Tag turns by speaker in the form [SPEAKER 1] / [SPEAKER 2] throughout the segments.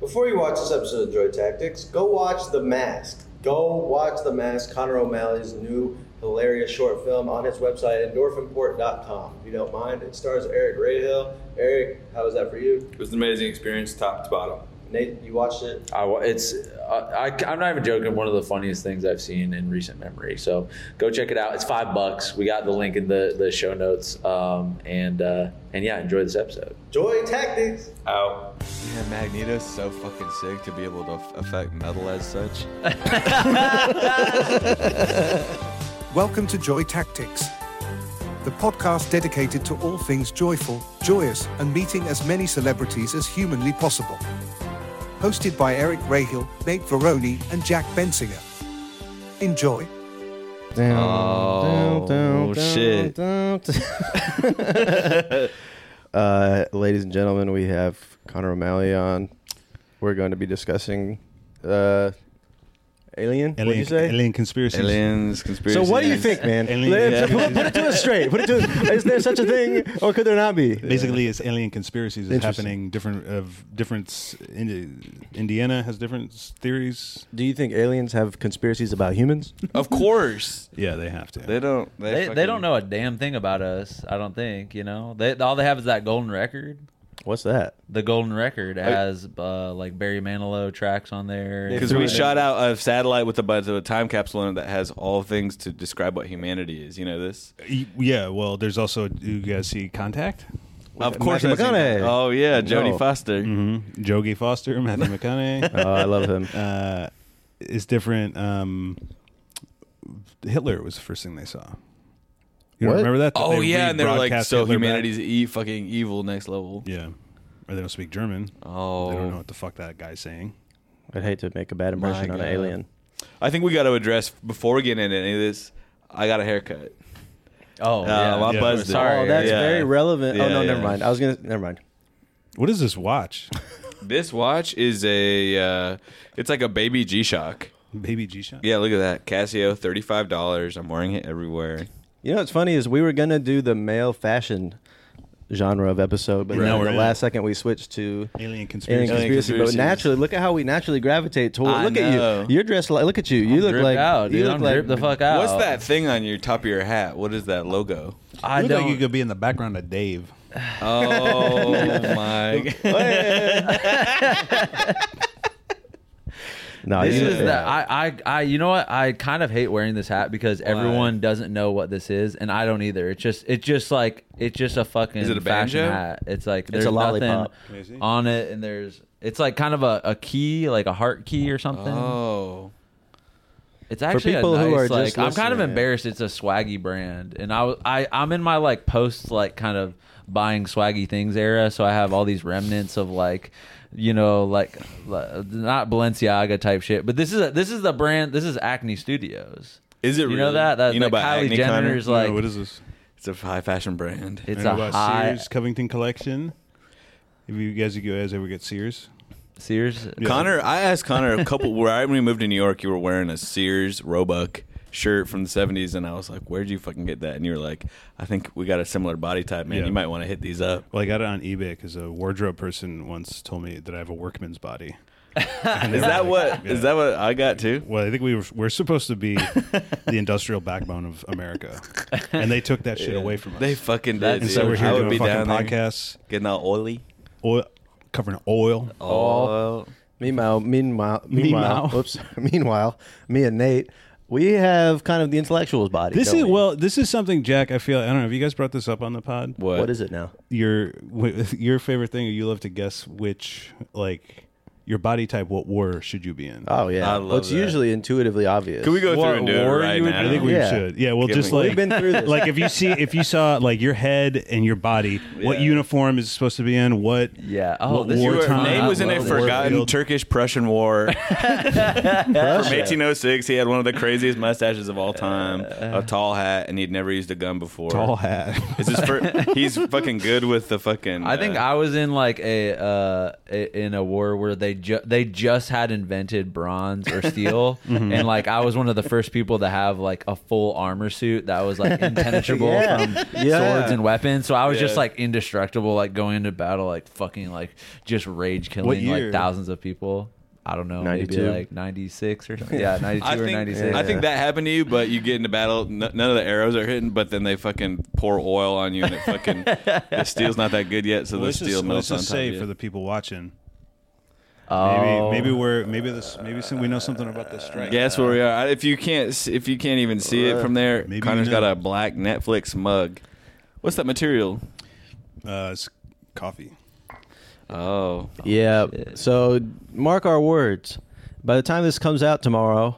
[SPEAKER 1] Before you watch this episode of Droid Tactics, go watch The Mask. Go watch The Mask, Connor O'Malley's new hilarious short film on his website, endorphinport.com. If you don't mind, it stars Eric Rayhill. Eric, how was that for you?
[SPEAKER 2] It was an amazing experience, top to bottom.
[SPEAKER 1] Nate, you watched it?
[SPEAKER 3] I, wa- it's I, I, am not even joking. One of the funniest things I've seen in recent memory. So go check it out. It's five bucks. We got the link in the, the show notes. Um, and uh, and yeah, enjoy this episode.
[SPEAKER 1] Droid Tactics!
[SPEAKER 2] Out.
[SPEAKER 4] Yeah, Magneto's so fucking sick to be able to f- affect metal as such.
[SPEAKER 5] Welcome to Joy Tactics, the podcast dedicated to all things joyful, joyous, and meeting as many celebrities as humanly possible. Hosted by Eric Rahill, Nate Veroni, and Jack Bensinger. Enjoy.
[SPEAKER 4] Oh, shit.
[SPEAKER 6] uh, ladies and gentlemen, we have Connor O'Malley on. We're going to be discussing uh, Alien. What do you
[SPEAKER 7] Alien,
[SPEAKER 6] say?
[SPEAKER 7] alien conspiracies.
[SPEAKER 4] Aliens, conspiracy.
[SPEAKER 6] So what do you think, man?
[SPEAKER 7] Alien.
[SPEAKER 6] Let-
[SPEAKER 7] Yeah.
[SPEAKER 6] put, put it to us straight. Put it to us. Is there such a thing, or could there not be?
[SPEAKER 7] Basically, it's alien conspiracies that's
[SPEAKER 6] Interesting.
[SPEAKER 7] happening. Different of different. s- Indi- Indiana has different s- theories.
[SPEAKER 6] Do you think aliens have conspiracies about humans?
[SPEAKER 8] Of course.
[SPEAKER 7] Yeah, they have to.
[SPEAKER 4] They don't. They,
[SPEAKER 8] They, they
[SPEAKER 4] fucking-
[SPEAKER 8] don't know a damn thing about us, I don't think, you know. They all they have is that golden record.
[SPEAKER 6] What's that?
[SPEAKER 8] The golden record has uh, like Barry Manilow tracks on there.
[SPEAKER 4] Because we shot out a satellite with a bunch of a time capsule in it that has all things to describe what humanity is. You know this?
[SPEAKER 7] Y- E, yeah. Well, there's also. Do you guys see Contact?
[SPEAKER 4] of course.
[SPEAKER 6] Matthew
[SPEAKER 4] I've seen that.
[SPEAKER 6] McConaughey.
[SPEAKER 4] Oh yeah, Jodie
[SPEAKER 6] No.
[SPEAKER 4] Foster.
[SPEAKER 7] Mm-hmm. Jogie Foster, Matthew McConaughey.
[SPEAKER 6] Oh, I love him.
[SPEAKER 7] uh, it's different. Um, Hitler was the first thing they saw. You don't
[SPEAKER 6] What?
[SPEAKER 7] remember that? That
[SPEAKER 4] Oh
[SPEAKER 7] they
[SPEAKER 4] yeah, and they were like,
[SPEAKER 7] rebroadcast
[SPEAKER 4] so
[SPEAKER 7] Hitler back?
[SPEAKER 4] humanity's e- fucking evil next level.
[SPEAKER 7] Yeah. Or they don't speak German. They don't know
[SPEAKER 4] Oh,
[SPEAKER 7] what the fuck that guy's saying.
[SPEAKER 6] I'd hate to make a bad impression
[SPEAKER 4] My
[SPEAKER 6] on an
[SPEAKER 4] God.
[SPEAKER 6] alien.
[SPEAKER 4] I think we got to address before we get into any of this. I got a haircut.
[SPEAKER 8] oh, yeah.
[SPEAKER 4] Um, I'm
[SPEAKER 7] Yeah.
[SPEAKER 4] buzzed.
[SPEAKER 8] Sorry.
[SPEAKER 6] Oh, that's
[SPEAKER 4] Yeah.
[SPEAKER 6] very relevant. oh
[SPEAKER 4] Yeah,
[SPEAKER 6] no,
[SPEAKER 4] yeah.
[SPEAKER 6] never mind. I was gonna. Never mind.
[SPEAKER 7] What is this watch?
[SPEAKER 4] This watch is a. Uh, it's like a baby G Shock.
[SPEAKER 7] Baby G shot.
[SPEAKER 4] Yeah, look at that Casio, thirty-five dollars. I'm wearing it everywhere.
[SPEAKER 6] You know what's funny is we were gonna do the male fashion genre of episode, but
[SPEAKER 7] Right.
[SPEAKER 6] then
[SPEAKER 7] Now
[SPEAKER 6] at
[SPEAKER 7] we're
[SPEAKER 6] the
[SPEAKER 7] in
[SPEAKER 6] last
[SPEAKER 7] it.
[SPEAKER 6] second we switched to
[SPEAKER 7] Alien conspiracy.
[SPEAKER 6] alien conspiracy. But
[SPEAKER 4] conspiracies.
[SPEAKER 6] naturally, look at how we naturally gravitate toward.
[SPEAKER 4] I
[SPEAKER 6] look
[SPEAKER 4] know.
[SPEAKER 6] at you. You're dressed like. Look at you. You look
[SPEAKER 8] dripped
[SPEAKER 6] like.
[SPEAKER 8] out,
[SPEAKER 6] you
[SPEAKER 8] dude.
[SPEAKER 6] look
[SPEAKER 8] I'm
[SPEAKER 6] like
[SPEAKER 8] dripped the fuck out.
[SPEAKER 4] What's that thing on your top of your Uh, hat? What is that logo?
[SPEAKER 8] I
[SPEAKER 7] look
[SPEAKER 8] don't.
[SPEAKER 7] like you could be in the background of Dave.
[SPEAKER 4] Oh my!
[SPEAKER 6] No,
[SPEAKER 8] this
[SPEAKER 6] you-
[SPEAKER 8] is the I, I I you know what I kind of hate wearing this hat because everyone doesn't know what this is and I don't either. It's just it's just like it's just a fucking
[SPEAKER 4] Is it a
[SPEAKER 8] fashion
[SPEAKER 4] banjo?
[SPEAKER 8] hat. It's like
[SPEAKER 6] a
[SPEAKER 8] there's
[SPEAKER 6] lollipop.
[SPEAKER 7] Crazy.
[SPEAKER 8] nothing on it and there's it's like kind of a, a key like a heart key or something.
[SPEAKER 4] Oh,
[SPEAKER 8] It's actually
[SPEAKER 6] people
[SPEAKER 8] a nice,
[SPEAKER 6] who are
[SPEAKER 8] like,
[SPEAKER 6] just
[SPEAKER 8] I'm kind
[SPEAKER 6] listening,
[SPEAKER 8] of
[SPEAKER 6] yeah.
[SPEAKER 8] embarrassed. It's a swaggy brand, and I, w- I I'm in my like post like kind of buying swaggy things era. So I have all these remnants of like, you know, like li- not Balenciaga type shit, but this is a, this is the brand. This is Acne Studios.
[SPEAKER 4] is it?
[SPEAKER 8] You
[SPEAKER 4] really?
[SPEAKER 8] know that that
[SPEAKER 4] you know
[SPEAKER 8] like,
[SPEAKER 4] about
[SPEAKER 8] Kylie
[SPEAKER 4] Acne Connor?
[SPEAKER 8] Jenner's like
[SPEAKER 7] No, what is this?
[SPEAKER 4] It's a high fashion brand.
[SPEAKER 8] it's
[SPEAKER 7] I
[SPEAKER 8] a
[SPEAKER 7] know about
[SPEAKER 8] high
[SPEAKER 7] Sears Covington collection. If you guys, you guys ever get Sears?
[SPEAKER 8] Sears.
[SPEAKER 4] Connor, I asked Connor a couple. Where when we moved to New York, you were wearing a Sears Roebuck shirt from the '70s, and I was like, "Where'd you fucking get that?" And you were like, "I think we got a similar body type, man.
[SPEAKER 7] Yeah.
[SPEAKER 4] You might want to hit these up."
[SPEAKER 7] Well, I got it on eBay because a wardrobe person once told me that I have a workman's body.
[SPEAKER 4] Is that what? Is that what I got too?
[SPEAKER 7] Well, I think we were, we're supposed to be the industrial backbone of America, and they took that shit away from us.
[SPEAKER 4] They fucking did.
[SPEAKER 7] and so
[SPEAKER 4] dude.
[SPEAKER 7] we're here
[SPEAKER 4] I would
[SPEAKER 7] doing
[SPEAKER 4] be
[SPEAKER 7] fucking
[SPEAKER 4] down there
[SPEAKER 7] podcasts,
[SPEAKER 4] getting all oily.
[SPEAKER 7] oil, covering oil.
[SPEAKER 4] Oh,
[SPEAKER 6] Meanwhile, meanwhile, meanwhile,
[SPEAKER 7] Meanwhile.
[SPEAKER 6] whoops. Meanwhile, me and Nate, we have kind of the intellectuals body.
[SPEAKER 7] This
[SPEAKER 6] don't
[SPEAKER 7] is
[SPEAKER 6] we?
[SPEAKER 7] well. This is something, Jack. I feel I don't know. Have you guys brought this up on the pod?
[SPEAKER 4] what?
[SPEAKER 6] What is it now?
[SPEAKER 7] your wh- your favorite thing or you love to guess which like your body type what war should you be in
[SPEAKER 6] Oh yeah,
[SPEAKER 4] I love
[SPEAKER 6] Well, it's
[SPEAKER 4] that.
[SPEAKER 6] usually intuitively obvious.
[SPEAKER 4] Can we go
[SPEAKER 7] What
[SPEAKER 4] through and do it
[SPEAKER 7] war
[SPEAKER 4] right
[SPEAKER 7] you would-
[SPEAKER 4] now?
[SPEAKER 7] i think we
[SPEAKER 6] Yeah.
[SPEAKER 7] should yeah well
[SPEAKER 4] Give
[SPEAKER 7] just
[SPEAKER 4] me-
[SPEAKER 7] like
[SPEAKER 6] We've been through this.
[SPEAKER 7] like if you see if you saw like your head and your body what
[SPEAKER 4] Yeah.
[SPEAKER 7] uniform is supposed to be in what
[SPEAKER 8] Yeah. Oh,
[SPEAKER 7] what
[SPEAKER 8] this is
[SPEAKER 4] You were-
[SPEAKER 8] Wartime.
[SPEAKER 4] Nate was in a
[SPEAKER 8] Well,
[SPEAKER 4] forgotten
[SPEAKER 7] warfield.
[SPEAKER 4] Turkish-Prussian war from
[SPEAKER 6] Russia.
[SPEAKER 4] 1806. He had one of the craziest mustaches of all time, a tall hat, and he'd never used a gun before.
[SPEAKER 7] tall hat
[SPEAKER 4] Is this for, he's fucking good with the fucking.
[SPEAKER 8] I think
[SPEAKER 4] uh,
[SPEAKER 8] I was in like a uh a- in a war where they ju- they just had invented bronze or steel, and like I was one of the first people to have like a full armor suit that was like impenetrable
[SPEAKER 6] Yeah.
[SPEAKER 8] from
[SPEAKER 6] Yeah.
[SPEAKER 8] swords and weapons. So I was just like indestructible, like going into battle, like fucking like just rage killing like
[SPEAKER 7] year?
[SPEAKER 8] thousands of people. I don't know, maybe
[SPEAKER 9] 92.
[SPEAKER 8] like ninety six or yeah, ninety
[SPEAKER 4] I
[SPEAKER 8] two or
[SPEAKER 4] think,
[SPEAKER 8] ninety six.
[SPEAKER 4] I think that happened to you, but you get into battle, n- none of the arrows are hitting, but then they fucking pour oil on you, and it fucking the steel's not that good yet, so the
[SPEAKER 7] let's
[SPEAKER 4] steel
[SPEAKER 7] just, let's
[SPEAKER 4] melts on
[SPEAKER 7] just
[SPEAKER 4] top.
[SPEAKER 7] say
[SPEAKER 4] of you.
[SPEAKER 7] for the people watching,
[SPEAKER 8] Oh.
[SPEAKER 7] maybe maybe we're maybe this maybe some, we know something about this strike.
[SPEAKER 4] yeah, that's where we are. I- If you can't, s- if you can't even see it from there,
[SPEAKER 7] Maybe you
[SPEAKER 4] Connor's got
[SPEAKER 7] know.
[SPEAKER 4] a black Netflix mug. What's that material?
[SPEAKER 7] uh, it's coffee.
[SPEAKER 4] Oh,
[SPEAKER 6] Yeah. So mark our words. By the time this comes out tomorrow,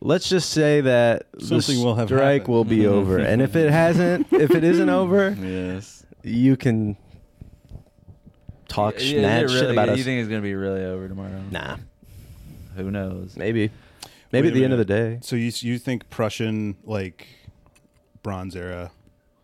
[SPEAKER 6] let's just say that the
[SPEAKER 7] Something will have
[SPEAKER 6] strike
[SPEAKER 7] happened.
[SPEAKER 6] will be over. and if it hasn't, if it isn't over,
[SPEAKER 4] yes.
[SPEAKER 6] you can talk sh- mad shit about
[SPEAKER 8] You
[SPEAKER 6] us.
[SPEAKER 8] think it's gonna be really over tomorrow?
[SPEAKER 6] Nah,
[SPEAKER 8] Who knows?
[SPEAKER 6] maybe.
[SPEAKER 7] Wait
[SPEAKER 6] Maybe
[SPEAKER 7] a
[SPEAKER 6] at the end of the
[SPEAKER 7] minute.
[SPEAKER 6] day.
[SPEAKER 7] So you you think Prussian like Bronze Era?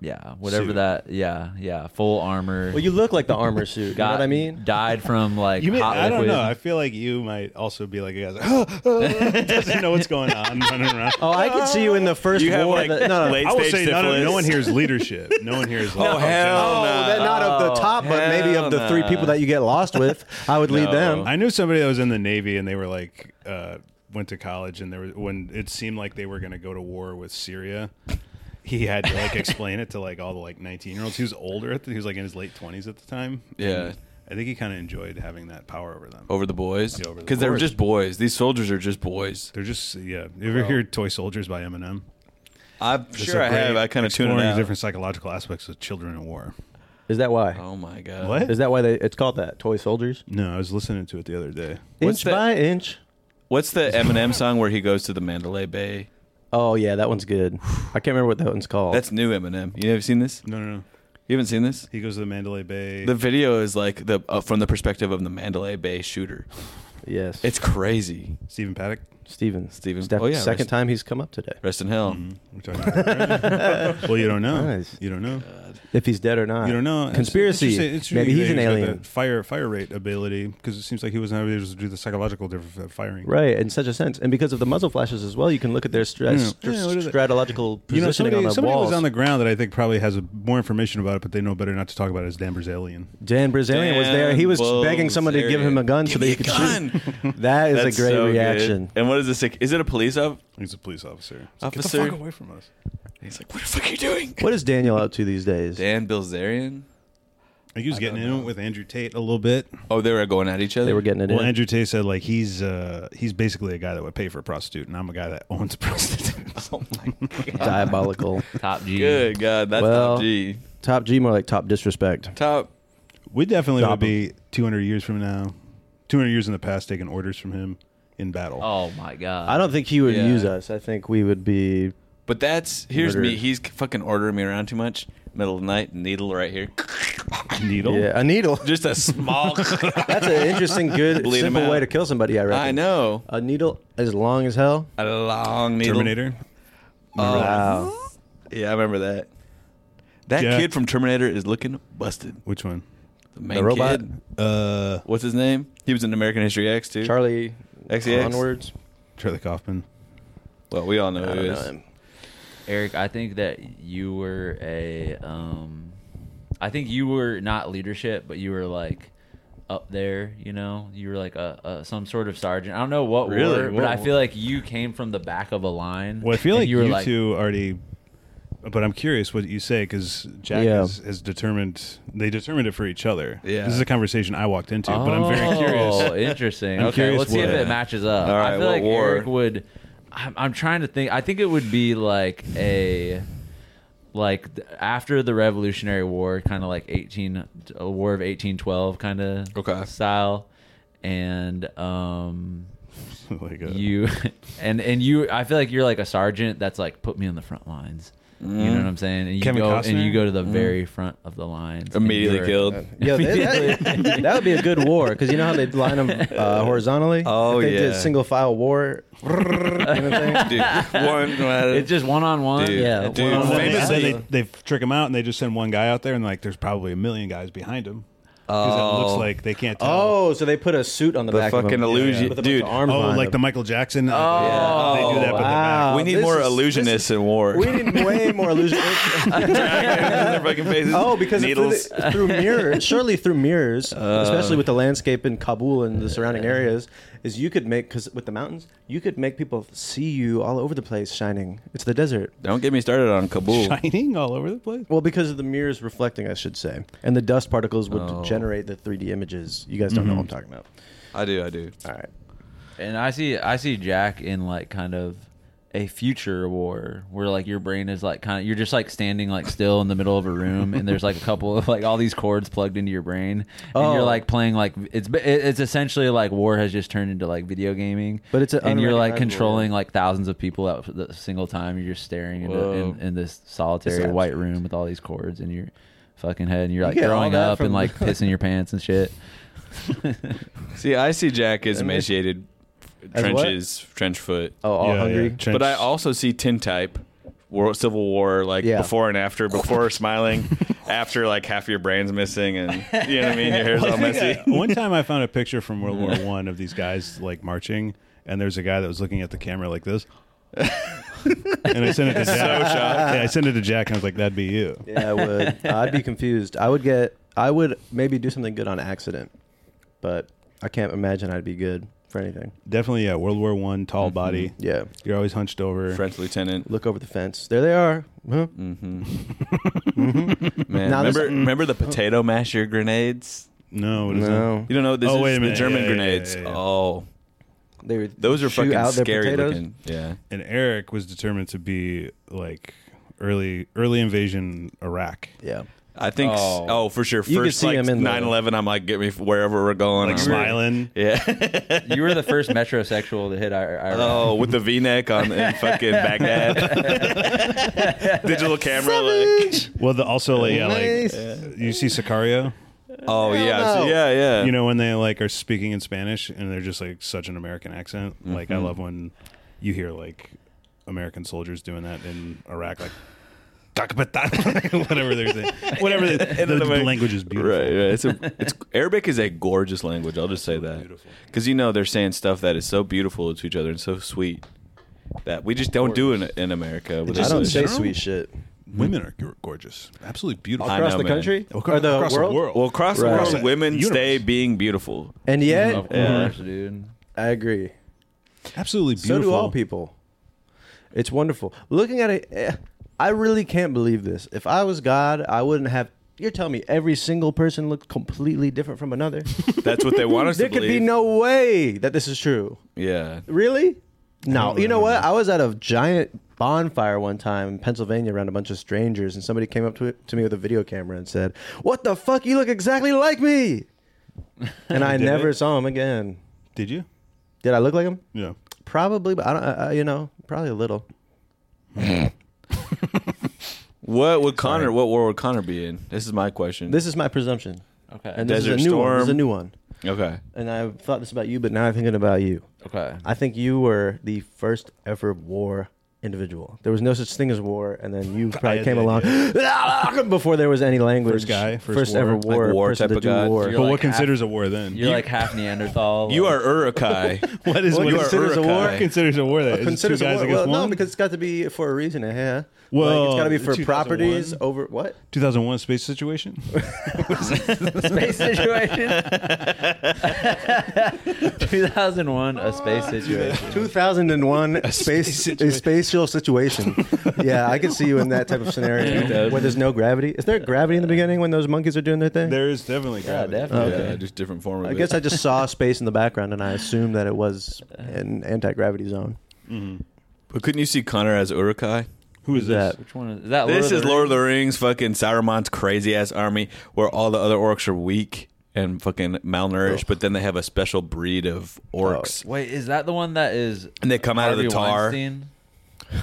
[SPEAKER 8] Yeah, whatever
[SPEAKER 7] Suit.
[SPEAKER 8] that. Yeah, yeah, full armor.
[SPEAKER 6] Well, you look like the armor suit. you know what I mean?
[SPEAKER 8] died from like
[SPEAKER 7] You mean,
[SPEAKER 8] hot
[SPEAKER 7] I don't
[SPEAKER 8] liquid.
[SPEAKER 7] know. I feel like you might also be like a guy like, doesn't know what's going on running around.
[SPEAKER 6] Oh, I can see you in the first
[SPEAKER 4] You have,
[SPEAKER 6] war.
[SPEAKER 4] like,
[SPEAKER 6] that- no, no, no.
[SPEAKER 4] late
[SPEAKER 7] I will
[SPEAKER 4] stage
[SPEAKER 7] say none of,
[SPEAKER 4] syphilis.
[SPEAKER 7] no one here is leadership. No one here is.
[SPEAKER 4] Oh, hell
[SPEAKER 6] Oh,
[SPEAKER 4] no.
[SPEAKER 6] that- not of the top, but maybe
[SPEAKER 4] hell
[SPEAKER 6] of the three
[SPEAKER 4] nah.
[SPEAKER 6] people that you get lost with. I would lead
[SPEAKER 4] No.
[SPEAKER 6] them.
[SPEAKER 7] I knew somebody that was in the Navy and they were like uh, went to college and there was when it seemed like they were going to go to war with Syria. He had to like explain it to like all the like 19 year olds. He was older. At the, he was like in his late 20s at the time.
[SPEAKER 4] Yeah.
[SPEAKER 7] I think he kind of enjoyed having that power over them.
[SPEAKER 4] Over the boys,
[SPEAKER 7] Yeah, over the
[SPEAKER 4] because they're
[SPEAKER 7] boys.
[SPEAKER 4] just boys. These soldiers are just boys.
[SPEAKER 7] They're just yeah. You ever hear "Toy Soldiers" by Eminem?
[SPEAKER 4] I'm
[SPEAKER 7] It's
[SPEAKER 4] sure
[SPEAKER 7] a
[SPEAKER 4] I
[SPEAKER 7] great
[SPEAKER 4] have. I kind of tune it
[SPEAKER 7] exploring
[SPEAKER 4] out.
[SPEAKER 7] different psychological aspects of children in war.
[SPEAKER 6] Is that why?
[SPEAKER 4] Oh my god!
[SPEAKER 7] What?
[SPEAKER 6] Is that why they? It's called that. Toy soldiers.
[SPEAKER 7] No, I was listening to it the other day.
[SPEAKER 4] What's
[SPEAKER 6] inch
[SPEAKER 4] that-
[SPEAKER 6] by inch.
[SPEAKER 4] What's the Eminem song where he goes to the Mandalay Bay?
[SPEAKER 6] Oh yeah, that one's good. I can't remember what that one's called.
[SPEAKER 4] That's new Eminem. You never seen this?
[SPEAKER 7] No, no, no.
[SPEAKER 4] You haven't seen this?
[SPEAKER 7] He goes to the Mandalay Bay.
[SPEAKER 4] The video is like the uh, from the perspective of the Mandalay Bay shooter.
[SPEAKER 6] yes.
[SPEAKER 4] It's crazy.
[SPEAKER 7] Stephen Paddock.
[SPEAKER 6] Steven.
[SPEAKER 4] Steven-
[SPEAKER 6] Steph-
[SPEAKER 4] oh, yeah,
[SPEAKER 6] Second
[SPEAKER 4] rest-
[SPEAKER 6] time he's come up today.
[SPEAKER 4] Rest in hell.
[SPEAKER 7] We're talking about- well, you don't know.
[SPEAKER 6] Nice.
[SPEAKER 7] You don't know.
[SPEAKER 6] If he's dead or
[SPEAKER 4] Uh,
[SPEAKER 6] not.
[SPEAKER 7] You don't know. It's-
[SPEAKER 6] Conspiracy.
[SPEAKER 7] it's interesting- it's
[SPEAKER 6] Maybe he's
[SPEAKER 7] interesting
[SPEAKER 6] an
[SPEAKER 7] that got
[SPEAKER 6] alien.
[SPEAKER 7] that Fire fire rate ability because it seems like he wasn't able to do the psychological difference of firing.
[SPEAKER 6] Right, in such a sense, and because of the muzzle flashes as well, you can look at their stra-
[SPEAKER 7] Yeah.
[SPEAKER 6] str-
[SPEAKER 7] Yeah, what is it?
[SPEAKER 6] stratological
[SPEAKER 7] You know,
[SPEAKER 6] positioning
[SPEAKER 7] somebody,
[SPEAKER 6] on their
[SPEAKER 7] somebody
[SPEAKER 6] walls.
[SPEAKER 7] was on the ground that I think probably has a, more information about it, but they know better not to talk about it as Dan Brazilian.
[SPEAKER 6] Dan Brazilian was there. He was
[SPEAKER 4] Dan
[SPEAKER 6] begging someone to give him a gun so that he could
[SPEAKER 4] Brazilian. Give me a
[SPEAKER 6] shoot. That is
[SPEAKER 4] That's
[SPEAKER 6] a great
[SPEAKER 4] so good.
[SPEAKER 6] reaction.
[SPEAKER 4] And what is this? like, Is it a police op-
[SPEAKER 7] He's a police officer.
[SPEAKER 4] officer?
[SPEAKER 7] Get the fuck away from us.
[SPEAKER 4] He's like, what the fuck are you doing?
[SPEAKER 6] What is Daniel up to these days?
[SPEAKER 4] Dan Bilzerian?
[SPEAKER 7] I think he was getting in it with Andrew Tate a little bit.
[SPEAKER 4] Oh, they were going at each other.
[SPEAKER 6] They were getting it
[SPEAKER 7] Well,
[SPEAKER 6] in.
[SPEAKER 7] Andrew Tate said like he's uh, he's basically a guy that would pay for a prostitute, and I'm a guy that owns prostitutes.
[SPEAKER 4] Oh my god.
[SPEAKER 6] Diabolical.
[SPEAKER 8] Top G.
[SPEAKER 4] Good god, that's
[SPEAKER 6] Well-
[SPEAKER 4] top G.
[SPEAKER 6] top G, more like top disrespect.
[SPEAKER 4] Top.
[SPEAKER 7] we definitely
[SPEAKER 6] Job
[SPEAKER 7] would be 200 years from now, 200 years in the past, taking orders from him in battle.
[SPEAKER 8] Oh my god.
[SPEAKER 6] I don't think he would
[SPEAKER 4] Yeah.
[SPEAKER 6] use us. I think we would be.
[SPEAKER 4] But that's here's me.
[SPEAKER 6] Murdered.
[SPEAKER 4] He's fucking ordering me around too much. Middle of the night, needle right here.
[SPEAKER 7] Needle.
[SPEAKER 6] Yeah, a needle.
[SPEAKER 4] Just a small.
[SPEAKER 6] That's an interesting, good,
[SPEAKER 4] Bleed 'em
[SPEAKER 6] simple way
[SPEAKER 4] out.
[SPEAKER 6] to kill somebody. I reckon. Uh,
[SPEAKER 4] I know.
[SPEAKER 6] A needle as long as hell.
[SPEAKER 4] A long needle.
[SPEAKER 7] Terminator.
[SPEAKER 4] Oh,
[SPEAKER 6] Wow.
[SPEAKER 4] Yeah, I remember that. That
[SPEAKER 7] Yeah.
[SPEAKER 4] kid from Terminator is looking busted.
[SPEAKER 7] Which one?
[SPEAKER 4] The, main
[SPEAKER 6] The robot?
[SPEAKER 4] kid.
[SPEAKER 7] Uh,
[SPEAKER 4] What's his name? He was in American History X too.
[SPEAKER 6] Charlie.
[SPEAKER 4] XCX?
[SPEAKER 6] Onwards.
[SPEAKER 7] Charlie Kaufman.
[SPEAKER 4] Well, we all know
[SPEAKER 6] I
[SPEAKER 4] who
[SPEAKER 6] don't
[SPEAKER 4] he
[SPEAKER 6] know
[SPEAKER 4] is.
[SPEAKER 6] him.
[SPEAKER 8] Eric, I think that you were a um I think you were not leadership, but you were like up there, you know. You were like a, a some sort of sergeant. I don't know what
[SPEAKER 4] Really?
[SPEAKER 8] war, but I
[SPEAKER 4] Whoa.
[SPEAKER 8] feel like you came from the back of a line.
[SPEAKER 7] Well, I feel
[SPEAKER 8] and
[SPEAKER 7] like you,
[SPEAKER 8] were
[SPEAKER 7] two already. But I'm curious what you say because Jack
[SPEAKER 6] Yeah.
[SPEAKER 7] has, has determined they determined it for each other.
[SPEAKER 4] Yeah.
[SPEAKER 7] this is a conversation I walked into, but I'm very curious.
[SPEAKER 8] Oh, interesting.
[SPEAKER 7] I'm
[SPEAKER 8] okay,
[SPEAKER 7] curious
[SPEAKER 8] let's see if
[SPEAKER 7] what-
[SPEAKER 8] it matches up.
[SPEAKER 4] All right,
[SPEAKER 8] I feel
[SPEAKER 4] what
[SPEAKER 8] like
[SPEAKER 4] war?
[SPEAKER 8] Eric would. I'm, I'm trying to think. I think it would be like a like th- after the Revolutionary War, kind of like 18 a War of 1812 kind of
[SPEAKER 4] Okay.
[SPEAKER 8] style, and um
[SPEAKER 7] like uh, a,
[SPEAKER 8] you and and you i feel like you're like a sergeant that's like put me on the front lines you know what i'm saying and you
[SPEAKER 7] Mm. Kevin
[SPEAKER 8] go and
[SPEAKER 7] Costner? Mm.
[SPEAKER 8] you go to the very front of the lines and
[SPEAKER 4] Immediately
[SPEAKER 8] you're-
[SPEAKER 4] killed.
[SPEAKER 6] Yeah, that, that- that would be a good war because you know how they line them uh, horizontally.
[SPEAKER 4] Oh,
[SPEAKER 6] if they did
[SPEAKER 4] yeah.
[SPEAKER 6] single file war. you know what I'm saying?
[SPEAKER 4] Dude, one.
[SPEAKER 8] it's just one-on-one
[SPEAKER 4] Dude.
[SPEAKER 6] yeah,
[SPEAKER 4] Dude,
[SPEAKER 6] one on
[SPEAKER 7] And
[SPEAKER 6] one.
[SPEAKER 7] then they,
[SPEAKER 4] famously-
[SPEAKER 7] then they, they trick him out and they just send one guy out there and like there's probably a million guys behind him. because it
[SPEAKER 10] Oh.
[SPEAKER 7] looks like they can't tell.
[SPEAKER 6] Oh, so they put a suit on the,
[SPEAKER 4] The
[SPEAKER 6] back of
[SPEAKER 4] fucking
[SPEAKER 6] him.
[SPEAKER 4] illusion-
[SPEAKER 6] With a bunch of
[SPEAKER 4] dude.
[SPEAKER 6] arms
[SPEAKER 7] Oh,
[SPEAKER 6] behind
[SPEAKER 7] like
[SPEAKER 6] him.
[SPEAKER 7] the Michael Jackson. Oh, they do that, but
[SPEAKER 6] wow.
[SPEAKER 4] we need
[SPEAKER 6] This
[SPEAKER 4] more
[SPEAKER 6] is-
[SPEAKER 4] illusionists in war.
[SPEAKER 6] We need way more illusion.
[SPEAKER 4] their fucking faces.
[SPEAKER 6] oh, because it's through,
[SPEAKER 4] needles.
[SPEAKER 6] the, through mirrors, surely through mirrors, especially with the landscape in Kabul and the surrounding areas, is you could make because with the mountains, you could make people see you all over the place shining. It's the desert.
[SPEAKER 4] Don't get me started on Kabul.
[SPEAKER 7] they're shining all over the place.
[SPEAKER 6] Well, because of the mirrors reflecting, I should say, and the dust particles would generate the 3D images. You guys don't know what I'm talking about.
[SPEAKER 4] I do, I do.
[SPEAKER 6] All right.
[SPEAKER 8] And I see I see Jack in like kind of a future war where like your brain is like kind of you're just like standing like still in the middle of a room and there's like a couple of like all these cords plugged into your brain and you're
[SPEAKER 6] Oh.
[SPEAKER 8] like playing like it's it- it's essentially like war has just turned into like video gaming
[SPEAKER 6] But it's an
[SPEAKER 8] and you're like
[SPEAKER 6] unrecognizable
[SPEAKER 8] controlling like thousands of people at the single time you're just staring into, in, in this solitary
[SPEAKER 6] It's
[SPEAKER 8] white room with all these cords in your fucking head and you're like
[SPEAKER 6] get all
[SPEAKER 8] throwing
[SPEAKER 6] that
[SPEAKER 8] up and
[SPEAKER 6] from-
[SPEAKER 8] like pissing your pants and shit
[SPEAKER 4] See, I see Jack as emaciated
[SPEAKER 6] As what?
[SPEAKER 4] trenches, trench foot.
[SPEAKER 6] Oh, all
[SPEAKER 7] Yeah,
[SPEAKER 6] hungry.
[SPEAKER 7] yeah. Trench-
[SPEAKER 4] But I also see Tintype, World Civil War, like
[SPEAKER 6] Yeah.
[SPEAKER 4] before and after, before smiling, after like half your brain's missing, and you know what I mean. Your hair's all
[SPEAKER 7] I
[SPEAKER 4] messy.
[SPEAKER 7] think, uh, one time I found a picture from World War One of these guys like marching, and there's a guy that was looking at the camera like this. and I sent it to Jack. Yeah, I sent it to Jack, and I was like, "That'd be you."
[SPEAKER 6] Yeah, I would. I'd be confused. I would get. I would maybe do something good on accident, but I can't imagine I'd be good for anything.
[SPEAKER 7] Definitely, yeah. World War One, tall body.
[SPEAKER 6] Mm-hmm. Yeah,
[SPEAKER 7] You're always hunched over.
[SPEAKER 4] French lieutenant,
[SPEAKER 6] look over the fence. There they are. Huh?
[SPEAKER 4] man.
[SPEAKER 6] Now this-
[SPEAKER 4] remember, remember the potato masher grenades?
[SPEAKER 7] No, what is
[SPEAKER 6] No,
[SPEAKER 4] You don't know what this
[SPEAKER 7] Oh,
[SPEAKER 4] is?
[SPEAKER 7] wait a
[SPEAKER 4] The
[SPEAKER 7] minute.
[SPEAKER 4] German
[SPEAKER 7] Yeah, yeah, yeah,
[SPEAKER 4] grenades.
[SPEAKER 7] yeah, yeah.
[SPEAKER 4] Oh,
[SPEAKER 6] they would
[SPEAKER 4] those are
[SPEAKER 6] shoot
[SPEAKER 4] fucking
[SPEAKER 6] out their
[SPEAKER 4] scary
[SPEAKER 6] potatoes.
[SPEAKER 4] looking. Yeah.
[SPEAKER 7] that? And Eric was determined to be like early, early invasion Iraq.
[SPEAKER 6] Yeah,
[SPEAKER 4] I think. s- Oh,
[SPEAKER 8] Oh.
[SPEAKER 4] for sure.
[SPEAKER 6] You could
[SPEAKER 4] First,
[SPEAKER 6] see
[SPEAKER 4] like
[SPEAKER 6] him in the-
[SPEAKER 4] 9/11. I'm like, get me f- wherever we're going.
[SPEAKER 7] Like
[SPEAKER 4] I'm
[SPEAKER 7] smiling.
[SPEAKER 4] Yeah.
[SPEAKER 8] you were the first metrosexual to hit our, our
[SPEAKER 4] Oh, with the V-neck on in fucking Baghdad. Digital camera. Like,
[SPEAKER 7] Well, the, also like, yeah,
[SPEAKER 6] Nice.
[SPEAKER 7] like you see Sicario.
[SPEAKER 4] oh yeah, so- yeah, yeah.
[SPEAKER 7] You know when they like are speaking in Spanish and they're just like such an American accent. Like
[SPEAKER 6] Mm-hmm.
[SPEAKER 7] I love when you hear like American soldiers doing that in Iraq, like "Tak batak," whatever they're saying, whatever they, the, the
[SPEAKER 4] American-
[SPEAKER 7] language is beautiful.
[SPEAKER 4] Right, right. It's a, it's Arabic is a gorgeous language. I'll just say that because you know they're saying stuff that is so beautiful to each other and so sweet that we just don't do in in America. With
[SPEAKER 6] I don't
[SPEAKER 4] English.
[SPEAKER 6] say
[SPEAKER 7] general?
[SPEAKER 6] sweet shit
[SPEAKER 7] Women are g- gorgeous, absolutely beautiful.
[SPEAKER 4] I
[SPEAKER 6] across
[SPEAKER 4] know,
[SPEAKER 6] the
[SPEAKER 4] man.
[SPEAKER 6] country
[SPEAKER 7] Acro-
[SPEAKER 6] or the
[SPEAKER 7] across the
[SPEAKER 6] world.
[SPEAKER 7] world.
[SPEAKER 4] Well, across the
[SPEAKER 6] Right.
[SPEAKER 4] world,
[SPEAKER 7] Across the
[SPEAKER 4] women
[SPEAKER 7] universe.
[SPEAKER 4] stay being beautiful.
[SPEAKER 6] And yet,
[SPEAKER 8] Of course, dude.
[SPEAKER 6] I agree.
[SPEAKER 7] absolutely
[SPEAKER 6] So
[SPEAKER 7] beautiful.
[SPEAKER 6] do all people. It's wonderful. Looking at it, eh, I really can't believe this. If I was God, I wouldn't have. You're telling me every single person looked completely different from another.
[SPEAKER 4] That's what they want us
[SPEAKER 6] there
[SPEAKER 4] to
[SPEAKER 6] could
[SPEAKER 4] believe.
[SPEAKER 6] be no way that this is true.
[SPEAKER 4] yeah.
[SPEAKER 6] Really? No.
[SPEAKER 7] don't
[SPEAKER 6] You know what?
[SPEAKER 7] remember.
[SPEAKER 6] I was at a giant bonfire one time in Pennsylvania around a bunch of strangers, and somebody came up to, to me with a video camera and said, "What the fuck? You look exactly like me." And I
[SPEAKER 7] Did
[SPEAKER 6] never
[SPEAKER 7] it?
[SPEAKER 6] saw him again.
[SPEAKER 7] Did you?
[SPEAKER 6] Did I look like him?
[SPEAKER 7] Yeah.
[SPEAKER 6] Probably, but I don't. I, I- you know, probably a little.
[SPEAKER 4] What would Connor? What war would Connor be in? This is my question.
[SPEAKER 6] This is my presumption,
[SPEAKER 8] Okay.
[SPEAKER 6] and this
[SPEAKER 4] Desert
[SPEAKER 6] is a new one. This is a
[SPEAKER 4] Storm.
[SPEAKER 6] new one.
[SPEAKER 4] okay.
[SPEAKER 6] And I thought this about you, but now I'm thinking about you.
[SPEAKER 8] okay.
[SPEAKER 6] I think you were the first ever war individual. There was no such thing as war, and then you probably
[SPEAKER 7] had
[SPEAKER 6] came
[SPEAKER 7] the
[SPEAKER 6] along Ah, before there was any language.
[SPEAKER 7] First guy, first war.
[SPEAKER 6] ever war,
[SPEAKER 4] Like war
[SPEAKER 6] person
[SPEAKER 4] type
[SPEAKER 6] to
[SPEAKER 4] of
[SPEAKER 6] do
[SPEAKER 4] guy.
[SPEAKER 6] war.
[SPEAKER 8] You're
[SPEAKER 7] But
[SPEAKER 8] like
[SPEAKER 7] what
[SPEAKER 8] half-
[SPEAKER 7] considers a war then?
[SPEAKER 8] You're like half Neanderthal.
[SPEAKER 4] You
[SPEAKER 8] like-
[SPEAKER 4] are Urukai.
[SPEAKER 7] what is
[SPEAKER 6] What
[SPEAKER 7] what
[SPEAKER 6] considers a
[SPEAKER 7] Uruk-
[SPEAKER 6] war?
[SPEAKER 7] What considers a war? That is two
[SPEAKER 6] Considers a
[SPEAKER 7] guys
[SPEAKER 6] war-
[SPEAKER 7] against
[SPEAKER 6] well,
[SPEAKER 7] one.
[SPEAKER 6] no, because it's got to be for a reason. Yeah. like,
[SPEAKER 7] Well,
[SPEAKER 6] it's got to be for
[SPEAKER 7] 2001?
[SPEAKER 6] properties over what?
[SPEAKER 7] 2001 space situation.
[SPEAKER 8] space situation. 2001, a
[SPEAKER 6] Oh.
[SPEAKER 8] space situation.
[SPEAKER 6] 2001 a space a spatial situation. yeah, I could see you in that type of scenario where there's no gravity. Is there gravity in the beginning when those monkeys are doing their thing?
[SPEAKER 7] there is definitely.
[SPEAKER 8] Yeah,
[SPEAKER 7] gravity.
[SPEAKER 8] definitely.
[SPEAKER 4] Yeah, just different form of
[SPEAKER 6] I
[SPEAKER 4] it.
[SPEAKER 6] guess I just saw space in the background and I assumed that it was an anti gravity zone.
[SPEAKER 4] but couldn't you see Connor as Urukai?
[SPEAKER 7] Who is
[SPEAKER 6] That
[SPEAKER 7] that?
[SPEAKER 8] Which one is is that?
[SPEAKER 4] This
[SPEAKER 8] Lord of
[SPEAKER 4] is
[SPEAKER 8] the
[SPEAKER 4] Lord of the Rings, fucking Sauron's crazy ass army, where all the other orcs are weak and fucking malnourished, but then they have a special breed of orcs,
[SPEAKER 8] Rings? Wait, is that the one that is?
[SPEAKER 4] and they come out of the
[SPEAKER 8] Harvey
[SPEAKER 4] tar.
[SPEAKER 8] Weinstein?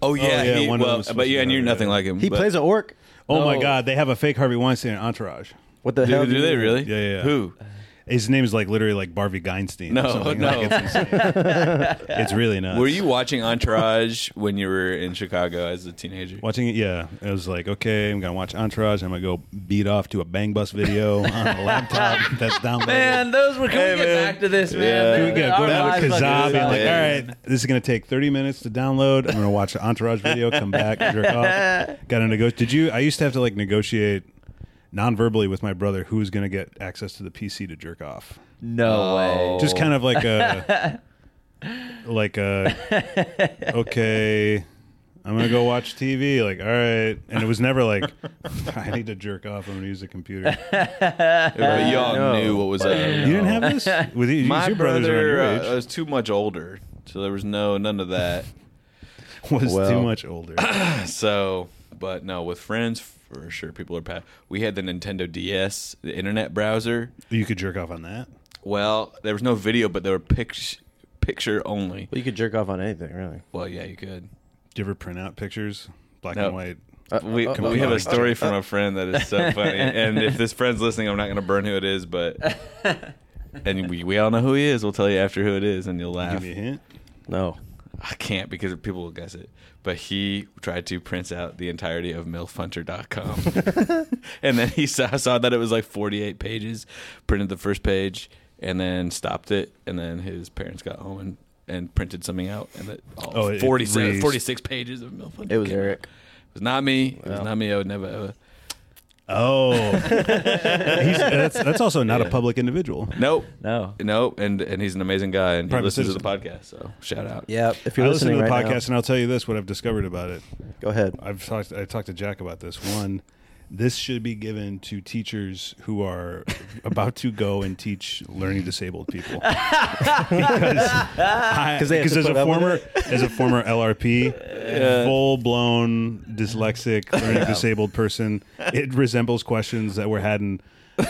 [SPEAKER 4] Oh yeah,
[SPEAKER 7] yeah,
[SPEAKER 4] he-
[SPEAKER 7] one of
[SPEAKER 4] well,
[SPEAKER 7] them is
[SPEAKER 4] but
[SPEAKER 7] supposed
[SPEAKER 4] yeah,
[SPEAKER 7] to
[SPEAKER 4] and
[SPEAKER 7] be
[SPEAKER 4] you're
[SPEAKER 7] that,
[SPEAKER 4] nothing
[SPEAKER 7] yeah.
[SPEAKER 4] like him.
[SPEAKER 6] He
[SPEAKER 4] but-
[SPEAKER 6] plays an orc.
[SPEAKER 7] Oh my
[SPEAKER 8] No.
[SPEAKER 7] God! They have a fake Harvey Weinstein entourage.
[SPEAKER 6] What the
[SPEAKER 4] Do,
[SPEAKER 6] hell?
[SPEAKER 4] do
[SPEAKER 6] you-
[SPEAKER 4] they really?
[SPEAKER 7] Yeah, yeah, yeah.
[SPEAKER 4] Who?
[SPEAKER 7] His name is like literally like Harvey Geinstein. or
[SPEAKER 4] No,
[SPEAKER 7] something.
[SPEAKER 4] no.
[SPEAKER 7] Like, it's, insane. it's really nuts.
[SPEAKER 4] Were you watching Entourage when you were in Chicago as a teenager?
[SPEAKER 7] watching it? Yeah, I was like, okay, I'm gonna watch Entourage. I'm gonna go beat off to a Bang Bus video on a laptop that's downloaded.
[SPEAKER 8] Man, those were. Can
[SPEAKER 4] Hey,
[SPEAKER 8] we get
[SPEAKER 4] man.
[SPEAKER 8] back to this, man?
[SPEAKER 4] Yeah.
[SPEAKER 7] Here we go.
[SPEAKER 8] Our
[SPEAKER 7] Go down to
[SPEAKER 8] lives fucking
[SPEAKER 7] Kazaa, being
[SPEAKER 8] suck.
[SPEAKER 7] like, all
[SPEAKER 4] Yeah.
[SPEAKER 7] right, this is going to take 30 minutes to download. I'm going to watch the Entourage video, come back, jerk off. Got to negotiate. Did you? I used to have to like negotiate non-verbally with my brother who was going to get access to the PC to jerk off.
[SPEAKER 8] No way.
[SPEAKER 7] Just kind of like a, like a, okay. I'm gonna go watch TV. Like, all right, and it was never like, I need to jerk off. I'm gonna use the computer.
[SPEAKER 4] But y'all
[SPEAKER 6] No.
[SPEAKER 4] knew what was up.
[SPEAKER 7] You didn't have this with you.
[SPEAKER 4] My
[SPEAKER 7] your brothers around
[SPEAKER 4] brother
[SPEAKER 7] your
[SPEAKER 4] uh,
[SPEAKER 7] age.
[SPEAKER 4] was too much older, so there was no none of that.
[SPEAKER 7] was
[SPEAKER 6] well.
[SPEAKER 7] too much older.
[SPEAKER 4] so, but no, with friends for sure, people are pat. We had the Nintendo DS, the internet browser.
[SPEAKER 7] You could jerk off on that.
[SPEAKER 4] Well, there was no video, but there were pic- picture only.
[SPEAKER 11] But you could jerk off on anything, really.
[SPEAKER 4] Well, yeah, you could.
[SPEAKER 7] Do you ever print out pictures, black
[SPEAKER 4] No.
[SPEAKER 7] and white?
[SPEAKER 4] we
[SPEAKER 6] uh,
[SPEAKER 4] we have a story from a friend that is so funny, and if this friend's listening, I'm not going to burn who it is, but and we, we all know who he is. We'll tell you after who it is, and you'll
[SPEAKER 7] Give
[SPEAKER 4] laugh.
[SPEAKER 7] me a hint.
[SPEAKER 6] No.
[SPEAKER 4] I can't because people will guess it. But he tried to print out the entirety of milfhunter.com. and then he saw, saw that it was like 48 pages, printed the first page, and then stopped it. And then his parents got home and, and printed something out. And it,
[SPEAKER 7] Oh,
[SPEAKER 4] oh,
[SPEAKER 7] it
[SPEAKER 4] 47,
[SPEAKER 7] reads-
[SPEAKER 4] 46 pages of milfhunter.
[SPEAKER 6] It was
[SPEAKER 4] came out.
[SPEAKER 6] Eric.
[SPEAKER 4] It was not me. It was not me. I would never ever.
[SPEAKER 7] Oh, He's, that's, that's also not a public individual.
[SPEAKER 4] Nope.
[SPEAKER 8] No.
[SPEAKER 4] Nope. And and he's an amazing guy, and he
[SPEAKER 7] Private
[SPEAKER 4] listens to the
[SPEAKER 7] citizen.
[SPEAKER 4] podcast. So shout out.
[SPEAKER 6] Yeah. If
[SPEAKER 7] I
[SPEAKER 6] you're
[SPEAKER 7] listen
[SPEAKER 6] listening
[SPEAKER 7] to the
[SPEAKER 6] right
[SPEAKER 7] podcast, and I'll tell you this: what I've discovered about it.
[SPEAKER 6] now, go ahead.
[SPEAKER 7] I've talked. I talked to Jack about this. One, this should be given to teachers who are about to go and teach learning disabled people. because I-
[SPEAKER 6] 'Cause they have
[SPEAKER 7] because
[SPEAKER 6] to
[SPEAKER 7] as
[SPEAKER 6] put
[SPEAKER 7] a
[SPEAKER 6] up with
[SPEAKER 7] former as a former LRP, full blown dyslexic learning disabled person, it resembles questions that were had in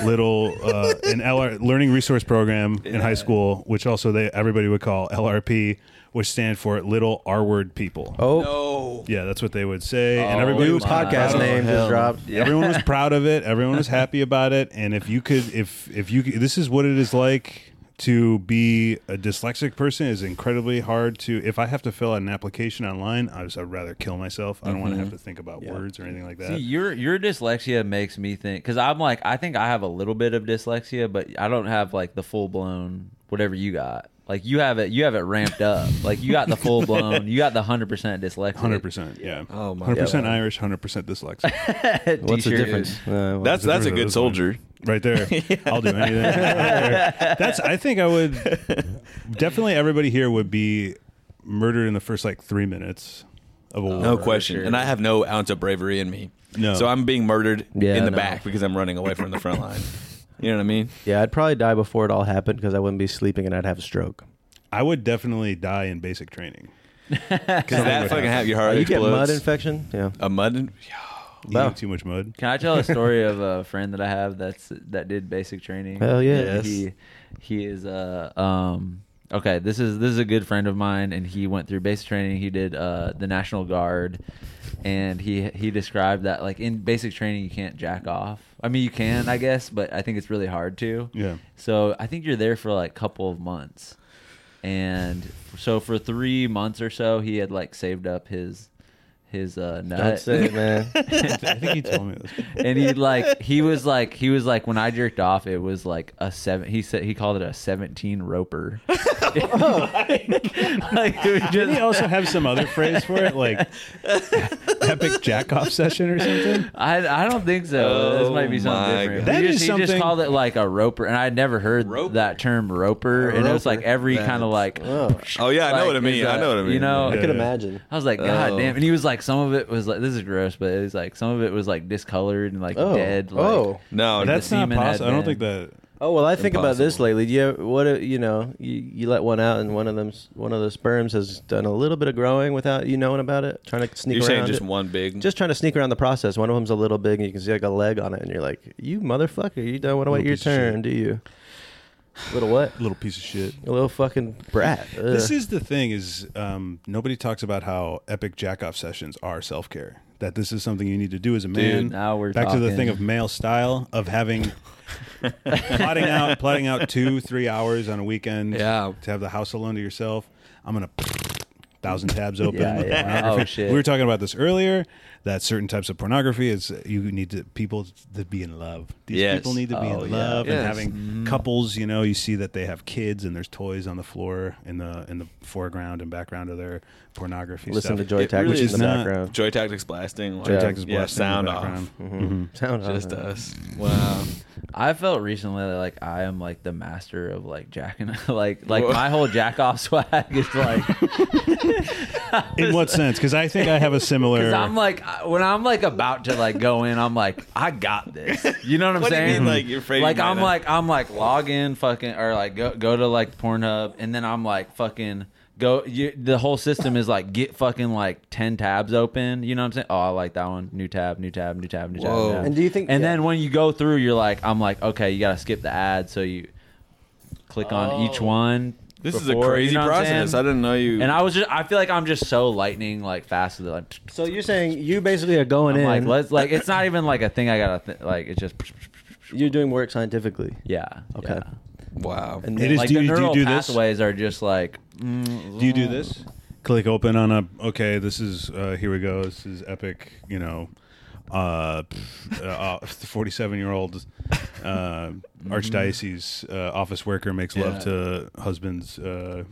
[SPEAKER 7] little uh, an LR learning resource program in high school, which also they everybody would call LRP. Which stand for little R word people.
[SPEAKER 6] Oh,
[SPEAKER 4] No.
[SPEAKER 7] Yeah, that's what they would say, and
[SPEAKER 4] Oh
[SPEAKER 7] everybody
[SPEAKER 6] new
[SPEAKER 7] was kinda proud
[SPEAKER 6] podcast
[SPEAKER 7] of
[SPEAKER 6] name
[SPEAKER 7] it.
[SPEAKER 6] just dropped.
[SPEAKER 7] Everyone was proud of it. Everyone was happy about it. And if you could, if if you, could- this is what it is like to be a dyslexic person is incredibly hard to. If I have to fill out an application online, I just, I'd rather kill myself. I don't want to
[SPEAKER 4] Mm-hmm.
[SPEAKER 7] have to think about words or anything like that.
[SPEAKER 8] See, your your dyslexia makes me think because I'm like I think I have a little bit of dyslexia, but I don't have like the full blown whatever you got. Like you have it, you have it ramped up. Like you got the full blown, you got the hundred percent dyslexia.
[SPEAKER 7] Hundred percent, yeah.
[SPEAKER 4] Oh my
[SPEAKER 7] hundred percent Irish, hundred percent dyslexic,
[SPEAKER 6] what's the difference? Uh, well,
[SPEAKER 4] That's that's a
[SPEAKER 7] Those
[SPEAKER 4] good
[SPEAKER 7] ones.
[SPEAKER 4] soldier.
[SPEAKER 7] right there. I'll do anything. That's. I think I would definitely. Everybody here would be murdered in the first like three minutes of a war.
[SPEAKER 4] Oh, No question. And I have no ounce of bravery in me.
[SPEAKER 7] No.
[SPEAKER 4] So I'm being murdered
[SPEAKER 6] Yeah,
[SPEAKER 4] in the
[SPEAKER 6] no.
[SPEAKER 4] back because I'm running away from the front line. You know what I mean?
[SPEAKER 6] yeah, I'd probably die before it all happened because I wouldn't be sleeping and I'd have a stroke.
[SPEAKER 7] I would definitely die in basic training.
[SPEAKER 4] Because that fucking have your heart
[SPEAKER 6] Oh, you get
[SPEAKER 4] explodes.
[SPEAKER 6] mud infection? Yeah.
[SPEAKER 4] a mud. in-
[SPEAKER 6] Wow.
[SPEAKER 7] Eating too much mud.
[SPEAKER 8] Can I tell a story of a friend that I have that's that did basic training?
[SPEAKER 6] Hell yeah.
[SPEAKER 8] And He he is uh um okay, this is this is a good friend of mine and he went through basic training. He did uh the National Guard and he he described that like in basic training you can't jack off. I mean you can, I guess, but I think it's really hard to.
[SPEAKER 7] Yeah.
[SPEAKER 8] So I think you're there for like a couple of months. And so for 3 months or so he had like saved up his his uh nut
[SPEAKER 6] I'd say, man.
[SPEAKER 7] I think you told me this.
[SPEAKER 8] and he like he was like he was like when I jerked off it was like a seven he said he called it a 17 roper like, it was
[SPEAKER 7] Didn't
[SPEAKER 8] just,
[SPEAKER 7] he also have some other phrase for it, like epic jack off session or something?
[SPEAKER 8] I, I don't think so this
[SPEAKER 4] Oh
[SPEAKER 8] might be something
[SPEAKER 4] my
[SPEAKER 8] different
[SPEAKER 7] God.
[SPEAKER 8] he,
[SPEAKER 7] That is
[SPEAKER 8] just, he just
[SPEAKER 7] something-
[SPEAKER 8] called it like a roper and I'd never heard
[SPEAKER 4] Roper.
[SPEAKER 8] that term roper and it was like every kind of like
[SPEAKER 4] Oh yeah, I know
[SPEAKER 8] like,
[SPEAKER 4] what I mean.
[SPEAKER 8] is
[SPEAKER 4] I
[SPEAKER 8] a-
[SPEAKER 4] know what I mean.
[SPEAKER 8] you know
[SPEAKER 7] Yeah.
[SPEAKER 6] I could imagine.
[SPEAKER 8] I was like, God damn! And he was like, some of it was like, this is gross, but it was like, some of it was like discolored and like
[SPEAKER 6] Oh.
[SPEAKER 8] dead. Like,
[SPEAKER 6] oh.
[SPEAKER 4] No,
[SPEAKER 7] That's
[SPEAKER 8] The
[SPEAKER 7] not
[SPEAKER 8] semen had
[SPEAKER 7] possible. I don't think
[SPEAKER 8] been-
[SPEAKER 7] that.
[SPEAKER 6] Oh well, I think about this
[SPEAKER 4] Impossible.
[SPEAKER 6] lately. Do you what if- you know? You, you let one out, and one of them, one of the sperms has done a little bit of growing without you knowing about it, trying to sneak
[SPEAKER 4] you're
[SPEAKER 6] around.
[SPEAKER 4] saying just
[SPEAKER 6] it.
[SPEAKER 4] one big.
[SPEAKER 6] Just trying to sneak around the process. One of them's a little big, and you can see like a leg on it, and you're like, "You motherfucker, you don't want to wait your
[SPEAKER 7] piece of shit.
[SPEAKER 6] turn, do you?" Little what?
[SPEAKER 7] Little piece of shit.
[SPEAKER 6] A little fucking brat. Ugh.
[SPEAKER 7] This is the thing: is um, nobody talks about how epic jack-off sessions are self-care. That this is something you need to do as a man.
[SPEAKER 8] now we're
[SPEAKER 7] back to the
[SPEAKER 8] talking.
[SPEAKER 7] thing of male style of having plotting out plotting out two three hours on a weekend.
[SPEAKER 4] Yeah.
[SPEAKER 7] to have the house alone to yourself. I'm gonna thousand tabs open.
[SPEAKER 8] Yeah, yeah.
[SPEAKER 7] Pornography.
[SPEAKER 8] Oh, shit.
[SPEAKER 7] We were talking about this earlier. That certain types of pornography is you need to people to be in love. These
[SPEAKER 4] Yes.
[SPEAKER 7] people need to be
[SPEAKER 8] Oh,
[SPEAKER 7] in
[SPEAKER 8] yeah.
[SPEAKER 7] love and
[SPEAKER 4] Yes.
[SPEAKER 7] having couples. You know, you see that they have kids and there's toys on the floor in the in the foreground and background of their pornography.
[SPEAKER 6] Listen
[SPEAKER 7] stuff.
[SPEAKER 6] to Joy
[SPEAKER 4] It really
[SPEAKER 6] Tactics in
[SPEAKER 7] is
[SPEAKER 6] the
[SPEAKER 7] not-
[SPEAKER 6] background.
[SPEAKER 4] Joy Tactics blasting. Like,
[SPEAKER 6] Joy
[SPEAKER 7] Tactics
[SPEAKER 4] yeah,
[SPEAKER 7] blasting in the
[SPEAKER 4] sound
[SPEAKER 7] background.
[SPEAKER 4] off.
[SPEAKER 6] Mm-hmm. Sound on
[SPEAKER 7] uh,
[SPEAKER 4] Just
[SPEAKER 6] it.
[SPEAKER 4] us. Wow.
[SPEAKER 8] I felt recently that, like I am like the master of like jacking, like like my whole jack off swag is like
[SPEAKER 7] In what sense? Because I think I have a similar.
[SPEAKER 8] because I'm like I- when I'm like about to like go in, I'm like I got this. You know what I'm
[SPEAKER 4] What do you
[SPEAKER 8] saying?
[SPEAKER 4] mean, like, you're afraid you
[SPEAKER 8] Like
[SPEAKER 4] might
[SPEAKER 8] I'm
[SPEAKER 4] not-
[SPEAKER 8] like I'm like log in fucking or like go go to like Pornhub and then I'm like fucking go. You, the whole system is like get fucking like ten tabs open. You know what I'm saying? Oh, I like that one. New tab, new tab, new tab, new tab, new
[SPEAKER 4] Whoa.
[SPEAKER 8] tab.
[SPEAKER 6] And do you think-
[SPEAKER 8] And
[SPEAKER 6] yeah.
[SPEAKER 8] then when you go through, you're like I'm like okay, you gotta skip the ad, so you click
[SPEAKER 7] Oh.
[SPEAKER 8] on each one.
[SPEAKER 4] This is a
[SPEAKER 8] before, you
[SPEAKER 4] crazy
[SPEAKER 8] know what I'm
[SPEAKER 4] process.
[SPEAKER 8] saying?
[SPEAKER 4] I didn't know you.
[SPEAKER 8] And I was just I feel like I'm just so lightning like fast that like
[SPEAKER 11] So you're saying you basically are going
[SPEAKER 8] I'm
[SPEAKER 11] in.
[SPEAKER 8] like let's like it's not even like a thing I gotta th- like it's just
[SPEAKER 6] You're doing work scientifically.
[SPEAKER 8] yeah
[SPEAKER 6] Okay.
[SPEAKER 8] yeah.
[SPEAKER 4] wow.
[SPEAKER 6] And
[SPEAKER 7] It is-
[SPEAKER 8] like
[SPEAKER 7] do
[SPEAKER 8] the
[SPEAKER 7] you- do you
[SPEAKER 8] neural
[SPEAKER 7] do this?
[SPEAKER 8] pathways are just like mm,
[SPEAKER 7] do you do this? Click open on a. Okay, this is uh, here we go. This is epic. You know, uh, pff, uh, forty-seven-year-old uh, archdiocese uh, office worker makes
[SPEAKER 4] Yeah.
[SPEAKER 7] love to husband's uh,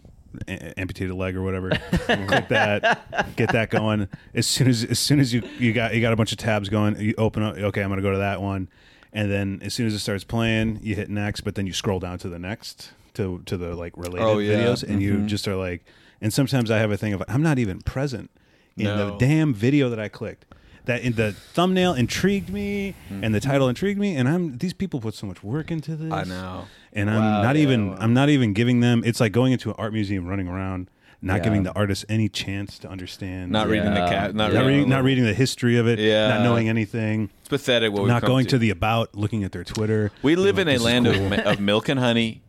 [SPEAKER 7] a- amputated leg or whatever. Click that, get that going. As soon as as soon as you you got you got a bunch of tabs going, you open up. Okay, I'm gonna go to that one, and then as soon as it starts playing, you hit next, but then you scroll down to the next. To, to the like related
[SPEAKER 4] Oh, yeah.
[SPEAKER 7] videos and you just are like and sometimes i have a thing of i'm not even present in the
[SPEAKER 4] No.
[SPEAKER 7] damn video that i clicked that in the thumbnail intrigued me and the title intrigued me and i'm these people put so much work into this
[SPEAKER 4] Hmm. I know.
[SPEAKER 7] and i'm not even i'm not even giving them it's like going into an art museum running around not
[SPEAKER 8] Yeah.
[SPEAKER 7] giving the artist any chance to understand
[SPEAKER 4] Not reading the
[SPEAKER 8] Yeah.
[SPEAKER 4] cat. Not,
[SPEAKER 8] Yeah.
[SPEAKER 7] not,
[SPEAKER 4] reading,
[SPEAKER 7] reading, not reading the history of it
[SPEAKER 4] Yeah.
[SPEAKER 7] not knowing anything
[SPEAKER 4] It's pathetic. What we've
[SPEAKER 7] not
[SPEAKER 4] come
[SPEAKER 7] going
[SPEAKER 4] to
[SPEAKER 7] to the about looking at their twitter
[SPEAKER 4] We
[SPEAKER 7] being
[SPEAKER 4] live
[SPEAKER 7] like,
[SPEAKER 4] in a
[SPEAKER 7] "This is
[SPEAKER 4] land
[SPEAKER 7] cool."
[SPEAKER 4] of, of milk and honey,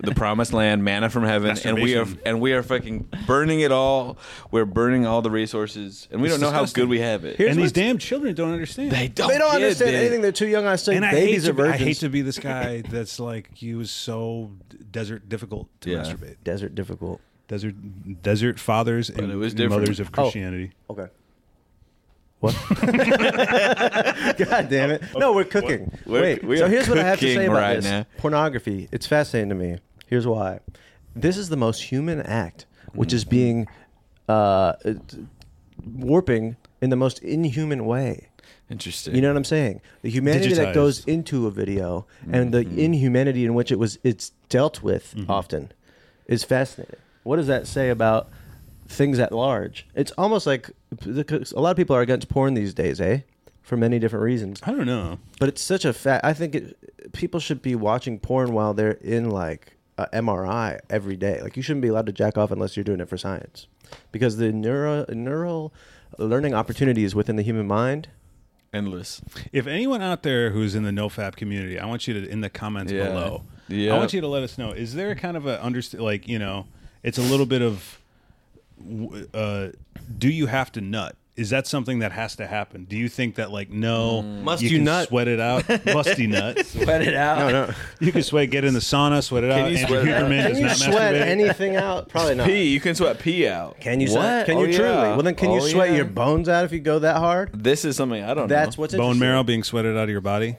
[SPEAKER 4] the promised land, manna from heaven, and we are
[SPEAKER 7] Masturbation.
[SPEAKER 4] and we are fucking burning it all. We're burning all the resources, and we
[SPEAKER 7] It's
[SPEAKER 4] don't know
[SPEAKER 7] disgusting.
[SPEAKER 4] how good we have it.
[SPEAKER 7] and these damn children don't understand
[SPEAKER 4] they don't,
[SPEAKER 11] they don't
[SPEAKER 4] get
[SPEAKER 11] understand
[SPEAKER 4] it.
[SPEAKER 11] anything. They're too young. I say
[SPEAKER 7] and I hate,
[SPEAKER 11] babies
[SPEAKER 7] to
[SPEAKER 11] are
[SPEAKER 7] be, I
[SPEAKER 11] virgins.
[SPEAKER 7] hate to be this guy that's like he was so desert difficult to
[SPEAKER 4] Yeah.
[SPEAKER 7] masturbate.
[SPEAKER 6] Desert difficult.
[SPEAKER 7] Desert desert fathers and
[SPEAKER 4] it was different.
[SPEAKER 7] mothers of Christianity.
[SPEAKER 6] Okay. What? God damn it! No, we're cooking.
[SPEAKER 4] We're-
[SPEAKER 6] Wait.
[SPEAKER 4] we
[SPEAKER 6] so
[SPEAKER 4] are
[SPEAKER 6] here's what I have to
[SPEAKER 4] cooking
[SPEAKER 6] say about
[SPEAKER 4] right
[SPEAKER 6] this:
[SPEAKER 4] now.
[SPEAKER 6] pornography. It's fascinating to me. Here's why: this is the most human act, which is being uh, it- warping in the most inhuman way.
[SPEAKER 4] Interesting.
[SPEAKER 6] You know what I'm saying? The humanity
[SPEAKER 7] Digitized.
[SPEAKER 6] that goes into a video and the inhumanity in which it was it's dealt with often is fascinating. What does that say about things at large? It's almost like the- a lot of people are against porn these days, eh? For many different reasons.
[SPEAKER 7] I don't know.
[SPEAKER 6] But it's such a fact. I think it, people should be watching porn while they're in like a MRI every day. Like you shouldn't be allowed to jack off unless you're doing it for science, because the neuro, neural learning opportunities within the human mind
[SPEAKER 4] Endless.
[SPEAKER 7] If anyone out there who's in the nofap community, I want you to in the comments
[SPEAKER 4] Yeah.
[SPEAKER 7] below.
[SPEAKER 4] Yeah.
[SPEAKER 7] I want you to let us know. Is there kind of a underst like you know, it's a little bit of, w- uh, do you have to nut? Is that something that has to happen? Do you think that like no,
[SPEAKER 4] Mm.
[SPEAKER 7] must
[SPEAKER 6] you
[SPEAKER 7] can
[SPEAKER 6] nut?
[SPEAKER 7] sweat it out, musty nut?
[SPEAKER 8] sweat it out
[SPEAKER 7] You can sweat, get in the sauna, sweat it out.
[SPEAKER 4] you
[SPEAKER 7] Andrew
[SPEAKER 4] sweat it out?
[SPEAKER 7] Huberman
[SPEAKER 6] Can
[SPEAKER 7] does
[SPEAKER 6] you
[SPEAKER 7] not
[SPEAKER 6] sweat
[SPEAKER 7] masturbate.
[SPEAKER 6] anything out? Probably not.
[SPEAKER 4] Pee. You can sweat pee out.
[SPEAKER 6] Can you
[SPEAKER 4] What?
[SPEAKER 6] sweat? Can
[SPEAKER 4] Oh,
[SPEAKER 6] you truly?
[SPEAKER 4] yeah.
[SPEAKER 6] Well, then, can you
[SPEAKER 4] Oh,
[SPEAKER 6] sweat
[SPEAKER 4] yeah.
[SPEAKER 6] your bones out if you go that hard?
[SPEAKER 4] This is something I don't
[SPEAKER 6] That's
[SPEAKER 4] know.
[SPEAKER 6] what's
[SPEAKER 7] Bone
[SPEAKER 6] interesting.
[SPEAKER 7] marrow being sweated out of your body.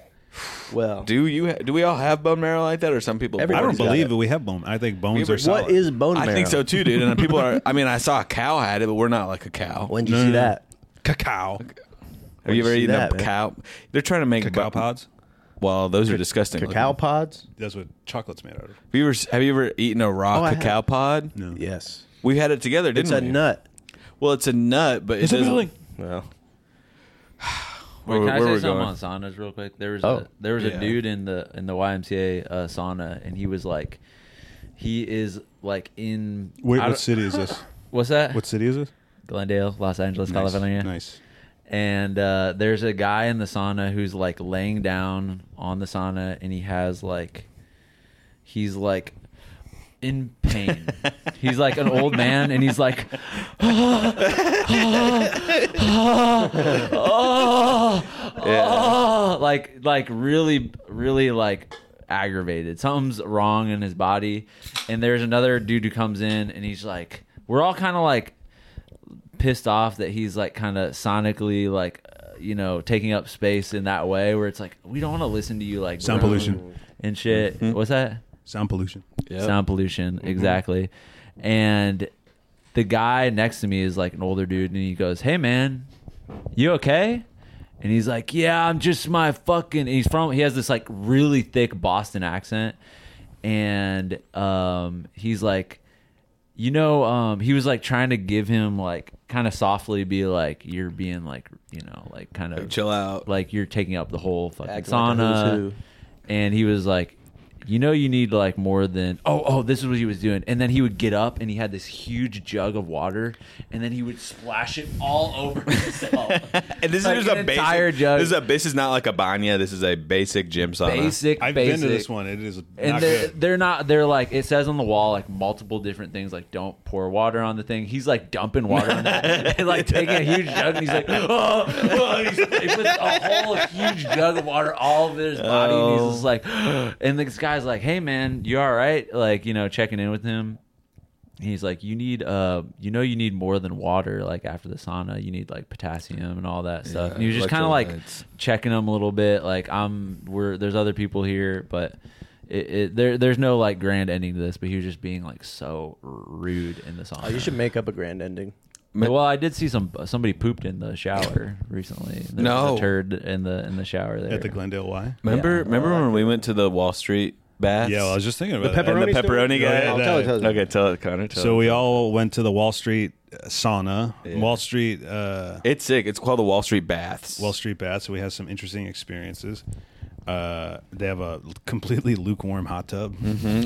[SPEAKER 6] Well,
[SPEAKER 4] Do you? Ha- do we all have bone marrow like that, or some people?
[SPEAKER 7] I
[SPEAKER 6] Everybody's
[SPEAKER 7] don't
[SPEAKER 6] got
[SPEAKER 7] believe
[SPEAKER 6] it.
[SPEAKER 7] that we have bone. I think
[SPEAKER 4] We
[SPEAKER 7] bones
[SPEAKER 4] were-
[SPEAKER 7] are solid.
[SPEAKER 6] what is bone
[SPEAKER 4] I
[SPEAKER 6] marrow?
[SPEAKER 4] think so too, dude. And people are. I mean, I saw a cow had it, but we're not like a cow.
[SPEAKER 6] When did you
[SPEAKER 7] No,
[SPEAKER 6] see
[SPEAKER 7] no, no.
[SPEAKER 6] that?
[SPEAKER 7] cacao?
[SPEAKER 4] Have you ever
[SPEAKER 6] see
[SPEAKER 4] eaten
[SPEAKER 6] that,
[SPEAKER 4] a
[SPEAKER 6] man.
[SPEAKER 4] cow? They're trying to make
[SPEAKER 7] Cacao
[SPEAKER 4] bu-
[SPEAKER 7] pods.
[SPEAKER 4] Well, those are disgusting.
[SPEAKER 6] Cacao
[SPEAKER 4] looking.
[SPEAKER 6] pods?
[SPEAKER 7] That's what chocolate's made out of.
[SPEAKER 4] Have you ever have you ever eaten a raw
[SPEAKER 6] Oh, I
[SPEAKER 4] cacao
[SPEAKER 6] have.
[SPEAKER 4] pod?
[SPEAKER 7] No.
[SPEAKER 6] Yes.
[SPEAKER 4] We had it together, didn't
[SPEAKER 6] It's
[SPEAKER 4] we?
[SPEAKER 6] a nut.
[SPEAKER 4] Well, it's a nut, but it doesn't.
[SPEAKER 6] Well,
[SPEAKER 4] Where,
[SPEAKER 8] Wait, can I
[SPEAKER 4] where
[SPEAKER 8] say
[SPEAKER 4] we're
[SPEAKER 8] something
[SPEAKER 4] going?
[SPEAKER 8] on saunas real quick? There was
[SPEAKER 6] Oh.
[SPEAKER 8] a, there was
[SPEAKER 4] Yeah.
[SPEAKER 8] a dude in the in the YMCA uh, sauna, and he was like, he is like in
[SPEAKER 7] Wait,
[SPEAKER 8] I
[SPEAKER 7] what
[SPEAKER 8] don't-
[SPEAKER 7] city is this?
[SPEAKER 8] What's that?
[SPEAKER 7] What city is this?
[SPEAKER 8] Glendale, Los Angeles,
[SPEAKER 7] Nice.
[SPEAKER 8] California?
[SPEAKER 7] Nice.
[SPEAKER 8] and uh, there's a guy in the sauna who's like laying down on the sauna and he has like he's like in pain. he's like an old man, and he's like, "Ah, ah, ah, ah, ah," like like really really like aggravated. Something's wrong in his body, and there's another dude who comes in, and he's like, we're all kind of like pissed off that he's like kind of sonically like uh, you know taking up space in that way where it's like we don't want to listen to you like
[SPEAKER 7] Sound
[SPEAKER 8] groan
[SPEAKER 7] pollution.
[SPEAKER 8] and shit what's that
[SPEAKER 7] Sound pollution.
[SPEAKER 8] sound pollution exactly and the guy next to me is like an older dude and he goes hey man you okay and he's like yeah i'm just my fucking and he's from he has this like really thick boston accent and um he's like you know um he was like trying to give him like kind of softly be like you're being like you know like kind of
[SPEAKER 4] Chill out.
[SPEAKER 8] like you're taking up the whole fucking
[SPEAKER 6] Acting like a who's
[SPEAKER 8] sauna.
[SPEAKER 6] who.
[SPEAKER 8] and he was like, you know, you need like more than oh oh. This is what he was doing, and then he would get up and he had this huge jug of water, and then he would splash it all over himself.
[SPEAKER 4] And this
[SPEAKER 8] Like
[SPEAKER 4] is
[SPEAKER 8] an
[SPEAKER 4] just a basic.
[SPEAKER 8] entire jug.
[SPEAKER 4] This is a. This is not like a banya. This is a basic gym sauna.
[SPEAKER 8] basic,
[SPEAKER 7] I've
[SPEAKER 8] basic.
[SPEAKER 7] been to this one. It is
[SPEAKER 8] And
[SPEAKER 7] not
[SPEAKER 8] they're,
[SPEAKER 7] good.
[SPEAKER 8] they're not, they're like, it says on the wall, like multiple different things, like don't pour water on the thing. He's like dumping water on that and like taking a huge jug and he's like, oh, oh. He's, he puts a whole huge jug of water all over his body. And
[SPEAKER 7] Oh.
[SPEAKER 8] he's just like, and this guy's like, hey man, you all right? Like, you know, checking in with him. He's like, you need, uh, you know, you need more than water. Like after the sauna, you need like potassium and all that stuff. and he was just kind of like
[SPEAKER 4] electrolytes.
[SPEAKER 8] checking them a little bit. Like I'm, we're there's other people here, but it, it, there there's no like grand ending to this. But he was just being like so rude in the sauna.
[SPEAKER 6] Oh, you should make up a grand ending.
[SPEAKER 8] well, I did see some somebody pooped in the shower recently. There was
[SPEAKER 4] No.
[SPEAKER 8] a turd in the in the shower there.
[SPEAKER 7] At the Glendale Y.
[SPEAKER 4] Remember? remember when we went to the Wall Street baths?
[SPEAKER 7] Yeah, well, I was just thinking about that.
[SPEAKER 4] and the pepperoni guy.
[SPEAKER 7] Yeah,
[SPEAKER 6] I'll tell it, tell it.
[SPEAKER 4] Okay, tell it, Connor. Tell
[SPEAKER 7] So
[SPEAKER 4] it.
[SPEAKER 7] we all went to the Wall Street uh, sauna, Wall Street, uh,
[SPEAKER 4] It's sick. It's called the Wall Street Baths.
[SPEAKER 7] Wall Street bath. So we had some interesting experiences. Uh, they have a completely lukewarm hot tub.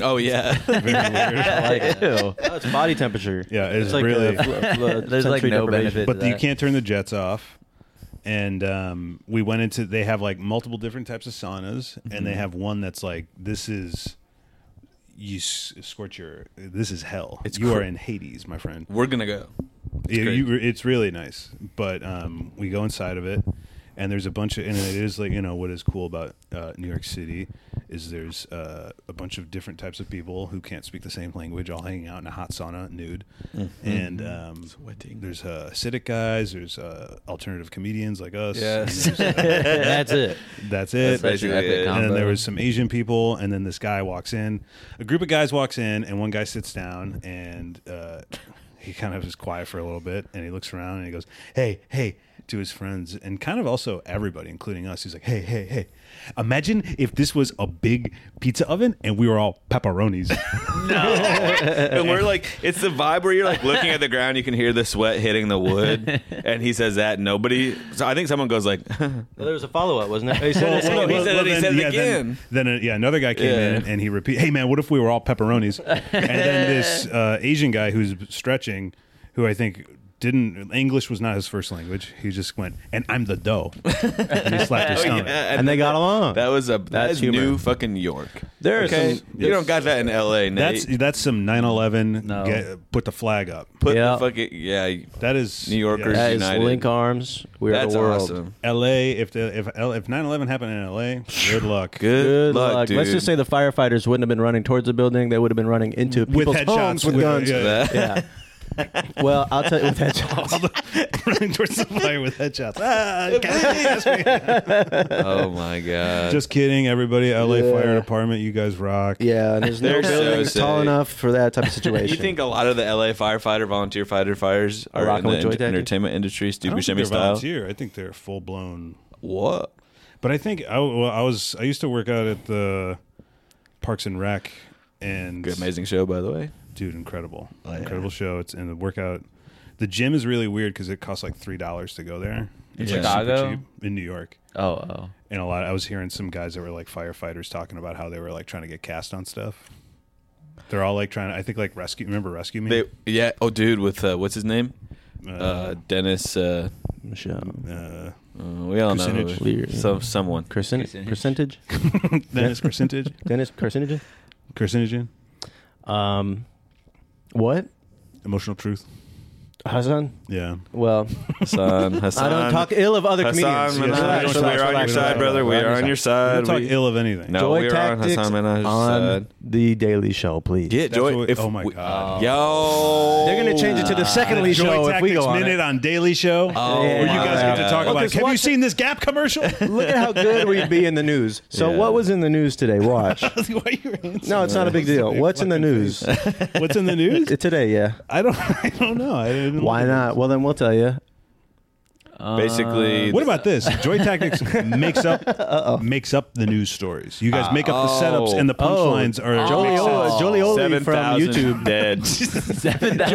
[SPEAKER 4] oh yeah.
[SPEAKER 7] Very weird.
[SPEAKER 8] like,
[SPEAKER 6] Oh, it's body temperature.
[SPEAKER 7] Yeah, it's,
[SPEAKER 6] like
[SPEAKER 7] really.
[SPEAKER 6] the fl- fl-
[SPEAKER 8] there's like
[SPEAKER 6] sensory
[SPEAKER 8] no
[SPEAKER 6] deprivation.
[SPEAKER 8] benefit.
[SPEAKER 7] but
[SPEAKER 8] to
[SPEAKER 7] you
[SPEAKER 8] that.
[SPEAKER 7] can't turn the jets off. And um, we went into. They have like multiple different types of saunas, and
[SPEAKER 4] Mm-hmm.
[SPEAKER 7] they have one that's like this is. You s- scorch your. This is hell.
[SPEAKER 4] It's
[SPEAKER 7] you
[SPEAKER 4] cr-
[SPEAKER 7] are in Hades, my friend.
[SPEAKER 4] We're gonna go.
[SPEAKER 7] It's,
[SPEAKER 4] great.
[SPEAKER 7] you, it's really nice. But um, we go inside of it, and there's a bunch of, and it is like, you know, what is cool about uh, New York City is there's uh, a bunch of different types of people who can't speak the same language all hanging out in a hot sauna, nude. And um, there's uh, acidic guys, there's uh, alternative comedians like us.
[SPEAKER 4] Yes.
[SPEAKER 7] and there's, uh,
[SPEAKER 8] That's it.
[SPEAKER 7] that's it.
[SPEAKER 4] That's basically it.
[SPEAKER 7] And then there was some Asian people, and then this guy walks in. A group of guys walks in, and one guy sits down, and uh, he kind of is quiet for a little bit, and he looks around, and he goes, "Hey, hey." To his friends and kind of also everybody, including us, he's like, "Hey, hey, hey! Imagine if this was a big pizza oven and we were all pepperonis."
[SPEAKER 4] And we're like, it's the vibe where you're like looking at the ground, you can hear the sweat hitting the wood, and he says that. Nobody. So I think someone goes like,
[SPEAKER 6] Well, there was a follow up, wasn't there? He said it-
[SPEAKER 4] no, he said it, he said it again.
[SPEAKER 7] Then, then, uh, yeah, another guy came
[SPEAKER 4] Yeah.
[SPEAKER 7] in and he repeat, "Hey man, what if we were all pepperonis?" and then this uh, Asian guy who's stretching, who I think didn't English was not his first language. He just went, "And I'm the dough." and he slapped his
[SPEAKER 4] Oh, yeah.
[SPEAKER 7] stomach.
[SPEAKER 6] and they got along.
[SPEAKER 4] That was a that's
[SPEAKER 6] That's humor.
[SPEAKER 4] new fucking New York.
[SPEAKER 6] There are
[SPEAKER 4] Okay,
[SPEAKER 6] some-
[SPEAKER 4] you don't got that in L.A. Nate.
[SPEAKER 7] That's that's some 9/11.
[SPEAKER 8] No.
[SPEAKER 7] Get, put the flag up.
[SPEAKER 4] put
[SPEAKER 6] Yeah.
[SPEAKER 4] the fucking yeah.
[SPEAKER 7] That is
[SPEAKER 4] New Yorkers
[SPEAKER 7] yeah.
[SPEAKER 6] That is
[SPEAKER 4] United.
[SPEAKER 6] link arms. We are
[SPEAKER 4] That's
[SPEAKER 6] the world.
[SPEAKER 4] awesome.
[SPEAKER 7] L.A. If the if L, if 9/11 happened in L.A., good luck.
[SPEAKER 4] Good,
[SPEAKER 6] Good
[SPEAKER 4] luck,
[SPEAKER 6] luck.
[SPEAKER 4] dude.
[SPEAKER 6] Let's just say the firefighters wouldn't have been running towards the building; they would have been running into
[SPEAKER 7] with
[SPEAKER 6] people's
[SPEAKER 7] headshots
[SPEAKER 6] homes with, guns.
[SPEAKER 7] yeah,
[SPEAKER 6] Yeah. well, I'll tell you with headshots.
[SPEAKER 7] all the- running towards the fire with headshots. Ah,
[SPEAKER 4] oh my god.
[SPEAKER 7] Just kidding, everybody. LA
[SPEAKER 6] Yeah.
[SPEAKER 7] Fire Department, you guys rock.
[SPEAKER 6] Yeah, and there's no
[SPEAKER 4] They're so
[SPEAKER 6] building tall
[SPEAKER 4] sick.
[SPEAKER 6] enough for that type of
[SPEAKER 4] you
[SPEAKER 6] situation.
[SPEAKER 4] think a lot of the LA firefighter, volunteer fighter fires are
[SPEAKER 6] Rocking
[SPEAKER 4] in the
[SPEAKER 6] with Joy
[SPEAKER 4] ent-
[SPEAKER 6] Daddy?
[SPEAKER 4] entertainment industry,
[SPEAKER 7] I
[SPEAKER 4] Steve
[SPEAKER 7] don't think
[SPEAKER 4] Buscemi
[SPEAKER 7] they're
[SPEAKER 4] style?
[SPEAKER 7] volunteer. I think they're full blown.
[SPEAKER 4] What?
[SPEAKER 7] But I think I, well, I was I used to work out at the Parks and Rec, and
[SPEAKER 4] Good, amazing show, by the way.
[SPEAKER 7] dude, incredible,
[SPEAKER 6] Oh,
[SPEAKER 7] incredible show. It's in the workout. The gym is really weird because it costs like three dollars to go there. It's like
[SPEAKER 8] Chicago?
[SPEAKER 7] super cheap in New York.
[SPEAKER 8] oh oh.
[SPEAKER 7] And a lot, I was hearing some guys that were like firefighters talking about how they were like trying to get cast on stuff. They're all like trying. I think like rescue. Remember rescue me?
[SPEAKER 4] They yeah. Oh, dude, with uh, what's his name? Uh, Dennis. Uh,
[SPEAKER 6] Michelle?
[SPEAKER 7] uh,
[SPEAKER 4] uh, we all know
[SPEAKER 7] Kucinich.
[SPEAKER 4] who- some someone.
[SPEAKER 6] Percent- percentage?
[SPEAKER 7] Dennis percentage.
[SPEAKER 6] Dennis percentage?
[SPEAKER 7] Carcinogen,
[SPEAKER 6] Um, what?
[SPEAKER 7] emotional truth.
[SPEAKER 6] Hassan?
[SPEAKER 7] Yeah.
[SPEAKER 6] Well,
[SPEAKER 4] Hassan, Hassan.
[SPEAKER 6] I don't talk ill of other comedians.
[SPEAKER 4] Hassan,
[SPEAKER 6] Relax,
[SPEAKER 4] Minaj,
[SPEAKER 6] relax,
[SPEAKER 4] we are on your
[SPEAKER 6] relax,
[SPEAKER 4] side,
[SPEAKER 6] relax,
[SPEAKER 4] brother. We
[SPEAKER 6] relax.
[SPEAKER 4] are on your side.
[SPEAKER 7] Don't talk
[SPEAKER 4] We-
[SPEAKER 7] ill of anything.
[SPEAKER 4] No,
[SPEAKER 6] Joy
[SPEAKER 4] we are on
[SPEAKER 6] tactics
[SPEAKER 4] Hassan Minaj's side.
[SPEAKER 6] on the Daily Show, please.
[SPEAKER 4] Yeah,
[SPEAKER 7] That's
[SPEAKER 4] Joy.
[SPEAKER 7] what-
[SPEAKER 4] if
[SPEAKER 7] oh my
[SPEAKER 4] we- uh,
[SPEAKER 7] God.
[SPEAKER 4] Yo,
[SPEAKER 6] They're gonna change it to the secondly
[SPEAKER 7] Joy
[SPEAKER 6] show if
[SPEAKER 7] Tactics
[SPEAKER 6] we go on
[SPEAKER 7] Minute
[SPEAKER 6] it.
[SPEAKER 7] on Daily Show,
[SPEAKER 4] Oh,
[SPEAKER 7] where you
[SPEAKER 6] my
[SPEAKER 7] guys get to
[SPEAKER 4] God.
[SPEAKER 7] talk
[SPEAKER 6] Well,
[SPEAKER 7] about.
[SPEAKER 6] 'cause
[SPEAKER 7] Have you
[SPEAKER 6] watch-
[SPEAKER 7] seen this Gap commercial?
[SPEAKER 6] Look at how good we'd be in the news. So
[SPEAKER 4] Yeah.
[SPEAKER 6] what was in the news today? Watch.
[SPEAKER 7] Why you answering
[SPEAKER 6] No, it's not a big deal.
[SPEAKER 7] big
[SPEAKER 6] What's in the news
[SPEAKER 7] that? What's in the news?
[SPEAKER 6] T- today? Yeah.
[SPEAKER 7] I don't. I don't know. I didn't look
[SPEAKER 6] Why
[SPEAKER 7] at
[SPEAKER 6] not? Well, then we'll tell you. Uh,
[SPEAKER 4] basically.
[SPEAKER 7] it. What about this? Joy Tactics makes up makes up the news stories. You guys make up the setups and the punchlines are
[SPEAKER 6] Jolie Oli- Jolie Oli
[SPEAKER 4] Oh. seven
[SPEAKER 6] from
[SPEAKER 4] thousand
[SPEAKER 6] YouTube.
[SPEAKER 4] dead?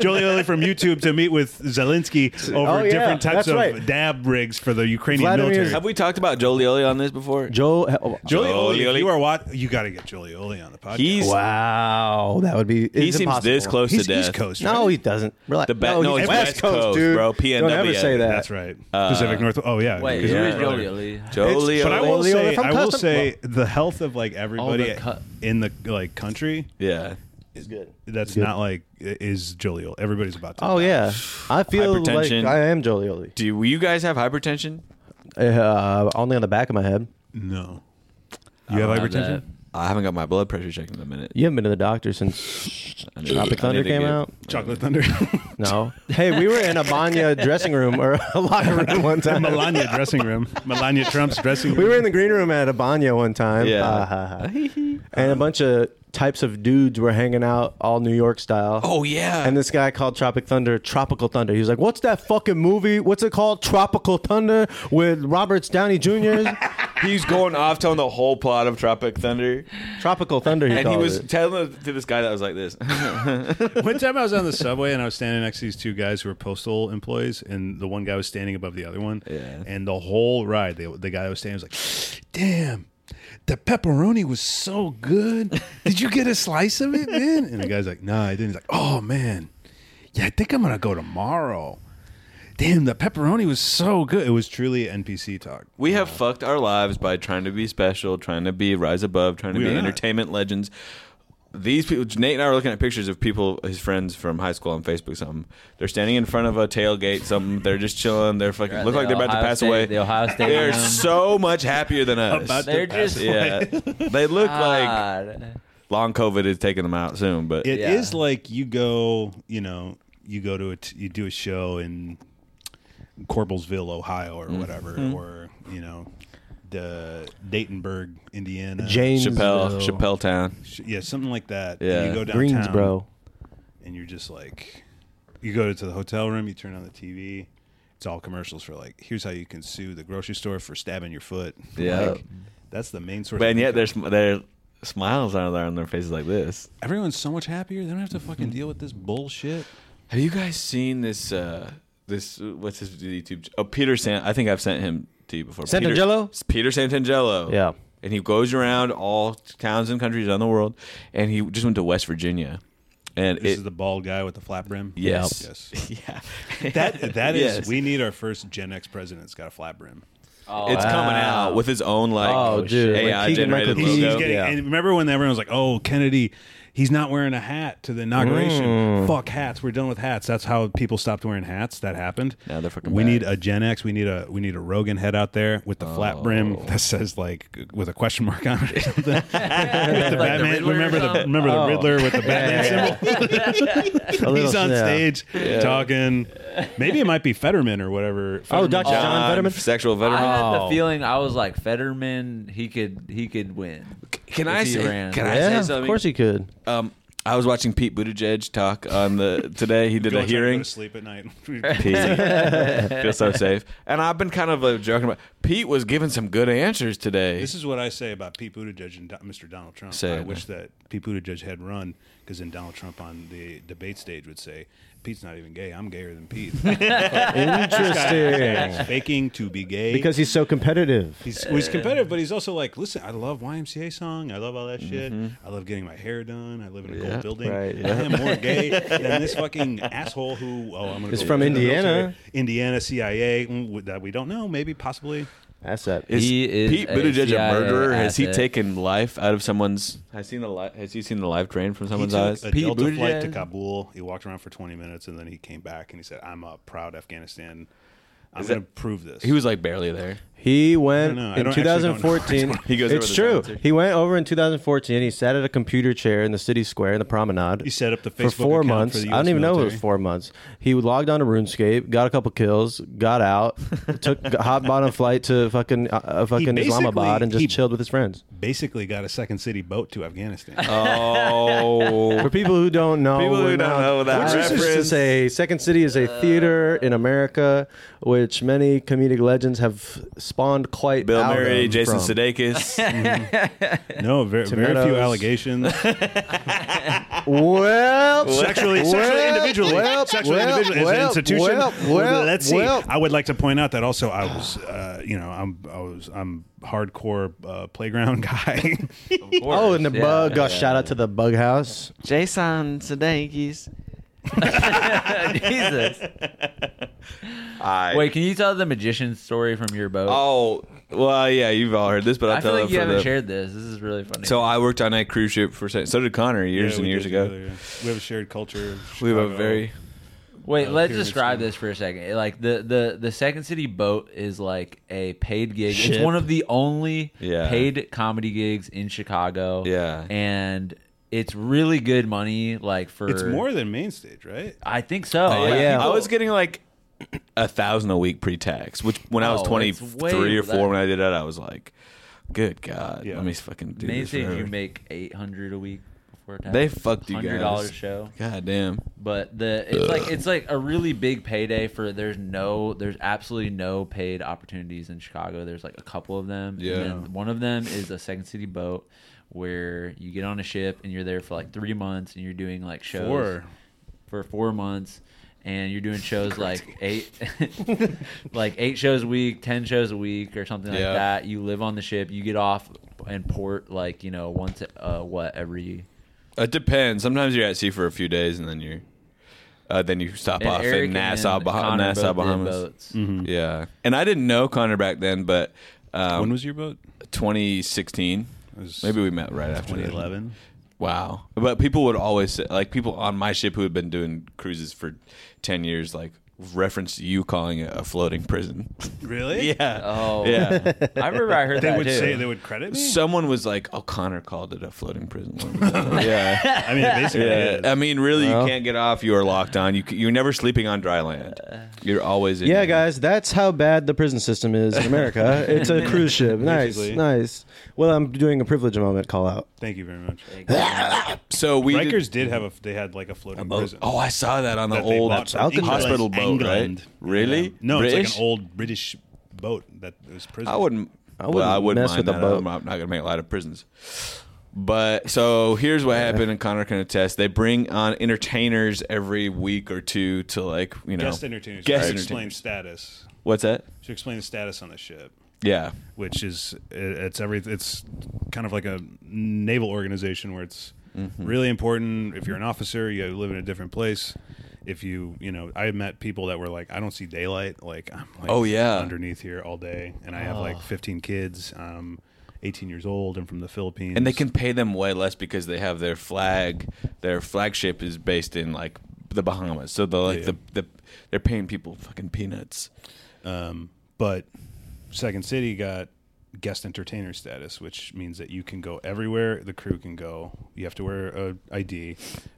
[SPEAKER 7] Jolie Oli from YouTube to meet with Zelensky over
[SPEAKER 6] Oh, yeah,
[SPEAKER 7] different types
[SPEAKER 6] that's
[SPEAKER 7] of
[SPEAKER 6] right.
[SPEAKER 7] dab rigs for the Ukrainian
[SPEAKER 6] Vladimir-
[SPEAKER 7] military.
[SPEAKER 4] Have we talked about Jolioli on this before?
[SPEAKER 6] Joe. oh,
[SPEAKER 7] Jolie Oli,
[SPEAKER 4] Jolie
[SPEAKER 7] if
[SPEAKER 4] Oli-
[SPEAKER 7] you are what you got to get Jolie Oli on the podcast.
[SPEAKER 4] He's
[SPEAKER 6] Wow, that would be. it's
[SPEAKER 4] he seems
[SPEAKER 6] impossible.
[SPEAKER 4] this close
[SPEAKER 7] he's
[SPEAKER 4] to death.
[SPEAKER 7] East Coast. Right?
[SPEAKER 6] No, he doesn't. Relax.
[SPEAKER 4] The ba-
[SPEAKER 6] no,
[SPEAKER 4] no,
[SPEAKER 6] he's
[SPEAKER 4] it's West Coast,
[SPEAKER 6] dude.
[SPEAKER 4] bro.
[SPEAKER 6] Don't ever
[SPEAKER 4] PNW.
[SPEAKER 6] say that.
[SPEAKER 7] That's right. Pacific North. Oh yeah.
[SPEAKER 8] Wait,
[SPEAKER 7] because
[SPEAKER 8] who
[SPEAKER 7] we
[SPEAKER 8] is
[SPEAKER 7] were
[SPEAKER 8] Jolie
[SPEAKER 7] earlier.
[SPEAKER 8] Oli?
[SPEAKER 4] Jolioli.
[SPEAKER 7] But I will
[SPEAKER 6] Jolie Oli
[SPEAKER 7] say,
[SPEAKER 6] from
[SPEAKER 7] I will
[SPEAKER 6] Custom-
[SPEAKER 7] say, the health of like everybody
[SPEAKER 8] cu-
[SPEAKER 7] in the like country
[SPEAKER 4] yeah.
[SPEAKER 7] that's not like is Jolie Oli. Everybody's about to.
[SPEAKER 6] Oh yeah, I feel like
[SPEAKER 4] Hypertension.
[SPEAKER 6] I am Jolie Oli.
[SPEAKER 4] Do you guys have hypertension?
[SPEAKER 6] Uh, only on the back of my head.
[SPEAKER 7] No. You have
[SPEAKER 8] Have
[SPEAKER 7] hypertension?
[SPEAKER 4] I haven't got my blood pressure checked in a minute.
[SPEAKER 6] You haven't been to the doctor since
[SPEAKER 4] I need- I
[SPEAKER 6] Tropic
[SPEAKER 4] need
[SPEAKER 6] Thunder
[SPEAKER 4] to
[SPEAKER 6] came
[SPEAKER 4] get-
[SPEAKER 6] out.
[SPEAKER 7] Chocolate Thunder.
[SPEAKER 6] No. Hey, we were in a Banya dressing room or a locker room one time.
[SPEAKER 7] Melania dressing room. Melania Trump's dressing room.
[SPEAKER 6] We were in the green room at a Banya one time.
[SPEAKER 4] Yeah.
[SPEAKER 6] Ha, ha, ha. and a bunch of types of dudes were hanging out all New York style.
[SPEAKER 4] Oh yeah.
[SPEAKER 6] And this guy called Tropic Thunder Tropical Thunder. He was like, What's that fucking movie? What's it called? Tropical Thunder with Roberts Downey Jr.
[SPEAKER 4] He's going off telling the whole plot of Tropic Thunder,
[SPEAKER 6] Tropical Thunder, he
[SPEAKER 4] and he
[SPEAKER 6] called
[SPEAKER 4] was
[SPEAKER 6] it.
[SPEAKER 4] telling it to this guy that was like this.
[SPEAKER 7] One time I was on the subway and I was standing next to these two guys who were postal employees, and the one guy was standing above the other one.
[SPEAKER 4] Yeah.
[SPEAKER 7] And the whole ride, they, the guy that was standing was like, damn. The pepperoni was so good. Did you get a slice of it, man? And the guy's like, "No, I didn't." He's like, "Oh man, yeah, I think I'm gonna go tomorrow." Damn, the pepperoni was so good. It was truly NPC talk.
[SPEAKER 4] We have fucked our lives by trying to be special, trying to be rise above, trying to
[SPEAKER 7] We
[SPEAKER 4] be
[SPEAKER 7] are not.
[SPEAKER 4] entertainment legends. These people, Nate and I were looking at pictures of people, his friends from high school on Facebook. Something they're standing in front of a tailgate. Something they're just chilling. They're fucking
[SPEAKER 8] Right,
[SPEAKER 4] look
[SPEAKER 8] the
[SPEAKER 4] like they're about to
[SPEAKER 8] Ohio
[SPEAKER 4] pass
[SPEAKER 8] State-
[SPEAKER 4] away.
[SPEAKER 8] the Ohio State
[SPEAKER 4] They're
[SPEAKER 8] alum.
[SPEAKER 4] so much happier than us.
[SPEAKER 7] About to
[SPEAKER 8] They're just
[SPEAKER 4] yeah, they look like long COVID is taking them out soon. But
[SPEAKER 7] It is
[SPEAKER 8] Yeah.
[SPEAKER 7] like you go, you know, you go to a t- you do a show in Corblesville, Ohio, or whatever,
[SPEAKER 4] Mm-hmm.
[SPEAKER 7] or you know, the Daytonburg, Indiana,
[SPEAKER 6] James
[SPEAKER 4] Chappelle, Chappelle Town.
[SPEAKER 7] Sh- yeah, something like that.
[SPEAKER 4] Yeah.
[SPEAKER 7] you go downtown,
[SPEAKER 6] Greensboro.
[SPEAKER 7] and you're just like, you go to the hotel room, you turn on the TV. It's all commercials for like, here's how you can sue the grocery store for stabbing your foot.
[SPEAKER 4] Yeah.
[SPEAKER 7] Like, that's the main source.
[SPEAKER 4] But
[SPEAKER 7] of
[SPEAKER 4] and yet
[SPEAKER 7] income.
[SPEAKER 4] their sm- their smiles are there on their faces like this.
[SPEAKER 7] everyone's so much happier. They don't have to
[SPEAKER 4] Mm-hmm.
[SPEAKER 7] fucking deal with this bullshit.
[SPEAKER 4] Have you guys seen this? uh This what's his YouTube? ch- Oh, Peter San. I think I've sent him to you before. Peter-
[SPEAKER 6] Santangelo?
[SPEAKER 4] It's Peter Santangelo.
[SPEAKER 6] Yeah.
[SPEAKER 4] And he goes around all towns and countries around the world, and he just went to West Virginia, and
[SPEAKER 7] This
[SPEAKER 4] it.
[SPEAKER 7] is the bald guy with the flat brim.
[SPEAKER 4] Yes.
[SPEAKER 7] Yes.
[SPEAKER 4] yeah,
[SPEAKER 7] That that is.
[SPEAKER 4] Yes.
[SPEAKER 7] We need our first Gen X president's got a flat brim.
[SPEAKER 4] it's coming out with his own like
[SPEAKER 6] Oh, dude. Like
[SPEAKER 4] AI
[SPEAKER 6] Keegan-Michael
[SPEAKER 4] generated
[SPEAKER 7] He's, he's
[SPEAKER 4] logo.
[SPEAKER 7] getting. And remember when everyone was like, "Oh, Kennedy, he's not wearing a hat to the inauguration.
[SPEAKER 4] Mm.
[SPEAKER 7] Fuck hats. We're done with hats. That's how people stopped wearing hats. That happened.
[SPEAKER 4] Now they're fucking
[SPEAKER 7] We
[SPEAKER 4] back.
[SPEAKER 7] need a Gen X. We need a we need a Rogan head out there with the flat brim
[SPEAKER 4] Oh.
[SPEAKER 7] that says like with a question mark on it or something. With the Batman.
[SPEAKER 8] Riddler or
[SPEAKER 7] remember the
[SPEAKER 8] something?
[SPEAKER 7] remember
[SPEAKER 4] Oh.
[SPEAKER 7] the Riddler with the Batman symbol.
[SPEAKER 6] A little-
[SPEAKER 7] He's on
[SPEAKER 6] yeah.
[SPEAKER 7] stage talking. Maybe it might be Fetterman or whatever.
[SPEAKER 6] Oh,
[SPEAKER 7] Fetterman-
[SPEAKER 6] Dr. John Fetterman.
[SPEAKER 4] sexual
[SPEAKER 8] I
[SPEAKER 4] veteran.
[SPEAKER 8] had the feeling I was like Fetterman. He could he could win.
[SPEAKER 4] can
[SPEAKER 8] if
[SPEAKER 4] I
[SPEAKER 8] he
[SPEAKER 4] say?
[SPEAKER 8] ran.
[SPEAKER 4] Can I say
[SPEAKER 6] Yeah,
[SPEAKER 4] something?
[SPEAKER 6] of course he could.
[SPEAKER 4] Um, I was watching Pete Buttigieg talk on the today. He did
[SPEAKER 7] Go
[SPEAKER 4] a
[SPEAKER 7] try to go
[SPEAKER 4] hearing.
[SPEAKER 7] to sleep at night.
[SPEAKER 4] Pete, feel so safe. And I've been kind of uh, joking about. Pete was giving some good answers today.
[SPEAKER 7] This is what I say about Pete Buttigieg and Do- Mr. Donald Trump.
[SPEAKER 4] Say
[SPEAKER 7] I
[SPEAKER 4] it.
[SPEAKER 7] wish that Pete Buttigieg had run because then Donald Trump on the debate stage would say, "Pete's not even gay. I'm gayer than Pete."
[SPEAKER 6] Interesting.
[SPEAKER 7] He's faking to be gay
[SPEAKER 6] because he's so competitive.
[SPEAKER 7] he's,
[SPEAKER 4] Uh,
[SPEAKER 7] well, he's competitive, but he's also like, listen, I love YMCA song. I love all that shit.
[SPEAKER 4] Mm-hmm.
[SPEAKER 7] I love getting my hair done. I live in a cool building.
[SPEAKER 6] right,
[SPEAKER 7] I am more gay than this fucking asshole who. Oh, I'm gonna.
[SPEAKER 6] He's
[SPEAKER 7] go
[SPEAKER 6] from
[SPEAKER 7] into the
[SPEAKER 6] Indiana.
[SPEAKER 7] military. Indiana CIA mm, w- that we don't know. Maybe possibly.
[SPEAKER 6] Asset.
[SPEAKER 4] Is
[SPEAKER 8] He is
[SPEAKER 4] Pete
[SPEAKER 8] a
[SPEAKER 4] Buttigieg a
[SPEAKER 8] CIA
[SPEAKER 4] murderer? Has he
[SPEAKER 8] asset.
[SPEAKER 4] taken life out of someone's? Has seen the li- Has he seen the live drain from
[SPEAKER 7] He
[SPEAKER 4] someone's
[SPEAKER 7] took
[SPEAKER 4] eyes?
[SPEAKER 7] a
[SPEAKER 4] Pete
[SPEAKER 7] Delta flight to
[SPEAKER 4] Buttigieg?
[SPEAKER 7] Kabul. He walked around for 20 minutes and then he came back and he said, "I'm a proud Afghanistan. I'm
[SPEAKER 4] Is
[SPEAKER 7] going to
[SPEAKER 4] that-
[SPEAKER 7] prove this."
[SPEAKER 4] He was like barely there.
[SPEAKER 6] He went
[SPEAKER 7] don't know. I
[SPEAKER 6] in
[SPEAKER 7] don't- actually don't know
[SPEAKER 6] 2014.
[SPEAKER 7] what's
[SPEAKER 4] He goes over
[SPEAKER 6] it's
[SPEAKER 4] the
[SPEAKER 6] true.
[SPEAKER 4] mountain.
[SPEAKER 6] He went over in 2014. He sat at a computer chair in the city square in the promenade.
[SPEAKER 7] He set up the
[SPEAKER 6] for
[SPEAKER 7] Facebook
[SPEAKER 6] four
[SPEAKER 7] account for
[SPEAKER 6] months.
[SPEAKER 7] the
[SPEAKER 6] I don't
[SPEAKER 7] US
[SPEAKER 6] even know it was
[SPEAKER 7] military.
[SPEAKER 6] four months. He logged on to RuneScape, got a couple kills, got out, took hot bottom flight to fucking uh, uh, fucking
[SPEAKER 7] basically-
[SPEAKER 6] Islamabad, and just
[SPEAKER 7] he-
[SPEAKER 6] chilled with his friends.
[SPEAKER 7] basically got a second city boat to Afghanistan.
[SPEAKER 4] Oh,
[SPEAKER 6] For people who don't know,
[SPEAKER 4] People who
[SPEAKER 6] we're
[SPEAKER 4] don't
[SPEAKER 6] not-
[SPEAKER 4] know that
[SPEAKER 6] which is-
[SPEAKER 4] reference.
[SPEAKER 6] is a Second City is a theater in America, which many comedic legends have spawned quite.
[SPEAKER 4] Bill
[SPEAKER 6] out
[SPEAKER 4] Murray,
[SPEAKER 6] of
[SPEAKER 4] Jason
[SPEAKER 6] from.
[SPEAKER 4] Sudeikis.
[SPEAKER 7] no, very, very few
[SPEAKER 6] Tomatoes.
[SPEAKER 7] allegations.
[SPEAKER 6] Well,
[SPEAKER 7] sexually, sexually
[SPEAKER 6] Well,
[SPEAKER 7] individually,
[SPEAKER 6] well,
[SPEAKER 7] sexually
[SPEAKER 6] well,
[SPEAKER 7] individually as an
[SPEAKER 6] well,
[SPEAKER 7] institution.
[SPEAKER 6] well, well,
[SPEAKER 7] let's see.
[SPEAKER 6] well.
[SPEAKER 7] I would like to point out that also I was, uh, you know, I'm, I was, I'm hardcore uh, playground guy.
[SPEAKER 6] oh, and the
[SPEAKER 8] Yeah,
[SPEAKER 6] bug.
[SPEAKER 8] yeah.
[SPEAKER 6] uh, shout out to the bug house.
[SPEAKER 8] Jason Sudeikis. Jesus.
[SPEAKER 4] I-
[SPEAKER 8] Wait, can you tell the magician story from your boat?
[SPEAKER 4] Oh, well, yeah, you've all heard this, but I'll
[SPEAKER 8] I
[SPEAKER 4] tell
[SPEAKER 8] feel like
[SPEAKER 4] it
[SPEAKER 8] you
[SPEAKER 4] for
[SPEAKER 8] haven't
[SPEAKER 4] the.
[SPEAKER 8] shared this. This is really funny.
[SPEAKER 4] So I worked on a cruise ship for se- so did Connor years
[SPEAKER 7] Yeah,
[SPEAKER 4] and
[SPEAKER 7] we
[SPEAKER 4] years
[SPEAKER 7] did
[SPEAKER 4] ago.
[SPEAKER 7] together, Oh, yeah. We have a shared culture. of
[SPEAKER 4] We have a
[SPEAKER 7] Chicago.
[SPEAKER 4] very
[SPEAKER 8] Wait,
[SPEAKER 7] Uh,
[SPEAKER 8] let's
[SPEAKER 7] pyramid
[SPEAKER 8] describe
[SPEAKER 7] scheme.
[SPEAKER 8] this for a second. Like the the the Second City boat is like a paid gig. It's one of the only
[SPEAKER 4] Yeah.
[SPEAKER 8] paid comedy gigs in Chicago.
[SPEAKER 4] Yeah.
[SPEAKER 8] and it's really good money. Like for
[SPEAKER 7] It's more than main stage, right?
[SPEAKER 8] I think so.
[SPEAKER 4] I-
[SPEAKER 8] Like,
[SPEAKER 4] Oh, uh, I was getting like a thousand a week pre-tax, which when I was
[SPEAKER 8] Oh,
[SPEAKER 4] twenty
[SPEAKER 8] it's way
[SPEAKER 4] three or
[SPEAKER 8] less.
[SPEAKER 4] four when I did that, I was like, "Good God,
[SPEAKER 7] Yeah.
[SPEAKER 4] let me fucking do
[SPEAKER 8] Main
[SPEAKER 4] this."
[SPEAKER 8] stage, you
[SPEAKER 4] forever.
[SPEAKER 8] make eight hundred a week before tax.
[SPEAKER 4] They fucked you guys.
[SPEAKER 8] hundred dollars show.
[SPEAKER 4] God damn.
[SPEAKER 8] But the it's like it's like a really big payday for there's no there's absolutely no paid opportunities in Chicago. There's like a couple of them.
[SPEAKER 4] Yeah.
[SPEAKER 8] And then one of them is a second city boat where you get on a ship and you're there for like three months and you're doing like shows
[SPEAKER 7] Four.
[SPEAKER 8] for four months and you're doing shows like eight like eight shows a week, ten shows a week or something
[SPEAKER 4] Yeah.
[SPEAKER 8] like that. You live on the ship, you get off and port like, you know, once uh what every
[SPEAKER 4] It depends. Sometimes you're at sea for a few days and then you're, uh, then you stop
[SPEAKER 8] and
[SPEAKER 4] off
[SPEAKER 8] Eric
[SPEAKER 4] in Nassau,
[SPEAKER 8] and
[SPEAKER 4] Bah-
[SPEAKER 8] Connor
[SPEAKER 4] Nassau,
[SPEAKER 8] both did
[SPEAKER 4] Bahamas.
[SPEAKER 8] boats.
[SPEAKER 3] Mm.
[SPEAKER 7] Mm-hmm.
[SPEAKER 4] Yeah, and I didn't know Connor back then, but um,
[SPEAKER 7] when was your boat?
[SPEAKER 4] 2016?
[SPEAKER 7] was
[SPEAKER 4] Maybe we met right after that.
[SPEAKER 7] 2011.
[SPEAKER 4] Wow. But people would always say, like, people on my ship who had been doing cruises for 10 years, like, referenced you calling it a floating prison.
[SPEAKER 7] Really?
[SPEAKER 4] yeah.
[SPEAKER 8] Oh.
[SPEAKER 4] Yeah.
[SPEAKER 8] I remember I heard
[SPEAKER 7] They
[SPEAKER 8] that
[SPEAKER 7] would
[SPEAKER 8] too.
[SPEAKER 7] say they would credit me.
[SPEAKER 4] Someone was like, oh, Connor called it a floating prison. yeah.
[SPEAKER 7] I mean, it basically,
[SPEAKER 4] Yeah.
[SPEAKER 7] is.
[SPEAKER 4] I mean, really, you can't get off. You are locked on. You, c- you're never sleeping on dry land. You're always in.
[SPEAKER 6] Yeah,
[SPEAKER 4] there.
[SPEAKER 6] guys, that's how bad the prison system is in America. it's a cruise ship. Nice,
[SPEAKER 7] Basically.
[SPEAKER 6] nice. Well, I'm doing a privilege moment call out.
[SPEAKER 7] Thank you very much.
[SPEAKER 4] So we. did-
[SPEAKER 7] Rikers did have a. They had like a floating prison.
[SPEAKER 4] Oh, I saw that on the
[SPEAKER 7] that they
[SPEAKER 4] old
[SPEAKER 7] bought from
[SPEAKER 4] hospital
[SPEAKER 7] England.
[SPEAKER 4] boat,
[SPEAKER 7] England.
[SPEAKER 4] right? Really?
[SPEAKER 7] Yeah. No, it's
[SPEAKER 4] British?
[SPEAKER 7] like an old British boat that was prison.
[SPEAKER 4] I wouldn't. I wouldn't, well, I wouldn't mess with a boat. I'm not going to make light of prisons. But so here's what happened, and Connor can attest. They bring on entertainers every week or two to like you know
[SPEAKER 7] guest entertainers.
[SPEAKER 4] Guest
[SPEAKER 7] Guest explain
[SPEAKER 4] entertainers.
[SPEAKER 7] status.
[SPEAKER 4] What's that?
[SPEAKER 7] Should explain the status on the ship,
[SPEAKER 4] Yeah,
[SPEAKER 7] which is it- it's every it's kind of like a naval organization where it's
[SPEAKER 4] Mm-hmm.
[SPEAKER 7] really important. If you're an officer, you live in a different place. If you you know, I met people that were like, I don't see daylight. Like I'm like
[SPEAKER 4] Oh, yeah. Ah.
[SPEAKER 7] underneath here all day, and I have like 15 kids. Um, 18 years old. I'm from the Philippines.
[SPEAKER 4] and they can pay them way less because they have their flag. Their flagship is based in like the Bahamas, so the like
[SPEAKER 7] Yeah.
[SPEAKER 4] the, the they're paying people fucking peanuts.
[SPEAKER 7] Um, but Second City got guest entertainer status, which means that you can go everywhere the crew can go. You have to wear a ID,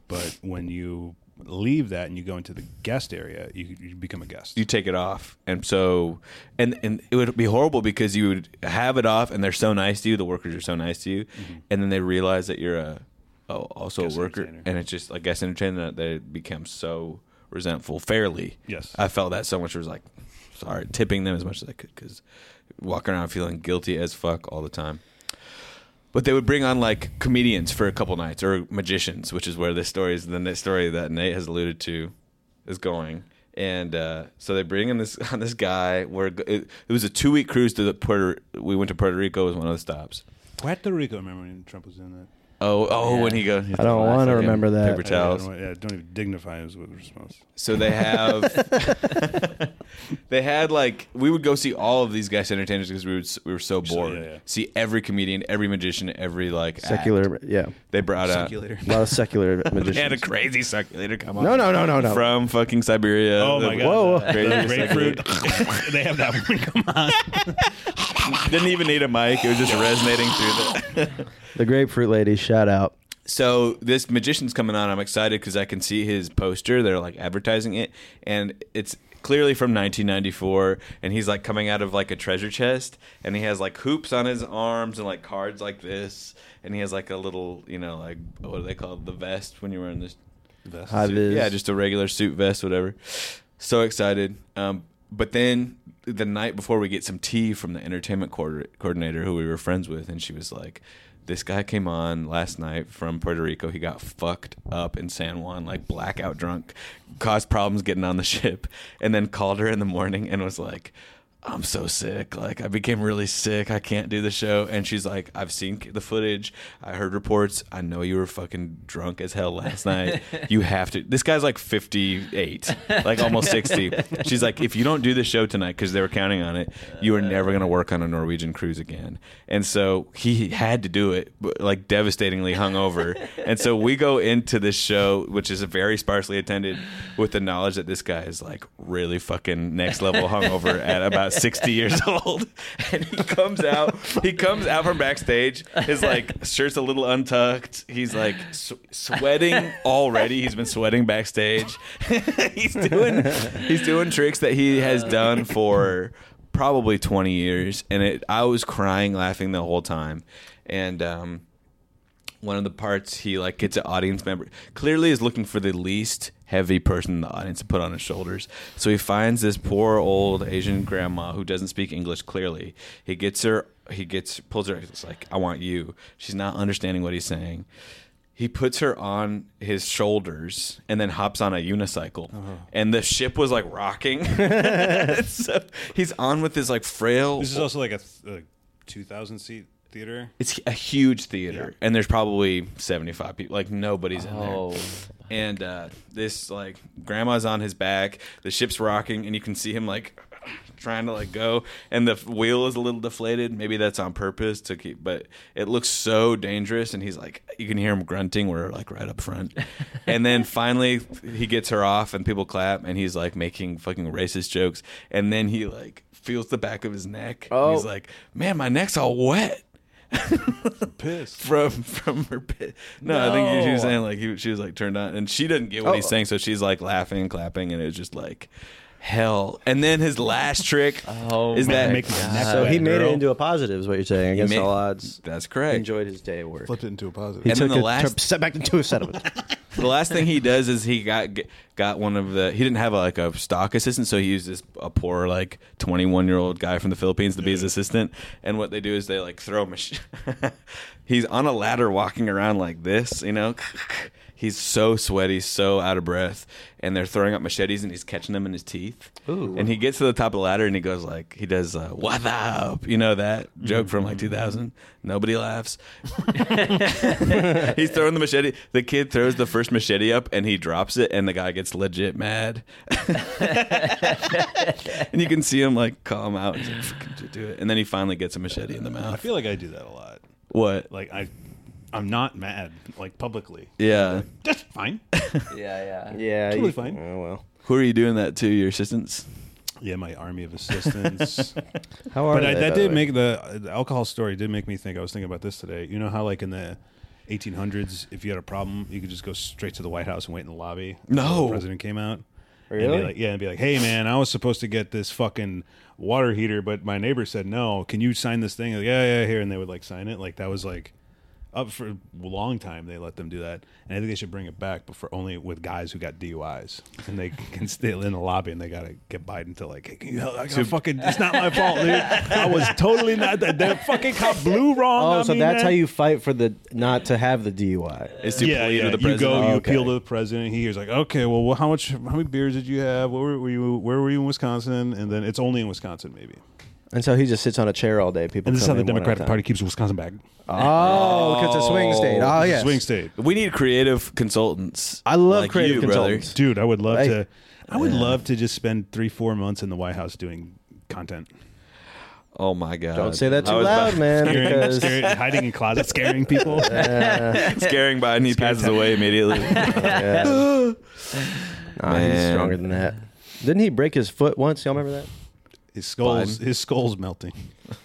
[SPEAKER 7] but when you leave that and you go into the guest area, you, you become a guest.
[SPEAKER 4] you take it off and so and and it would be horrible because you would have it off and they're so nice to you the workers are so nice to you and then they realize that you're a, a also
[SPEAKER 7] Guest
[SPEAKER 4] a worker
[SPEAKER 7] entertainer.
[SPEAKER 4] and it's just like guest entertainer that they become so resentful fairly
[SPEAKER 7] Yes.
[SPEAKER 4] i felt that so much it was like sorry tipping them as much as i could because walking around feeling guilty as fuck all the time but they would bring on like comedians for a couple nights or magicians, which is where this story is the next story that Nate has alluded to is going. And uh, so they bring in this on this guy. Where it, it was a two week cruise to the Puerto. We went to Puerto Rico was one of the stops.
[SPEAKER 7] Puerto Rico, remember when Trump was in that?
[SPEAKER 4] Oh, oh, when he goes,
[SPEAKER 6] I don't want to
[SPEAKER 4] Fucking
[SPEAKER 6] remember that.
[SPEAKER 4] Paper
[SPEAKER 7] I don't- I
[SPEAKER 4] towels.
[SPEAKER 7] don't, yeah, don't even dignify his with response.
[SPEAKER 4] So they have, they had like we would go see all of these guys entertainers because we would, we were so bored.
[SPEAKER 7] yeah, yeah.
[SPEAKER 4] See every comedian, every magician, every like act.
[SPEAKER 6] Secular, yeah,
[SPEAKER 4] They brought out.
[SPEAKER 6] a lot of secular magicians.
[SPEAKER 4] They had a crazy circulator come on.
[SPEAKER 6] no, no, no, no, no.
[SPEAKER 4] From fucking Siberia.
[SPEAKER 7] Oh
[SPEAKER 4] The-
[SPEAKER 7] my
[SPEAKER 6] Whoa.
[SPEAKER 7] god!
[SPEAKER 4] Crazy
[SPEAKER 7] The grapefruit. they have that one. Come on.
[SPEAKER 4] Didn't even need a mic. It was just resonating through the.
[SPEAKER 6] the grapefruit lady, shout out.
[SPEAKER 4] so this magician's coming on. I'm excited because I can see his poster. They're like advertising it, and it's clearly from 1994. And he's like coming out of like a treasure chest, and he has like hoops on his arms and like cards like this, and he has like a little, you know, like what do they call it? the vest when you're wearing this
[SPEAKER 6] High viz.
[SPEAKER 4] yeah, just a regular suit vest, whatever. So excited. Um, but then the night before, we get some tea from the entertainment coor- coordinator who we were friends with, and she was like, "This guy came on last night from Puerto Rico. He got fucked up in San Juan, like blackout drunk, caused problems getting on the ship, and then called her in the morning and was like." I'm so sick. Like I became really sick. I can't do the show. And she's like, I've seen the footage. I heard reports. I know you were fucking drunk as hell last night. You have to. This guy's like 58, like almost 60. She's like, if you don't do the show tonight, because they were counting on it, you are never gonna work on a Norwegian cruise again. And so he had to do it, but like devastatingly hungover. And so we go into this show, which is very sparsely attended, with the knowledge that this guy is like really fucking next level hungover at about 60 years old. And he comes out, he comes out from backstage. His like shirt's a little untucked. He's like s sweating already. He's been sweating backstage. he's doing he's doing tricks that he has done for probably 20 years and it I was crying laughing the whole time. And um one of the parts he like gets an audience member clearly is looking for the least heavy person in the audience to put on his shoulders so he finds this poor old asian grandma who doesn't speak english clearly he gets her he gets pulls her it's like i want you she's not understanding what he's saying he puts her on his shoulders and then hops on a unicycle
[SPEAKER 7] Uh-huh.
[SPEAKER 4] and the ship was like rocking so he's on with this like frail
[SPEAKER 7] This is also like a, th- a 2,000 seat theater.
[SPEAKER 4] it's a huge theater and there's probably 75 people like nobody's in there and uh, this like grandma's on his back the ship's rocking and you can see him like trying to like go and the wheel is a little deflated maybe that's on purpose to keep but it looks so dangerous and he's like you can hear him grunting we're like right up front and then finally he gets her off and people clap and he's like making fucking racist jokes and then he like feels the back of his neck oh. he's like man my neck's all wet from from her pit. No, I think she was saying like he, she was like turned on, and she doesn't get what he's
[SPEAKER 6] Oh.
[SPEAKER 4] saying, so she's like laughing, clapping, and it was just like hell. And then his last trick
[SPEAKER 8] Oh
[SPEAKER 4] is that
[SPEAKER 7] Make my neck
[SPEAKER 6] So
[SPEAKER 7] wet,
[SPEAKER 6] he made
[SPEAKER 7] girl.
[SPEAKER 6] it into a positive, is what you're saying, against
[SPEAKER 4] ma-
[SPEAKER 6] all odds.
[SPEAKER 4] that's correct.
[SPEAKER 6] Enjoyed his day at work.
[SPEAKER 11] Flipped it into a positive.
[SPEAKER 4] And then the
[SPEAKER 6] Took a
[SPEAKER 4] last
[SPEAKER 6] trip- set back into a settlement.
[SPEAKER 4] the last thing he does is he got got one of the he didn't have like a stock assistant, so he used this a poor like twenty one year old guy from the Philippines to be his assistant. And what they do is they like throw him. A sh- He's on a ladder walking around like this, you know. He's so sweaty, so out of breath, and they're throwing out machetes, and he's catching them in his teeth. Ooh. And he gets to the top of the ladder, and he goes like, he does, uh, "What up?" You know that joke from like 2000. Nobody laughs. He's throwing the machete. The kid throws the first machete up and he drops it, and the guy gets legit mad. and you can see him like calm out. He's like, "Fucking do it. And then he finally gets a machete in the
[SPEAKER 7] I
[SPEAKER 4] mouth.
[SPEAKER 7] feel like I do that a lot.
[SPEAKER 4] What?
[SPEAKER 7] Like I, I'm not mad like publicly.
[SPEAKER 4] Yeah.
[SPEAKER 7] That's fine.
[SPEAKER 8] yeah, yeah.
[SPEAKER 6] yeah,
[SPEAKER 7] Totally
[SPEAKER 6] you-
[SPEAKER 7] fine.
[SPEAKER 6] Oh, well,
[SPEAKER 4] Who are you doing that to? Your assistants?
[SPEAKER 7] Yeah, my army of assistants.
[SPEAKER 6] how are
[SPEAKER 7] but I,
[SPEAKER 6] they, by
[SPEAKER 7] that
[SPEAKER 6] the
[SPEAKER 7] did
[SPEAKER 6] way?
[SPEAKER 7] make the, the alcohol story did make me think. I was thinking about this today. You know how like in the 1800s, if you had a problem, you could just go straight to the White House and wait in the lobby. until
[SPEAKER 4] No.
[SPEAKER 7] the president came out. And
[SPEAKER 6] Really?
[SPEAKER 7] be like, yeah, and be like, hey man, I was supposed to get this fucking water heater, but my neighbor said no. Can you sign this thing? Like, yeah, yeah, here, and they would like sign it. Like that was like up for a long time. They let them do that, and I think they should bring it back, but for only with guys who got DUIs, and they can stay in the lobby, and they gotta get Biden to like, hey, can you help? I got fucking, it's not my fault, dude. I was totally not that. That fucking cop blew wrong.
[SPEAKER 6] Oh,
[SPEAKER 7] on
[SPEAKER 6] so
[SPEAKER 7] me,
[SPEAKER 6] that's
[SPEAKER 7] man."
[SPEAKER 6] how you fight for the not to have the DUI.
[SPEAKER 4] Is to
[SPEAKER 7] yeah,
[SPEAKER 4] plead
[SPEAKER 7] yeah.
[SPEAKER 4] with the
[SPEAKER 7] you
[SPEAKER 4] president?
[SPEAKER 7] go, you
[SPEAKER 6] Oh,
[SPEAKER 7] appeal
[SPEAKER 6] okay.
[SPEAKER 7] to the president. He's like, okay, well, wh- how much, how many beers did you have? Where were you? Where were you in Wisconsin? And then it's only in Wisconsin, maybe.
[SPEAKER 6] And so he just sits on a chair all day. People.
[SPEAKER 7] And this is how
[SPEAKER 6] come
[SPEAKER 7] the
[SPEAKER 6] in one at a
[SPEAKER 7] Democratic
[SPEAKER 6] time.
[SPEAKER 7] Party keeps Wisconsin back.
[SPEAKER 6] Oh, because it's a swing state. Oh, yes.
[SPEAKER 7] Swing state.
[SPEAKER 4] We need creative consultants.
[SPEAKER 6] I love
[SPEAKER 4] like
[SPEAKER 6] creative
[SPEAKER 4] you,
[SPEAKER 6] consultants.
[SPEAKER 7] Dude, I would love
[SPEAKER 6] Like-
[SPEAKER 7] to. I would love to just spend three, four months in the White House doing content,
[SPEAKER 4] Brother. Oh my god!
[SPEAKER 6] Don't say that
[SPEAKER 4] I
[SPEAKER 6] too
[SPEAKER 4] was
[SPEAKER 6] loud, man.
[SPEAKER 7] scaring,
[SPEAKER 6] Because
[SPEAKER 7] scaring, hiding in closets, scaring people.
[SPEAKER 4] About, scaring Biden, he passes away immediately.
[SPEAKER 6] Nah, he's
[SPEAKER 4] Man.
[SPEAKER 6] stronger than that. Didn't he break his foot once? Y'all remember that?
[SPEAKER 7] His skull's
[SPEAKER 4] Biden.
[SPEAKER 7] his skull's melting.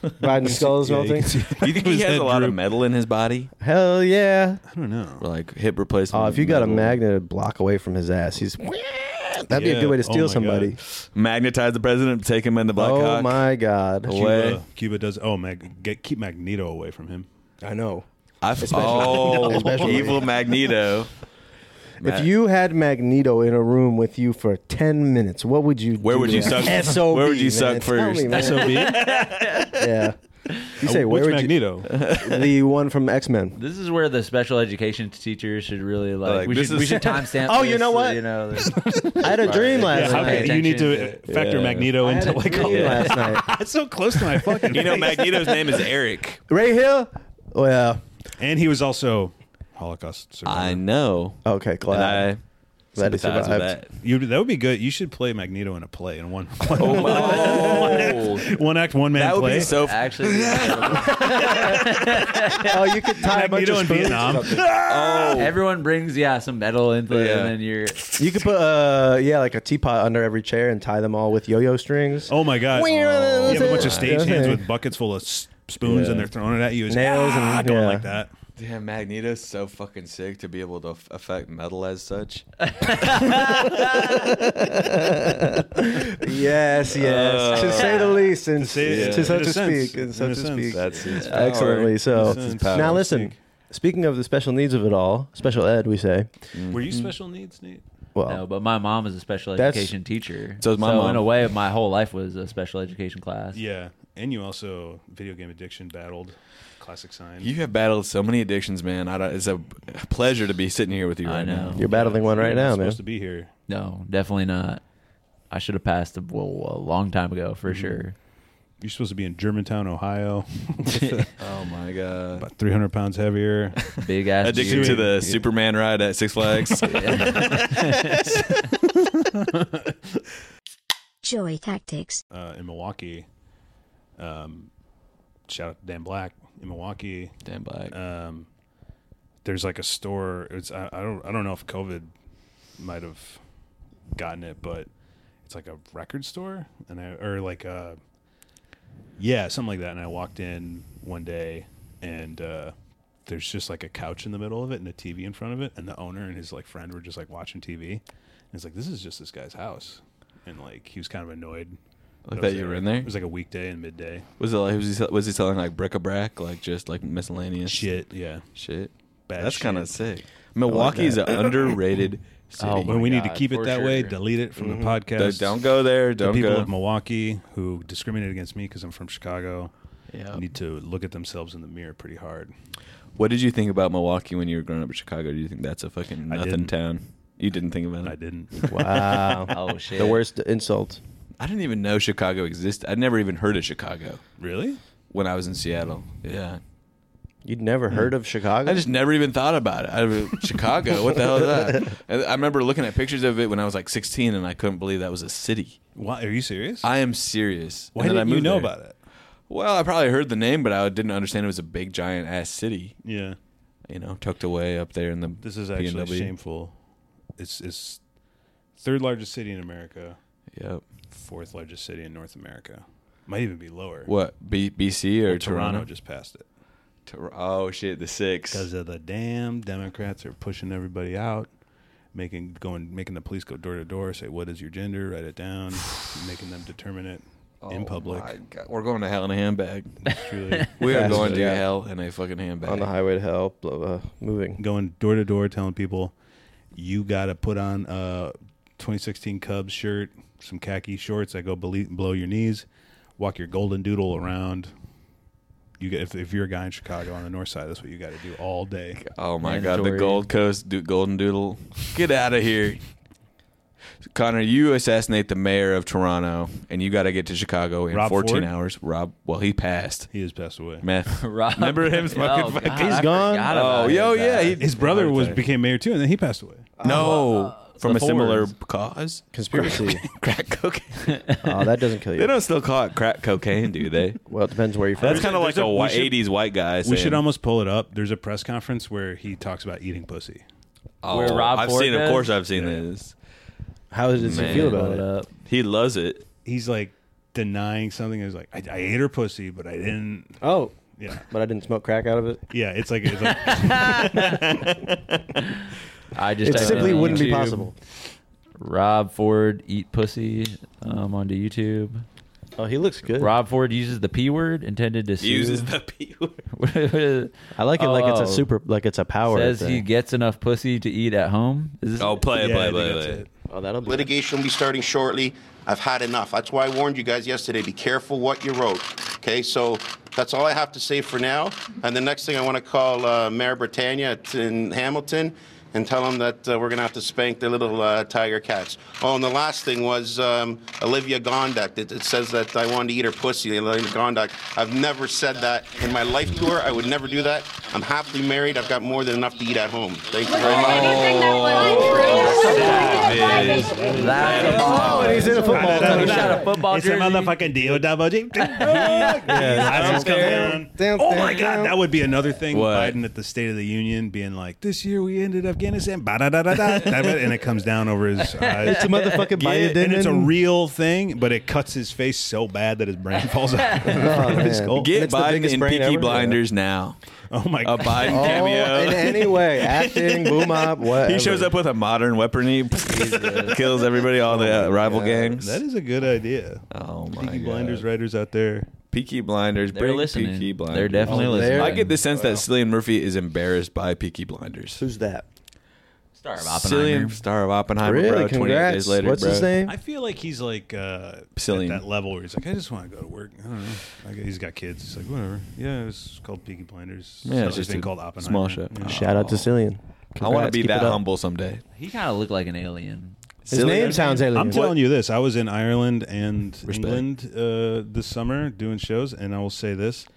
[SPEAKER 6] Biden's skull is
[SPEAKER 7] Yeah, you
[SPEAKER 6] melting.
[SPEAKER 7] can see-
[SPEAKER 4] Do you think he
[SPEAKER 7] His
[SPEAKER 4] has
[SPEAKER 7] head
[SPEAKER 4] a lot of
[SPEAKER 7] droop.
[SPEAKER 4] metal in his body?
[SPEAKER 6] Hell yeah!
[SPEAKER 7] I don't know.
[SPEAKER 4] Or like hip replacement.
[SPEAKER 6] Oh, if you got a
[SPEAKER 4] metal?
[SPEAKER 6] magnet a block away from his ass, he's that'd be a
[SPEAKER 7] Yeah.
[SPEAKER 6] good way to
[SPEAKER 7] Oh
[SPEAKER 6] steal
[SPEAKER 7] my
[SPEAKER 6] somebody.
[SPEAKER 7] God.
[SPEAKER 4] magnetize the president, take him in the black
[SPEAKER 6] oh
[SPEAKER 4] hawk.
[SPEAKER 6] my god!
[SPEAKER 4] Away.
[SPEAKER 7] Cuba, Cuba does. Oh, Mag, get keep Magneto away from him.
[SPEAKER 6] I know.
[SPEAKER 4] I've, oh,
[SPEAKER 6] Especially.
[SPEAKER 4] evil Magneto. Matt,
[SPEAKER 6] If you had Magneto in a room with you for ten minutes, what would you?
[SPEAKER 4] Where
[SPEAKER 6] do
[SPEAKER 4] would you
[SPEAKER 6] with
[SPEAKER 4] suck-
[SPEAKER 6] him? SOB,
[SPEAKER 4] where would you
[SPEAKER 6] man.
[SPEAKER 4] suck
[SPEAKER 6] Tell
[SPEAKER 4] first?
[SPEAKER 6] me, man. Yeah. You say where
[SPEAKER 7] Uh, Which
[SPEAKER 6] would
[SPEAKER 7] Magneto?
[SPEAKER 6] you? The one from X Men.
[SPEAKER 8] This is where the special education teachers should really like.
[SPEAKER 4] Like,
[SPEAKER 8] we,
[SPEAKER 4] this
[SPEAKER 8] should,
[SPEAKER 4] is-
[SPEAKER 8] we should timestamp.
[SPEAKER 6] Oh, you
[SPEAKER 8] this,
[SPEAKER 6] know what?
[SPEAKER 8] You know, this-
[SPEAKER 6] I had a dream
[SPEAKER 7] yeah,
[SPEAKER 6] last
[SPEAKER 7] how
[SPEAKER 6] night.
[SPEAKER 7] can, you need to
[SPEAKER 8] attention
[SPEAKER 7] uh, factor
[SPEAKER 4] Yeah.
[SPEAKER 7] Magneto
[SPEAKER 6] I had
[SPEAKER 7] into
[SPEAKER 6] a
[SPEAKER 7] like
[SPEAKER 6] dream last night.
[SPEAKER 7] That's so close to my fucking.
[SPEAKER 4] you know,
[SPEAKER 7] face.
[SPEAKER 4] Magneto's name is Eric.
[SPEAKER 6] Right here. Oh yeah.
[SPEAKER 7] And he was also Holocaust survivor.
[SPEAKER 4] I know.
[SPEAKER 6] Okay,
[SPEAKER 4] And
[SPEAKER 6] glad.
[SPEAKER 4] I
[SPEAKER 6] Glad he
[SPEAKER 4] sympathize with
[SPEAKER 6] survived.
[SPEAKER 4] that.
[SPEAKER 7] You that would be good. You should play Magneto in a play in one one
[SPEAKER 4] Oh,
[SPEAKER 7] one act one man
[SPEAKER 4] that would
[SPEAKER 7] play.
[SPEAKER 4] be so. F-
[SPEAKER 8] actually,
[SPEAKER 6] Oh, you could tie a bunch
[SPEAKER 7] Magneto
[SPEAKER 6] of
[SPEAKER 7] in
[SPEAKER 6] spoons or
[SPEAKER 7] Vietnam.
[SPEAKER 6] something.
[SPEAKER 4] oh,
[SPEAKER 8] everyone brings yeah some metal into it,
[SPEAKER 4] Yeah.
[SPEAKER 8] and then you're
[SPEAKER 6] You could put uh yeah like a teapot under every chair and tie them all with yo-yo strings.
[SPEAKER 7] Oh my god!
[SPEAKER 6] Where
[SPEAKER 7] you
[SPEAKER 6] is
[SPEAKER 7] have a
[SPEAKER 6] it?
[SPEAKER 7] bunch of stage
[SPEAKER 6] Yeah.
[SPEAKER 7] hands with buckets full of s- spoons, and they're throwing it at you. It's,
[SPEAKER 6] Nails and-
[SPEAKER 7] "Ah, I don't
[SPEAKER 6] yeah.
[SPEAKER 7] like that.
[SPEAKER 4] damn! Magneto's so fucking sick to be able to f- affect metal as such.
[SPEAKER 6] Yes, yes. to say the least, and to,
[SPEAKER 7] say- yeah.
[SPEAKER 6] so
[SPEAKER 7] In a
[SPEAKER 6] to
[SPEAKER 7] sense.
[SPEAKER 6] speak, and
[SPEAKER 7] In
[SPEAKER 6] so
[SPEAKER 7] a
[SPEAKER 6] to
[SPEAKER 7] sense.
[SPEAKER 6] speak,
[SPEAKER 4] That's his power.
[SPEAKER 6] excellently. So
[SPEAKER 7] That's his power.
[SPEAKER 6] now listen.
[SPEAKER 7] Speak.
[SPEAKER 6] Speaking of the special needs of it all, special ed, we say.
[SPEAKER 7] Were you special needs, Nate?
[SPEAKER 6] Well,
[SPEAKER 8] no. But my mom is a special
[SPEAKER 6] That's-
[SPEAKER 8] education teacher,
[SPEAKER 4] So is my mom.
[SPEAKER 8] in a way, my whole life was a special education class.
[SPEAKER 7] Yeah, and you also video game addiction battled classic sign.
[SPEAKER 4] You have battled so many addictions, man. I don't, it's a pleasure to be sitting here with you
[SPEAKER 8] I
[SPEAKER 4] right
[SPEAKER 8] know.
[SPEAKER 4] now.
[SPEAKER 6] you're battling one right
[SPEAKER 7] You're not
[SPEAKER 6] now, man.
[SPEAKER 7] supposed to be here.
[SPEAKER 8] No, definitely not. I should have passed a, well, a long time ago for sure.
[SPEAKER 7] You're supposed to be in Germantown, Ohio,
[SPEAKER 4] Oh my god!
[SPEAKER 7] about 300 pounds heavier.
[SPEAKER 8] Big ass.
[SPEAKER 4] Addicted
[SPEAKER 8] beard.
[SPEAKER 4] to the Superman ride at Six Flags.
[SPEAKER 12] Joy Tactics.
[SPEAKER 7] uh, in Milwaukee. Um, shout out to Dan Black in Milwaukee.
[SPEAKER 4] Damn black.
[SPEAKER 7] Um, there's like a store. It's I, I don't I don't know if COVID might have gotten it, but it's like a record store and I or like a yeah something like that. And I walked in one day and. uh there's just like a couch in the middle of it and a TV in front of it, and the owner and his like friend were just like watching TV. And it's like this is just this guy's house, and like he was kind of annoyed
[SPEAKER 4] Like that
[SPEAKER 7] I was
[SPEAKER 4] you
[SPEAKER 7] there.
[SPEAKER 4] were in there?
[SPEAKER 7] It was like a weekday and midday.
[SPEAKER 4] Was it like was he sell- was he selling like bric-a-brac, like just like miscellaneous
[SPEAKER 7] Shit, yeah.
[SPEAKER 4] Shit,
[SPEAKER 7] Bad
[SPEAKER 4] that's
[SPEAKER 7] shit.
[SPEAKER 4] kind of sick. Milwaukee is an underrated city.
[SPEAKER 8] Oh,
[SPEAKER 7] When
[SPEAKER 8] my
[SPEAKER 7] we need to
[SPEAKER 8] God,
[SPEAKER 7] keep it
[SPEAKER 8] for
[SPEAKER 7] that way,
[SPEAKER 8] sure.
[SPEAKER 7] delete it from the
[SPEAKER 4] Don't-
[SPEAKER 7] podcast.
[SPEAKER 4] don't go there.
[SPEAKER 7] The
[SPEAKER 4] Don't
[SPEAKER 7] people
[SPEAKER 4] go.
[SPEAKER 7] of Milwaukee who discriminate against me because I'm from Chicago
[SPEAKER 4] Yeah.
[SPEAKER 7] need to look at themselves in the mirror pretty hard.
[SPEAKER 4] What did you think about Milwaukee when you were growing up in Chicago? Do you think that's a fucking
[SPEAKER 7] I
[SPEAKER 4] nothing
[SPEAKER 7] didn't.
[SPEAKER 4] town? You didn't think about it.
[SPEAKER 7] I didn't.
[SPEAKER 6] Wow,
[SPEAKER 8] Oh shit.
[SPEAKER 6] Um, the worst insult.
[SPEAKER 4] I didn't even know Chicago existed. I'd never even heard of Chicago
[SPEAKER 7] really?
[SPEAKER 4] when I was in Seattle. Yeah.
[SPEAKER 6] You'd never heard of Chicago?
[SPEAKER 4] I just never even thought about it. I was, Chicago, what the hell is that? And I remember looking at pictures of it when I was like 16, and I couldn't believe that was a city.
[SPEAKER 7] Why? Are you serious?
[SPEAKER 4] I am serious.
[SPEAKER 7] Why
[SPEAKER 4] And then I
[SPEAKER 7] didn't you
[SPEAKER 4] moved there.
[SPEAKER 7] know about it?
[SPEAKER 4] Well, I probably heard the name, but I didn't understand it was a big giant ass city.
[SPEAKER 7] Yeah.
[SPEAKER 4] You know, tucked away up there in the.
[SPEAKER 7] This is actually
[SPEAKER 4] B&W.
[SPEAKER 7] shameful. It's it's third largest city in America,
[SPEAKER 4] Yep.
[SPEAKER 7] fourth largest city in North America. Might even be lower.
[SPEAKER 4] What B- BC or
[SPEAKER 7] Toronto
[SPEAKER 4] Toronto?
[SPEAKER 7] just passed it.
[SPEAKER 4] Tor- oh shit, the six.
[SPEAKER 7] because of the damn Democrats are pushing everybody out, making going making the police go door to door, say what is your gender, write it down, making them determine it
[SPEAKER 3] Oh
[SPEAKER 7] in public.
[SPEAKER 4] Oh My God. We're going to hell in a handbag.
[SPEAKER 7] Truly
[SPEAKER 4] We are
[SPEAKER 6] Fast
[SPEAKER 4] going to
[SPEAKER 6] food.
[SPEAKER 4] hell in a fucking handbag.
[SPEAKER 6] on the highway to hell, blah, blah, moving.
[SPEAKER 7] going door to door, telling people you got to put on a 2016 Cubs shirt, some khaki shorts that go belie- below your knees, walk your golden doodle around. You get, if, if you're a guy in Chicago on the north side, that's what you got to do all day.
[SPEAKER 4] Oh my god,
[SPEAKER 8] Mandatory.
[SPEAKER 4] the Gold Coast do- Golden Doodle. Get out of here. Connor, you assassinate the mayor of Toronto, and you got to get to Chicago in
[SPEAKER 7] Rob
[SPEAKER 4] 14
[SPEAKER 7] Ford?
[SPEAKER 4] hours. Rob, well, he passed.
[SPEAKER 7] He has passed away.
[SPEAKER 4] Meth.
[SPEAKER 3] Rob-
[SPEAKER 4] Remember him smoking?
[SPEAKER 3] Oh,
[SPEAKER 4] fucking-
[SPEAKER 3] God,
[SPEAKER 6] He's
[SPEAKER 3] I
[SPEAKER 6] gone?
[SPEAKER 3] forgot
[SPEAKER 4] Oh,
[SPEAKER 3] about
[SPEAKER 4] yo,
[SPEAKER 3] that.
[SPEAKER 4] yeah. He,
[SPEAKER 7] His brother was
[SPEAKER 4] Okay.
[SPEAKER 7] became mayor too, and then he passed away.
[SPEAKER 4] no, Uh, from
[SPEAKER 3] the
[SPEAKER 4] a similar
[SPEAKER 3] Fords.
[SPEAKER 4] cause.
[SPEAKER 6] Conspiracy.
[SPEAKER 4] crack cocaine.
[SPEAKER 6] oh, that doesn't kill
[SPEAKER 4] they
[SPEAKER 6] you.
[SPEAKER 4] don't still call it crack cocaine, do they?
[SPEAKER 6] Well, it depends where you're from.
[SPEAKER 4] That's kind of like
[SPEAKER 7] there's a-
[SPEAKER 4] a,
[SPEAKER 7] we
[SPEAKER 4] white
[SPEAKER 7] should-
[SPEAKER 4] 80s white guy.
[SPEAKER 7] We
[SPEAKER 4] saying,
[SPEAKER 7] should almost pull it up. There's a press conference where he talks about eating pussy.
[SPEAKER 4] Oh,
[SPEAKER 3] Where Rob
[SPEAKER 4] I've
[SPEAKER 3] Ford
[SPEAKER 4] seen, of
[SPEAKER 3] does?
[SPEAKER 4] course, I've seen this.
[SPEAKER 6] How does he
[SPEAKER 4] Man.
[SPEAKER 6] feel about
[SPEAKER 8] uh,
[SPEAKER 6] it?
[SPEAKER 4] He loves it.
[SPEAKER 7] He's like denying something. He's like, I, I ate her pussy, but I didn't.
[SPEAKER 6] Oh,
[SPEAKER 7] Yeah,
[SPEAKER 6] but I didn't smoke crack out of it.
[SPEAKER 7] yeah. It's like it's like
[SPEAKER 3] I just
[SPEAKER 6] It
[SPEAKER 3] typed
[SPEAKER 6] simply
[SPEAKER 3] in on
[SPEAKER 6] wouldn't be
[SPEAKER 3] YouTube,
[SPEAKER 6] possible.
[SPEAKER 3] Rob Ford eat pussy um, onto YouTube.
[SPEAKER 6] Oh, he looks good.
[SPEAKER 3] Rob Ford uses the p word intended to soothe-
[SPEAKER 4] Uses the P word.
[SPEAKER 3] What is-
[SPEAKER 6] I like it like it's
[SPEAKER 3] Oh.
[SPEAKER 6] a super, like it's a power.
[SPEAKER 3] says
[SPEAKER 6] thing.
[SPEAKER 3] he gets enough pussy to eat at home. Is this
[SPEAKER 4] Oh, play, it,
[SPEAKER 7] yeah, I
[SPEAKER 4] play,
[SPEAKER 7] think
[SPEAKER 4] play,
[SPEAKER 7] that's
[SPEAKER 4] play.
[SPEAKER 7] it.
[SPEAKER 6] Oh, that'll be.
[SPEAKER 8] Litigation will be starting shortly. I've had enough. That's why I warned you guys yesterday. Be careful what you wrote. Okay, so that's all I have to say for now. And the next thing I want to call uh, Mayor Britannia t- in Hamilton and tell him that uh, we're going to have to spank the little uh, tiger cats. Oh, and the last thing was um, Olivia Gondak. It, it says that I wanted to eat her pussy, Olivia Gondak. I've never said that in my life to her. I would never do that. I'm happily married. I've got more than enough to eat at home. Thank you very much.
[SPEAKER 6] Oh, and he's in a football.
[SPEAKER 3] He shot a football
[SPEAKER 7] It's
[SPEAKER 3] jersey.
[SPEAKER 7] a motherfucking deal double G. I just come down.
[SPEAKER 6] Down,
[SPEAKER 7] Oh
[SPEAKER 6] down,
[SPEAKER 7] my
[SPEAKER 6] down.
[SPEAKER 7] God, that would be another thing.
[SPEAKER 4] What?
[SPEAKER 7] Biden at the State of the Union being like, "This year we ended Afghanistan," ba-da-da-da-da, da-da," and it comes down over his eyes.
[SPEAKER 6] It's a motherfucking Biden.
[SPEAKER 7] and it's a real thing, but it cuts his face so bad that his brain falls out in
[SPEAKER 6] Oh,
[SPEAKER 7] front of his
[SPEAKER 6] man.
[SPEAKER 7] skull.
[SPEAKER 4] Get
[SPEAKER 6] It's the
[SPEAKER 4] Biden
[SPEAKER 6] biggest
[SPEAKER 4] in
[SPEAKER 6] brain ever,
[SPEAKER 4] Peaky
[SPEAKER 6] yeah.
[SPEAKER 4] Blinders now.
[SPEAKER 7] oh my
[SPEAKER 4] A
[SPEAKER 7] God.
[SPEAKER 4] Biden
[SPEAKER 6] Oh,
[SPEAKER 4] cameo.
[SPEAKER 6] in any way, acting, boom up, whatever.
[SPEAKER 4] He shows up with a modern weaponry, kills everybody, all
[SPEAKER 6] Oh
[SPEAKER 4] the uh, rival gangs.
[SPEAKER 7] That is a good idea.
[SPEAKER 4] oh my
[SPEAKER 7] Peaky
[SPEAKER 4] God.
[SPEAKER 7] Blinders writers out there.
[SPEAKER 4] Peaky Blinders.
[SPEAKER 3] They're
[SPEAKER 4] big
[SPEAKER 3] listening.
[SPEAKER 4] Peaky Blinders.
[SPEAKER 3] They're definitely
[SPEAKER 6] Oh,
[SPEAKER 3] listening.
[SPEAKER 6] they're-
[SPEAKER 4] I get the sense that Cillian Murphy is embarrassed by Peaky Blinders.
[SPEAKER 6] Who's that?
[SPEAKER 3] Star of Oppenheimer.
[SPEAKER 4] Cillian, star of Oppenheimer,
[SPEAKER 6] Really?
[SPEAKER 4] bro. Twenty eight
[SPEAKER 6] Congrats.
[SPEAKER 4] days later,
[SPEAKER 6] What's
[SPEAKER 4] bro.
[SPEAKER 6] his name?
[SPEAKER 7] I feel like he's like uh,
[SPEAKER 4] Cillian.
[SPEAKER 7] at that level where he's like, I just want to go to work. I don't know. Like, he's got kids. He's like, whatever. Yeah, it's called Peaky Blinders.
[SPEAKER 4] Yeah, it's
[SPEAKER 7] There's a
[SPEAKER 4] just
[SPEAKER 7] thing
[SPEAKER 4] a
[SPEAKER 7] called Oppenheimer.
[SPEAKER 4] small show.
[SPEAKER 7] Yeah.
[SPEAKER 6] Shout
[SPEAKER 4] Oh.
[SPEAKER 6] out to Cillian.
[SPEAKER 4] I want to
[SPEAKER 6] Congrats,
[SPEAKER 4] be
[SPEAKER 6] keep
[SPEAKER 4] that
[SPEAKER 6] it up.
[SPEAKER 4] humble someday.
[SPEAKER 3] He kind of looked like an alien.
[SPEAKER 6] His name sounds alien.
[SPEAKER 7] I'm telling you this. I was in Ireland and
[SPEAKER 4] Respect.
[SPEAKER 7] England uh, this summer doing shows, and I will say this.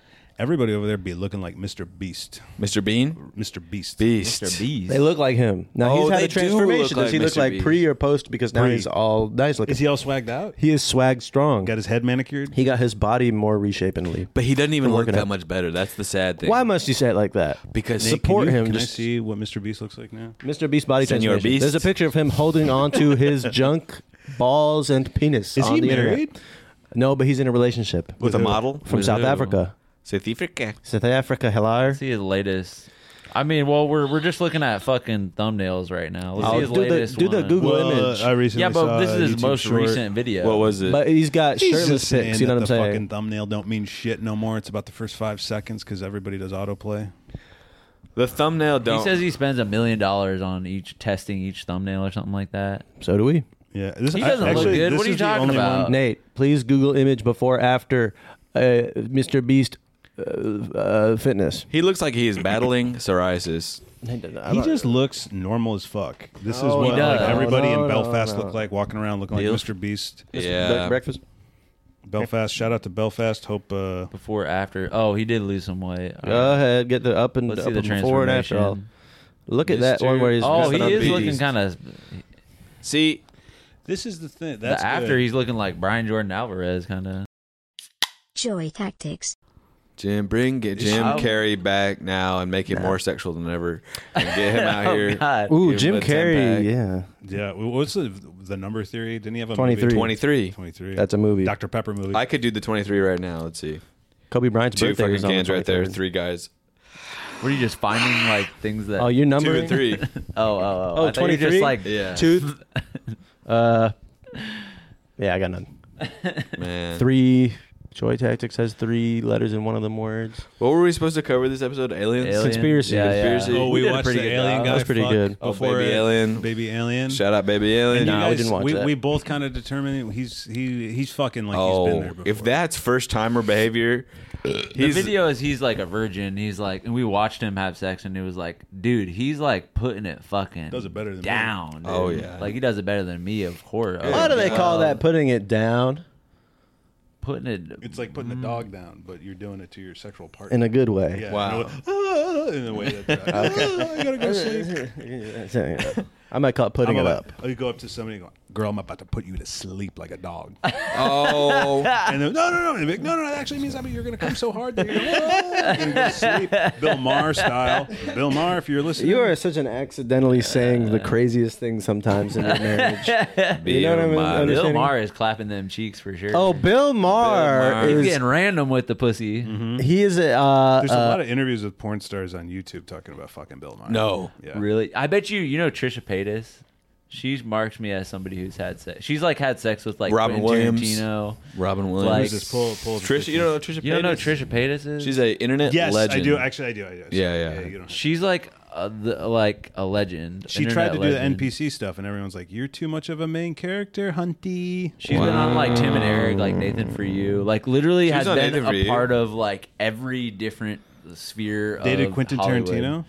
[SPEAKER 7] Everybody over there be looking like Mr. Beast.
[SPEAKER 4] Mr. Bean,
[SPEAKER 7] Mr. Beast.
[SPEAKER 4] Beast.
[SPEAKER 3] Mr. Beast.
[SPEAKER 6] They look like him. Now
[SPEAKER 4] Oh,
[SPEAKER 6] he's had
[SPEAKER 4] they
[SPEAKER 6] a
[SPEAKER 4] do
[SPEAKER 6] transformation.
[SPEAKER 4] look
[SPEAKER 6] Does he
[SPEAKER 4] like
[SPEAKER 6] look
[SPEAKER 4] Mr.
[SPEAKER 6] like
[SPEAKER 4] Beast.
[SPEAKER 6] pre or post? Because now
[SPEAKER 7] Pre.
[SPEAKER 6] he's all nice looking.
[SPEAKER 7] Is he all swagged out?
[SPEAKER 6] He is swag strong.
[SPEAKER 7] Got his head manicured?
[SPEAKER 6] he got his body more reshapenly.
[SPEAKER 4] But he doesn't even look
[SPEAKER 6] working
[SPEAKER 4] that
[SPEAKER 6] up.
[SPEAKER 4] much better. That's the sad thing.
[SPEAKER 6] Why must you say it like that?
[SPEAKER 4] Because
[SPEAKER 7] Nate,
[SPEAKER 6] support
[SPEAKER 7] can you,
[SPEAKER 6] him,
[SPEAKER 7] Can
[SPEAKER 6] just-
[SPEAKER 7] I see what Mr. Beast looks like now?
[SPEAKER 6] Mr. Beast body
[SPEAKER 4] Senor
[SPEAKER 6] transformation.
[SPEAKER 4] Beast.
[SPEAKER 6] There's a picture of him holding onto his junk, balls, and penis.
[SPEAKER 7] Is
[SPEAKER 6] on
[SPEAKER 7] he
[SPEAKER 6] the internet.
[SPEAKER 7] married?
[SPEAKER 6] No, but he's in a relationship
[SPEAKER 4] with a model
[SPEAKER 6] from South
[SPEAKER 3] who?
[SPEAKER 6] Africa.
[SPEAKER 4] South Africa.
[SPEAKER 6] South Africa, Hilar.
[SPEAKER 3] Let's see his latest. I mean, well, we're we're just looking at fucking thumbnails right now. Let's see
[SPEAKER 6] Oh,
[SPEAKER 3] his
[SPEAKER 6] do the-
[SPEAKER 3] latest.
[SPEAKER 6] do the
[SPEAKER 3] one.
[SPEAKER 6] Google-
[SPEAKER 7] Well,
[SPEAKER 6] image.
[SPEAKER 7] I recently
[SPEAKER 3] Yeah,
[SPEAKER 7] saw
[SPEAKER 3] but this
[SPEAKER 7] a
[SPEAKER 3] is his
[SPEAKER 7] YouTube
[SPEAKER 3] most
[SPEAKER 7] short.
[SPEAKER 3] recent video.
[SPEAKER 4] What was it?
[SPEAKER 6] But he's got
[SPEAKER 7] He's
[SPEAKER 6] shirtless
[SPEAKER 7] just saying
[SPEAKER 6] pics. You know
[SPEAKER 7] that
[SPEAKER 6] what I'm
[SPEAKER 7] the
[SPEAKER 6] saying?
[SPEAKER 7] fucking thumbnail don't mean shit no more. It's about the first five seconds because everybody does autoplay.
[SPEAKER 4] the thumbnail
[SPEAKER 3] He
[SPEAKER 8] Oh.
[SPEAKER 4] don't.
[SPEAKER 3] says he spends a million dollars on each testing each thumbnail or something like that.
[SPEAKER 6] so do we.
[SPEAKER 7] Yeah, this,
[SPEAKER 3] He doesn't look good. What are you talking about? Uh,
[SPEAKER 6] Nate, please Google image before after uh, Mr. Beast uh, uh, fitness.
[SPEAKER 4] he looks like he is battling psoriasis.
[SPEAKER 7] He just looks normal as fuck. This is
[SPEAKER 6] No,
[SPEAKER 7] what
[SPEAKER 3] he
[SPEAKER 7] like,
[SPEAKER 3] does.
[SPEAKER 7] everybody
[SPEAKER 6] No,
[SPEAKER 7] in
[SPEAKER 6] no,
[SPEAKER 7] Belfast
[SPEAKER 6] no.
[SPEAKER 7] looked like, walking around looking like
[SPEAKER 4] Deal.
[SPEAKER 7] Mr. Beast.
[SPEAKER 4] Yeah.
[SPEAKER 6] breakfast.
[SPEAKER 7] Belfast, shout out to Belfast. Hope uh,
[SPEAKER 3] Before, after. Oh, he did lose some weight. All
[SPEAKER 6] Go
[SPEAKER 3] right.
[SPEAKER 6] ahead, get the up and
[SPEAKER 3] Let's
[SPEAKER 6] up
[SPEAKER 3] see the
[SPEAKER 6] and forward after all.
[SPEAKER 3] transformation.
[SPEAKER 6] Look at that one where he's
[SPEAKER 3] oh, he
[SPEAKER 4] on
[SPEAKER 3] is
[SPEAKER 4] beast.
[SPEAKER 3] looking kind of.
[SPEAKER 4] See,
[SPEAKER 7] this is the thing. That's
[SPEAKER 3] After
[SPEAKER 7] good.
[SPEAKER 3] he's looking like Brian Jordan Alvarez, kind of.
[SPEAKER 13] Joy Tactics.
[SPEAKER 4] Jim, bring get Jim
[SPEAKER 3] Oh.
[SPEAKER 4] Carrey back now and make him more sexual than ever, and get him out here.
[SPEAKER 3] Oh, God.
[SPEAKER 6] Ooh,
[SPEAKER 4] Give
[SPEAKER 6] Jim
[SPEAKER 4] him a 10 pack.
[SPEAKER 6] Carrey. Yeah,
[SPEAKER 7] yeah. wh- What's the the number theory? Didn't he have a
[SPEAKER 6] 23.
[SPEAKER 7] Movie?
[SPEAKER 4] 23.
[SPEAKER 7] Twenty three.
[SPEAKER 6] that's a movie.
[SPEAKER 7] Dr Pepper movie.
[SPEAKER 4] I could do the 23 right now. Let's see.
[SPEAKER 6] Kobe Bryant's
[SPEAKER 4] Two
[SPEAKER 6] birthday
[SPEAKER 4] fucking
[SPEAKER 6] was on the
[SPEAKER 4] cans right there.
[SPEAKER 6] 23rd.
[SPEAKER 4] Three guys.
[SPEAKER 3] Were you just finding like things that?
[SPEAKER 6] Oh, your number
[SPEAKER 4] Two and three.
[SPEAKER 3] Oh, oh, oh.
[SPEAKER 6] Oh,
[SPEAKER 3] I thought you were just,
[SPEAKER 6] 23?
[SPEAKER 3] Like,
[SPEAKER 4] Yeah.
[SPEAKER 6] Two. uh, yeah, I got none.
[SPEAKER 4] Man.
[SPEAKER 6] Three. Joy Tactics has three letters in one of them words.
[SPEAKER 4] What were we supposed to cover this episode? Aliens.
[SPEAKER 8] Alien.
[SPEAKER 6] Conspiracy.
[SPEAKER 8] Yeah, yeah.
[SPEAKER 4] Conspiracy.
[SPEAKER 7] Oh, we,
[SPEAKER 4] We did a
[SPEAKER 7] watched
[SPEAKER 4] pretty
[SPEAKER 7] the
[SPEAKER 4] good
[SPEAKER 7] alien
[SPEAKER 4] job.
[SPEAKER 7] guy.
[SPEAKER 6] That was pretty
[SPEAKER 7] fuck
[SPEAKER 6] good.
[SPEAKER 4] Oh,
[SPEAKER 7] Before
[SPEAKER 4] Baby
[SPEAKER 7] it-
[SPEAKER 4] Alien.
[SPEAKER 7] Baby alien.
[SPEAKER 4] Shout out, baby alien.
[SPEAKER 7] And you
[SPEAKER 6] Nah, we
[SPEAKER 7] guys-
[SPEAKER 6] didn't watch
[SPEAKER 7] we,
[SPEAKER 6] that.
[SPEAKER 7] we both kind of determined he's he he's fucking like he's been there
[SPEAKER 4] Oh,
[SPEAKER 7] before.
[SPEAKER 4] if that's first timer behavior,
[SPEAKER 8] The
[SPEAKER 4] he's
[SPEAKER 8] video is he's like a virgin. He's like, and we watched him have sex, and it was like, dude, he's like putting it fucking
[SPEAKER 7] Does it better than me.
[SPEAKER 8] down. dude.
[SPEAKER 4] Oh, yeah.
[SPEAKER 8] like he does it better than me, of course.
[SPEAKER 6] Why do they call
[SPEAKER 8] Um,
[SPEAKER 6] that putting it down
[SPEAKER 8] putting it?
[SPEAKER 7] It's like putting a dog down, but you're doing it to your sexual partner.
[SPEAKER 6] in a good way?
[SPEAKER 7] yeah,
[SPEAKER 4] Wow.
[SPEAKER 7] In a, in a way that ah, I gotta go to sleep.
[SPEAKER 6] I might call it putting
[SPEAKER 7] I'm
[SPEAKER 6] it
[SPEAKER 7] about-
[SPEAKER 6] up.
[SPEAKER 7] You go up to somebody and go, girl, I'm about to put you to sleep like a dog.
[SPEAKER 4] oh,
[SPEAKER 7] and then, no, no, no. And they're like, no, no, that actually means I mean, you're going to come so hard that you're going to go to sleep. Bill Maher style. Bill Maher, if you're listening.
[SPEAKER 6] You are such an accidentally saying the craziest thing sometimes in your marriage.
[SPEAKER 4] be
[SPEAKER 6] know what I
[SPEAKER 4] my-
[SPEAKER 6] mean? Under-
[SPEAKER 8] Bill
[SPEAKER 6] Understanding-
[SPEAKER 8] Maher is clapping them cheeks for sure.
[SPEAKER 6] Oh, Bill Maher,
[SPEAKER 4] Bill Maher.
[SPEAKER 8] he's
[SPEAKER 6] is
[SPEAKER 8] getting random with the pussy.
[SPEAKER 7] Mm-hmm.
[SPEAKER 6] he is a uh,
[SPEAKER 7] There's a lot of interviews with porn stars on YouTube talking about fucking Bill Maher.
[SPEAKER 4] No.
[SPEAKER 7] Yeah.
[SPEAKER 8] Really, I bet you. You know Trisha Paytas. She marks me as somebody who's had sex. She's like had sex with like
[SPEAKER 4] Robin
[SPEAKER 8] Quentin
[SPEAKER 4] Williams.
[SPEAKER 8] Tarantino.
[SPEAKER 4] Robin
[SPEAKER 8] Like-
[SPEAKER 4] Williams.
[SPEAKER 7] Just pull, pull.
[SPEAKER 4] Trisha, you don't know Trisha.
[SPEAKER 8] You don't know
[SPEAKER 4] Paytas?
[SPEAKER 8] Trisha Paytas is?
[SPEAKER 4] She's a internet
[SPEAKER 7] Yes,
[SPEAKER 4] legend.
[SPEAKER 7] I do. Actually, I do. I do.
[SPEAKER 4] Yeah, yeah.
[SPEAKER 7] you don't-
[SPEAKER 8] She's like a, the, like a legend.
[SPEAKER 7] She
[SPEAKER 8] internet
[SPEAKER 7] tried to
[SPEAKER 8] legend.
[SPEAKER 7] do the NPC stuff, and everyone's like, "You're too much of a main character, Hunty."
[SPEAKER 8] She's been on like Tim and Eric, like Nathan for You, like literally has
[SPEAKER 4] on
[SPEAKER 8] been
[SPEAKER 4] Nathan
[SPEAKER 8] a
[SPEAKER 4] For You.
[SPEAKER 8] part of like every different sphere.
[SPEAKER 7] Dated
[SPEAKER 8] of
[SPEAKER 7] Quentin
[SPEAKER 8] Hollywood.
[SPEAKER 7] Tarantino?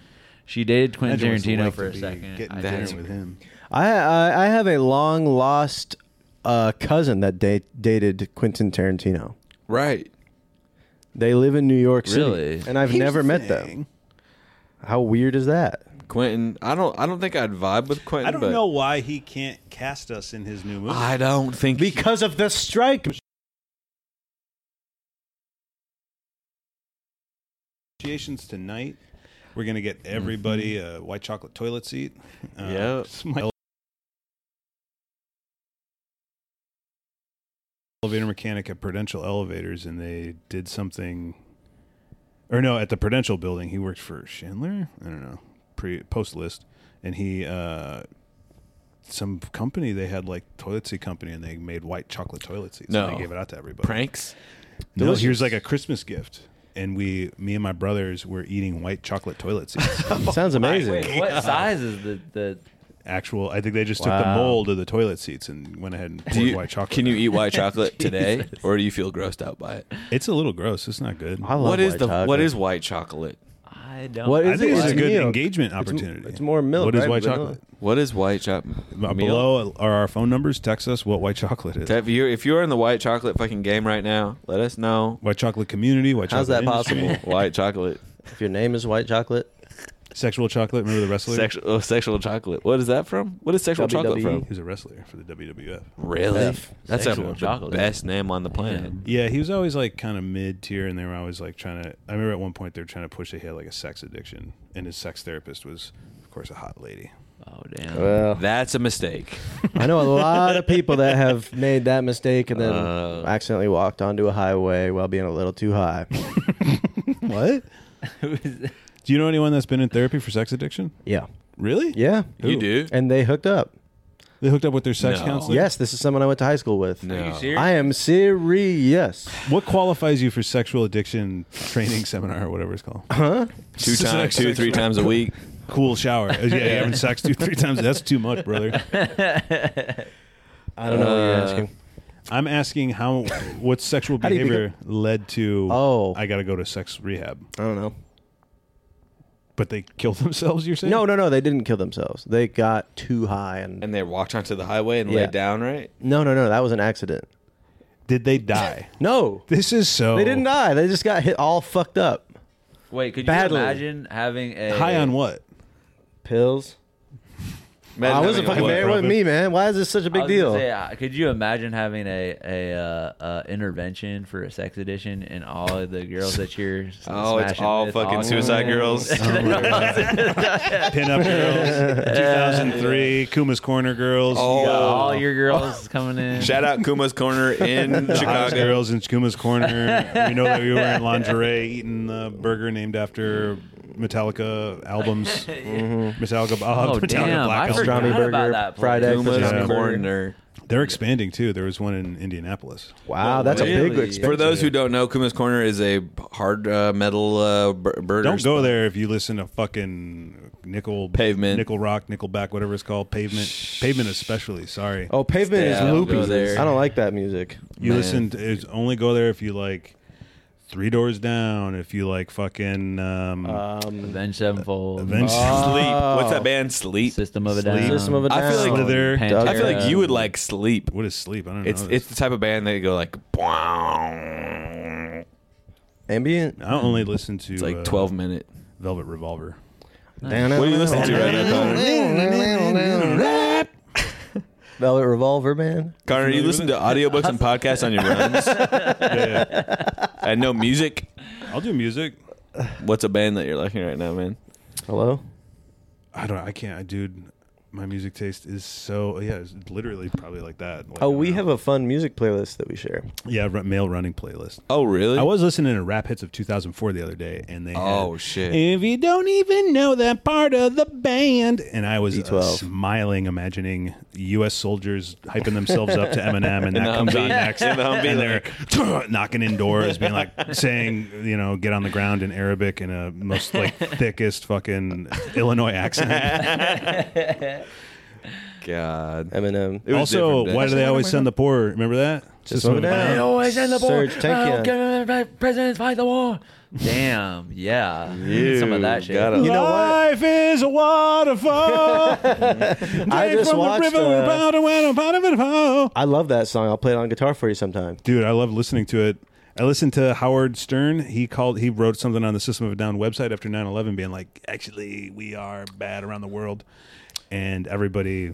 [SPEAKER 8] She dated Quentin
[SPEAKER 7] Imagine what it's
[SPEAKER 8] Tarantino
[SPEAKER 7] like
[SPEAKER 8] for
[SPEAKER 7] to
[SPEAKER 8] a
[SPEAKER 7] be
[SPEAKER 8] second.
[SPEAKER 7] Getting
[SPEAKER 8] I
[SPEAKER 7] dinner
[SPEAKER 8] think.
[SPEAKER 7] with him.
[SPEAKER 6] I, I I have a long lost uh, cousin that date, dated Quentin Tarantino.
[SPEAKER 4] Right.
[SPEAKER 6] They live in New York City,
[SPEAKER 8] Really?
[SPEAKER 6] and I've never met them. How weird is that?
[SPEAKER 4] Quentin. I don't. I don't think I'd vibe with Quentin.
[SPEAKER 7] I don't
[SPEAKER 4] but
[SPEAKER 7] know why he can't cast us in his new movie.
[SPEAKER 4] I don't think
[SPEAKER 6] Because of the strike.
[SPEAKER 7] Negotiations tonight. We're gonna get everybody
[SPEAKER 6] Mm-hmm.
[SPEAKER 7] a white chocolate toilet seat. Uh,
[SPEAKER 4] Yep.
[SPEAKER 7] it's my- Elevator mechanic at Prudential Elevators, and they did something, or no, at the Prudential building. He worked for Schindler. I don't know, pre post list, and he uh, some company they had like toilet seat company, and they made white chocolate toilet seats. and
[SPEAKER 4] No.
[SPEAKER 7] they gave it out to everybody.
[SPEAKER 4] pranks.
[SPEAKER 7] No, here's like a Christmas gift. And we, me and my brothers, were eating white chocolate toilet seats.
[SPEAKER 4] Oh
[SPEAKER 6] Sounds amazing.
[SPEAKER 8] Wait, what size is the the?
[SPEAKER 7] Actual, I think they just took the mold of the toilet seats and went ahead and poured
[SPEAKER 4] Do you,
[SPEAKER 7] white chocolate.
[SPEAKER 4] Can you eat white chocolate today, or do you feel grossed out by it?
[SPEAKER 7] It's a little gross. It's not good.
[SPEAKER 6] I love
[SPEAKER 4] What is
[SPEAKER 6] white
[SPEAKER 4] the what
[SPEAKER 6] chocolate.
[SPEAKER 4] is white chocolate?
[SPEAKER 8] I don't.
[SPEAKER 6] What
[SPEAKER 7] I
[SPEAKER 6] is
[SPEAKER 7] think
[SPEAKER 6] it?
[SPEAKER 7] it's a
[SPEAKER 6] It's
[SPEAKER 7] good
[SPEAKER 6] milk.
[SPEAKER 7] engagement
[SPEAKER 6] It's m-
[SPEAKER 7] opportunity.
[SPEAKER 6] it's more milk,
[SPEAKER 7] What is
[SPEAKER 6] right?
[SPEAKER 7] white
[SPEAKER 6] Vanilla.
[SPEAKER 7] chocolate?
[SPEAKER 4] What is white chocolate?
[SPEAKER 7] Uh, Below are our phone numbers. Text us what white chocolate is.
[SPEAKER 4] If you're if you're in the white chocolate fucking game right now, let us know.
[SPEAKER 7] white chocolate community. White
[SPEAKER 6] How's
[SPEAKER 7] chocolate
[SPEAKER 6] that
[SPEAKER 7] industry,
[SPEAKER 6] possible?
[SPEAKER 4] White chocolate,
[SPEAKER 6] If your name is white chocolate,
[SPEAKER 7] Sexual chocolate. Remember the wrestler?
[SPEAKER 4] sexual oh, sexual chocolate. What is that from? What is sexual chocolate
[SPEAKER 6] WWE?
[SPEAKER 4] from?
[SPEAKER 7] He was a wrestler for the WWF.
[SPEAKER 4] Really?
[SPEAKER 6] F.
[SPEAKER 4] That's
[SPEAKER 8] Sexual
[SPEAKER 4] a,
[SPEAKER 8] chocolate.
[SPEAKER 4] the best name on the planet.
[SPEAKER 7] Yeah, he was always like kind of mid tier, and they were always like trying to. I remember at one point they were trying to push that he had like a sex addiction, and his sex therapist was, of course, a hot lady.
[SPEAKER 8] Oh damn.
[SPEAKER 4] That's a mistake.
[SPEAKER 6] I know a lot of people that have made that mistake and then
[SPEAKER 4] Uh.
[SPEAKER 6] accidentally walked onto a highway while being a little too high.
[SPEAKER 7] What? Do you know anyone that's been in therapy for sex addiction?
[SPEAKER 6] Yeah.
[SPEAKER 7] Really?
[SPEAKER 6] Yeah.
[SPEAKER 4] You do?
[SPEAKER 6] And they hooked up.
[SPEAKER 7] They hooked up with their sex
[SPEAKER 4] No.
[SPEAKER 7] counselor.
[SPEAKER 6] Yes, this is someone I went to high school with.
[SPEAKER 4] No.
[SPEAKER 6] I am serious.
[SPEAKER 7] What qualifies you for sexual addiction training seminar or whatever it's called?
[SPEAKER 4] Two times, two three times a week.
[SPEAKER 7] Cool shower. Yeah, you're having sex two, three times. That's too much, brother.
[SPEAKER 6] I don't know what you're asking.
[SPEAKER 7] I'm asking how what sexual
[SPEAKER 6] do you
[SPEAKER 7] behavior led to
[SPEAKER 6] Oh.
[SPEAKER 7] I got to go to sex rehab.
[SPEAKER 6] I don't know.
[SPEAKER 7] But they killed themselves, you're saying?
[SPEAKER 6] No, no, no. They didn't kill themselves. They got too high and,
[SPEAKER 4] And they walked onto the highway and
[SPEAKER 6] Yeah.
[SPEAKER 4] laid down, right?
[SPEAKER 6] no, no, no. That was an accident.
[SPEAKER 7] Did they die?
[SPEAKER 6] No, Oh.
[SPEAKER 7] This is so
[SPEAKER 6] they didn't die. They just got hit all fucked up.
[SPEAKER 8] Wait, could you
[SPEAKER 6] Badly.
[SPEAKER 8] imagine having a
[SPEAKER 7] high on what?
[SPEAKER 6] Pills.
[SPEAKER 4] Imagine
[SPEAKER 6] I
[SPEAKER 4] having
[SPEAKER 6] wasn't
[SPEAKER 4] a
[SPEAKER 6] fucking
[SPEAKER 4] blood-
[SPEAKER 6] there. It wasn't me, man. Why is this such a
[SPEAKER 8] I
[SPEAKER 6] big
[SPEAKER 8] was gonna
[SPEAKER 6] deal?
[SPEAKER 8] say, uh, could you imagine having a a uh, uh, intervention for a sex addiction and all of the girls that you're s-
[SPEAKER 4] Oh, it's
[SPEAKER 8] smashing
[SPEAKER 4] all
[SPEAKER 8] with
[SPEAKER 4] fucking
[SPEAKER 8] all-
[SPEAKER 4] suicide girls.
[SPEAKER 7] Pin up girls, 2003, Kuma's Corner girls,
[SPEAKER 4] Oh.
[SPEAKER 8] Yeah, all your girls coming in.
[SPEAKER 4] Shout out Kuma's Corner in
[SPEAKER 7] the hottest
[SPEAKER 4] Chicago.
[SPEAKER 7] girls in Kuma's Corner. we know that we were in lingerie eating the burger named after Metallica albums. Metallica, uh,
[SPEAKER 8] Oh
[SPEAKER 6] Mm-hmm.
[SPEAKER 7] Metallica
[SPEAKER 8] damn!
[SPEAKER 7] Black
[SPEAKER 8] I
[SPEAKER 7] Album.
[SPEAKER 8] forgot
[SPEAKER 6] Pastrami burger,
[SPEAKER 8] about that. place.
[SPEAKER 6] fried egg
[SPEAKER 4] Kuma's
[SPEAKER 6] pastrami burger.
[SPEAKER 4] Corner.
[SPEAKER 7] They're expanding too. There was one in Indianapolis.
[SPEAKER 6] Wow, that's a big
[SPEAKER 3] really?
[SPEAKER 6] expense.
[SPEAKER 4] For those who don't know, Kuma's Corner is a hard uh, metal uh, bur- burger.
[SPEAKER 7] Don't go there if you listen to fucking nickel
[SPEAKER 4] Pavement.
[SPEAKER 7] nickel rock, nickelback, whatever it's called. Pavement, pavement especially. Sorry,
[SPEAKER 6] Oh, pavement
[SPEAKER 4] Yeah,
[SPEAKER 6] is
[SPEAKER 4] don't
[SPEAKER 6] loopy.
[SPEAKER 4] go there.
[SPEAKER 6] I don't like that music.
[SPEAKER 7] you
[SPEAKER 4] man.
[SPEAKER 7] listen. To, it's only go there if you like Three Doors Down. If you like fucking um,
[SPEAKER 4] Uh,
[SPEAKER 8] Avenged Sevenfold,
[SPEAKER 7] Avenged
[SPEAKER 4] Sleep. What's that band? Sleep.
[SPEAKER 8] System of a
[SPEAKER 7] Sleep.
[SPEAKER 8] Down.
[SPEAKER 6] System of a
[SPEAKER 4] I feel
[SPEAKER 6] Down.
[SPEAKER 4] like
[SPEAKER 7] Slither.
[SPEAKER 8] Pantera.
[SPEAKER 4] I feel like you would like Sleep.
[SPEAKER 7] What is sleep? I don't know.
[SPEAKER 4] It's
[SPEAKER 7] this.
[SPEAKER 4] it's the type of band that go like. "Bwang."
[SPEAKER 6] Ambient.
[SPEAKER 7] I only listen to
[SPEAKER 4] It's
[SPEAKER 7] uh,
[SPEAKER 4] like twelve minute.
[SPEAKER 7] Velvet Revolver.
[SPEAKER 6] What are
[SPEAKER 4] you listening to right now,
[SPEAKER 6] Velvet Revolver, man.
[SPEAKER 4] Connor, you listen to audiobooks and podcasts on your runs. And no music.
[SPEAKER 7] I'll do music.
[SPEAKER 4] What's a band that you're liking right now, man?
[SPEAKER 6] Hello.
[SPEAKER 7] I don't. I can't. I dude, my music taste is so yeah. It's literally probably like that. Like,
[SPEAKER 6] Oh,
[SPEAKER 7] I
[SPEAKER 6] we
[SPEAKER 7] don't
[SPEAKER 6] have
[SPEAKER 7] know.
[SPEAKER 6] a fun music playlist that we share.
[SPEAKER 7] yeah ru- male running playlist.
[SPEAKER 4] Oh, really?
[SPEAKER 7] I was listening to Rap Hits of 2004 the other day, and they
[SPEAKER 4] Oh,
[SPEAKER 7] had,
[SPEAKER 4] shit.
[SPEAKER 7] If you don't even know that part of the band, and I was uh,
[SPEAKER 6] B12.
[SPEAKER 7] smiling, imagining U.S. soldiers hyping themselves up to Eminem, and that
[SPEAKER 4] the
[SPEAKER 7] comes
[SPEAKER 4] Humvee.
[SPEAKER 7] on next,
[SPEAKER 4] In the Humvee,
[SPEAKER 7] and they're knocking in doors, being like saying, you know, get on the ground in Arabic in a most like thickest fucking Illinois accent.
[SPEAKER 4] God.
[SPEAKER 6] Eminem.
[SPEAKER 4] was
[SPEAKER 7] also,
[SPEAKER 4] different then.
[SPEAKER 7] why do they always send the poor? Remember that?
[SPEAKER 6] Just slow down.
[SPEAKER 8] Always end the war.
[SPEAKER 6] Serge Tankian.
[SPEAKER 8] Presidents fight the war. Damn. Yeah. Some of that shit.
[SPEAKER 4] gotta-
[SPEAKER 6] You know what?
[SPEAKER 7] Life is a waterfall.
[SPEAKER 6] I just watched. Uh, I love that song. I'll play it on guitar for you sometime.
[SPEAKER 7] Dude, I love listening to it. I listened to Howard Stern. He called. He wrote something on the System of a Down website after 9-11 being like, "Actually, we are bad around the world," and everybody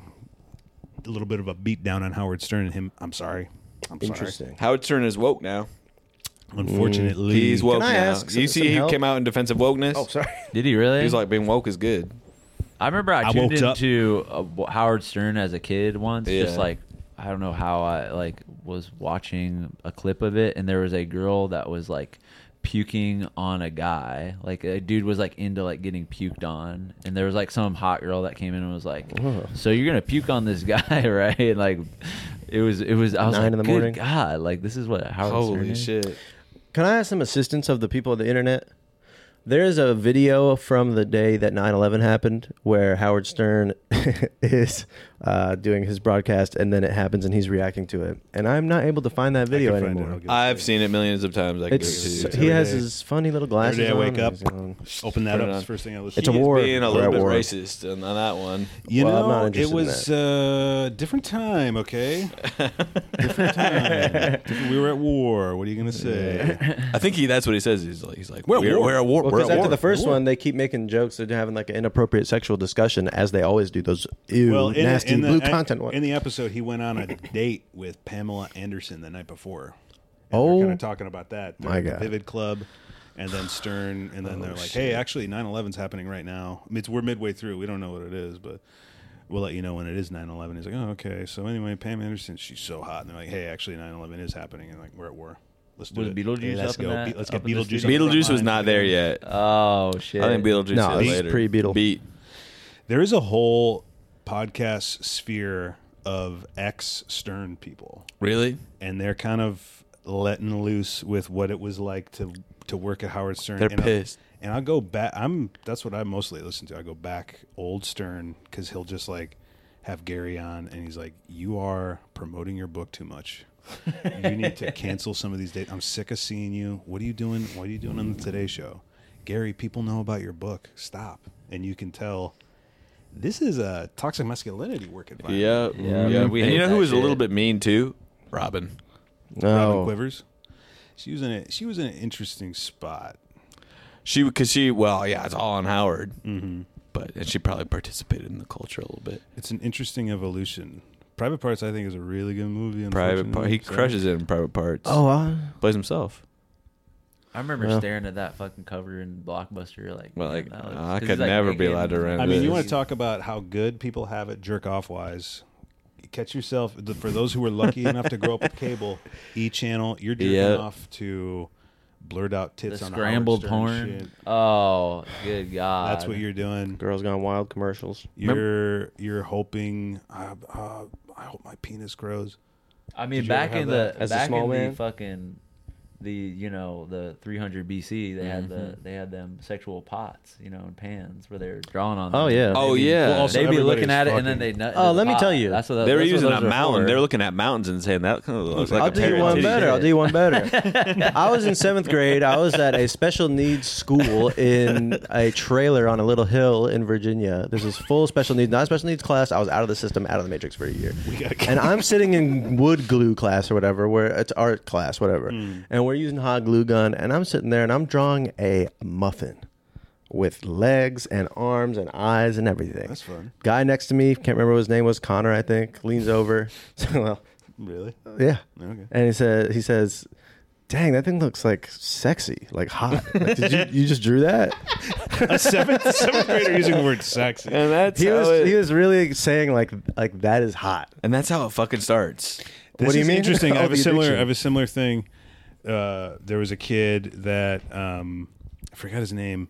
[SPEAKER 7] a little bit of a beat down on Howard Stern and him. I'm sorry. I'm sorry.
[SPEAKER 6] Interesting.
[SPEAKER 4] Howard Stern is woke now.
[SPEAKER 7] Unfortunately,
[SPEAKER 4] Mm. He's woke
[SPEAKER 6] I
[SPEAKER 4] now.
[SPEAKER 6] ask
[SPEAKER 4] you
[SPEAKER 6] some
[SPEAKER 4] see, he
[SPEAKER 6] help?
[SPEAKER 4] came out in defense of wokeness. Oh, sorry.
[SPEAKER 8] Did he really?
[SPEAKER 4] He was like, being woke is good.
[SPEAKER 8] I remember I
[SPEAKER 7] I
[SPEAKER 8] tuned
[SPEAKER 7] woke up.
[SPEAKER 8] into uh, w- Howard Stern as a kid once. Just
[SPEAKER 4] Yeah.
[SPEAKER 8] like I don't know how I like was watching a clip of it, and there was a girl that was like puking on a guy. Like a dude was like into like getting puked on, and there was like some hot girl that came in and was like, "So you're gonna puke on this guy, right?" And, like it was it was I was
[SPEAKER 6] Nine
[SPEAKER 8] like,
[SPEAKER 6] in the
[SPEAKER 8] "Good
[SPEAKER 6] morning."
[SPEAKER 8] God, like this is what Howard Stern
[SPEAKER 4] Holy
[SPEAKER 8] is.
[SPEAKER 4] shit.
[SPEAKER 6] Can I ask some assistance of the people of the internet? There is a video from the day that 9 11 happened where Howard Stern is uh, doing his broadcast and then it happens and he's reacting to it. And I'm not able to find that video
[SPEAKER 7] I can find it.
[SPEAKER 6] anymore.
[SPEAKER 7] I'll give it
[SPEAKER 4] I've seen it millions of times. I can
[SPEAKER 6] It's
[SPEAKER 4] do it to
[SPEAKER 6] he
[SPEAKER 4] you.
[SPEAKER 6] has
[SPEAKER 7] day.
[SPEAKER 6] his funny little glasses.
[SPEAKER 7] Every day I
[SPEAKER 6] on
[SPEAKER 7] wake
[SPEAKER 6] and
[SPEAKER 7] up.
[SPEAKER 6] he's on.
[SPEAKER 7] Open that
[SPEAKER 4] Turn it
[SPEAKER 7] up. It's
[SPEAKER 4] on.
[SPEAKER 7] the first thing I listen.
[SPEAKER 6] It's a
[SPEAKER 7] to.
[SPEAKER 4] He's
[SPEAKER 6] war.
[SPEAKER 4] being a
[SPEAKER 6] We're
[SPEAKER 4] little
[SPEAKER 6] at
[SPEAKER 4] bit
[SPEAKER 6] war.
[SPEAKER 4] racist on on that one.
[SPEAKER 7] You
[SPEAKER 6] Well, I'm
[SPEAKER 7] know,
[SPEAKER 6] not
[SPEAKER 7] it
[SPEAKER 6] interested in
[SPEAKER 7] was uh, different time. Okay, different time. Different- we were at war. What are you gonna say?
[SPEAKER 4] I think he. That's what he says. He's like, he's like,
[SPEAKER 7] We're
[SPEAKER 4] we're,
[SPEAKER 7] at
[SPEAKER 4] we're,
[SPEAKER 7] war.
[SPEAKER 4] we're at war.
[SPEAKER 6] Well,
[SPEAKER 4] we're
[SPEAKER 6] because
[SPEAKER 4] at war.
[SPEAKER 6] after the first one, they keep making jokes. They're having like an inappropriate sexual discussion, as they always do. Those ew, nasty blue content one.
[SPEAKER 7] In the episode, he went on a date with Pamela Anderson the night before.
[SPEAKER 6] Oh,
[SPEAKER 7] kind of talking about that. They're
[SPEAKER 6] my
[SPEAKER 7] at the
[SPEAKER 6] God. Oh,
[SPEAKER 7] Vivid Club, and then Stern, and then they're like, "Hey, actually, 9/11's happening right now. I mean, It's, we're midway through. We don't know what it is, but." We'll let you know when it is 9 11. He's like, oh, okay. So, anyway, Pam Anderson, she's so hot. And they're like, hey, actually, 9 11 is happening. And like, we're at war. Let's do
[SPEAKER 8] Was
[SPEAKER 7] it.
[SPEAKER 8] Beetlejuice
[SPEAKER 7] Hey, let's
[SPEAKER 8] up in
[SPEAKER 7] go.
[SPEAKER 8] that-
[SPEAKER 7] Be- let's get
[SPEAKER 8] up in the
[SPEAKER 7] Beetlejuice. on the
[SPEAKER 4] Beetlejuice was
[SPEAKER 7] front line.
[SPEAKER 4] not there yet.
[SPEAKER 8] Oh shit!
[SPEAKER 4] I think Beetlejuice
[SPEAKER 6] No,
[SPEAKER 4] is
[SPEAKER 6] it's
[SPEAKER 4] later.
[SPEAKER 6] pre-Beetle.
[SPEAKER 4] Beat.
[SPEAKER 7] There is a whole podcast sphere of ex Stern people.
[SPEAKER 4] Really?
[SPEAKER 7] and they're kind of letting loose with what it was like to to work at Howard Stern.
[SPEAKER 4] They're
[SPEAKER 7] and I'll-
[SPEAKER 4] pissed.
[SPEAKER 7] and I go back. I'm that's what I mostly listen to. I go back old Stern because he'll just like have Gary on, and he's like, "You are promoting your book too much. you need to cancel some of these dates. I'm sick of seeing you. What are you doing? What are you doing on the Today Show, Gary? People know about your book. Stop." And you can tell. This is a toxic masculinity work environment.
[SPEAKER 4] Yeah.
[SPEAKER 8] Yeah,
[SPEAKER 4] Yeah.
[SPEAKER 8] we
[SPEAKER 4] and
[SPEAKER 8] hate
[SPEAKER 4] you know who
[SPEAKER 8] that
[SPEAKER 4] was a little
[SPEAKER 8] shit.
[SPEAKER 4] bit mean too? Robin. Oh.
[SPEAKER 7] Robin
[SPEAKER 6] no.
[SPEAKER 7] Quivers. She was in a she was in an interesting spot.
[SPEAKER 4] She because she well yeah it's all on Howard. Mm-hmm. But and she probably participated in the culture a little bit.
[SPEAKER 7] It's an interesting evolution. Private Parts, I think, is a really good movie.
[SPEAKER 4] Private part. He
[SPEAKER 7] unfortunately. So-
[SPEAKER 4] crushes it in private parts.
[SPEAKER 6] Oh, uh,
[SPEAKER 4] plays himself.
[SPEAKER 8] I remember staring at that fucking cover in Blockbuster, like,
[SPEAKER 4] Well,
[SPEAKER 8] man,
[SPEAKER 4] like,
[SPEAKER 8] that
[SPEAKER 4] I
[SPEAKER 8] was- 'cause
[SPEAKER 4] could
[SPEAKER 8] it's, like,
[SPEAKER 4] never be
[SPEAKER 8] big
[SPEAKER 4] allowed to
[SPEAKER 8] and-
[SPEAKER 4] rent
[SPEAKER 7] I mean, you
[SPEAKER 4] this.
[SPEAKER 7] want to talk about how good people have it jerk off wise. Catch yourself the- for those who were lucky enough to grow up with cable, E Channel. You're jerking
[SPEAKER 4] Yeah.
[SPEAKER 7] off to blurred out tits
[SPEAKER 8] The
[SPEAKER 7] on
[SPEAKER 8] scrambled
[SPEAKER 7] Howard Stern
[SPEAKER 8] porn.
[SPEAKER 7] shit.
[SPEAKER 8] Oh, good God.
[SPEAKER 4] Ah,
[SPEAKER 7] That's what you're doing.
[SPEAKER 6] Girls Gone Wild commercials.
[SPEAKER 7] You're you're hoping. Uh, uh, I hope my penis grows.
[SPEAKER 8] I mean,
[SPEAKER 7] Did you
[SPEAKER 8] back
[SPEAKER 7] ever have
[SPEAKER 8] in the
[SPEAKER 7] that
[SPEAKER 6] as a
[SPEAKER 8] back
[SPEAKER 6] small
[SPEAKER 8] in
[SPEAKER 6] man?
[SPEAKER 8] the fucking the you know the 300 BC, they had
[SPEAKER 6] Mm-hmm.
[SPEAKER 8] the they had them sexual pots, you know, and pans where they're drawing on.
[SPEAKER 6] Oh,
[SPEAKER 8] them.
[SPEAKER 6] yeah.
[SPEAKER 4] Oh, yeah. Well, also
[SPEAKER 8] they'd be
[SPEAKER 7] everybody's
[SPEAKER 8] looking at it and then
[SPEAKER 7] fucking-
[SPEAKER 8] they. nut into
[SPEAKER 6] Oh,
[SPEAKER 8] the
[SPEAKER 6] let me
[SPEAKER 8] pot.
[SPEAKER 6] tell you.
[SPEAKER 8] that's what
[SPEAKER 4] They were
[SPEAKER 8] that's what
[SPEAKER 4] using
[SPEAKER 8] those
[SPEAKER 4] a
[SPEAKER 8] are
[SPEAKER 4] mountain.
[SPEAKER 8] for.
[SPEAKER 4] They were looking at mountains and saying that kind of looks like
[SPEAKER 6] I'll
[SPEAKER 4] a
[SPEAKER 6] do
[SPEAKER 4] pair
[SPEAKER 6] you
[SPEAKER 4] of
[SPEAKER 6] one
[SPEAKER 4] titties."
[SPEAKER 6] better. I'll do you one better. I was in seventh grade. I was at a special needs school in a trailer on a little hill in Virginia. This is full special needs, not special needs class. I was out of the system, out of the matrix for a year. And I'm sitting in wood glue class or whatever, where it's art class, whatever.
[SPEAKER 7] Hmm.
[SPEAKER 6] And we're using hot glue gun. And I'm sitting there and I'm drawing a muffin with legs and arms and eyes and everything. That's
[SPEAKER 7] fun.
[SPEAKER 6] Guy next to me, can't remember what his name was, Connor, I think, leans over. So, well,
[SPEAKER 7] Really?
[SPEAKER 6] yeah.
[SPEAKER 7] Okay.
[SPEAKER 6] And he says, he says, "Dang, that thing looks like sexy, like hot. Like, did you you just drew that?"
[SPEAKER 7] A seventh seventh grader using the word sexy.
[SPEAKER 4] And that's
[SPEAKER 6] He
[SPEAKER 4] how
[SPEAKER 6] was
[SPEAKER 4] it-
[SPEAKER 6] he was really saying like like that is hot.
[SPEAKER 4] and that's how it fucking starts.
[SPEAKER 7] This
[SPEAKER 6] What do you
[SPEAKER 7] is
[SPEAKER 6] mean?
[SPEAKER 7] Interesting. I
[SPEAKER 6] Oh,
[SPEAKER 7] have a
[SPEAKER 6] the
[SPEAKER 7] similar. I
[SPEAKER 6] addiction.
[SPEAKER 7] have a similar thing. Uh, there was a kid that um, I forgot his name,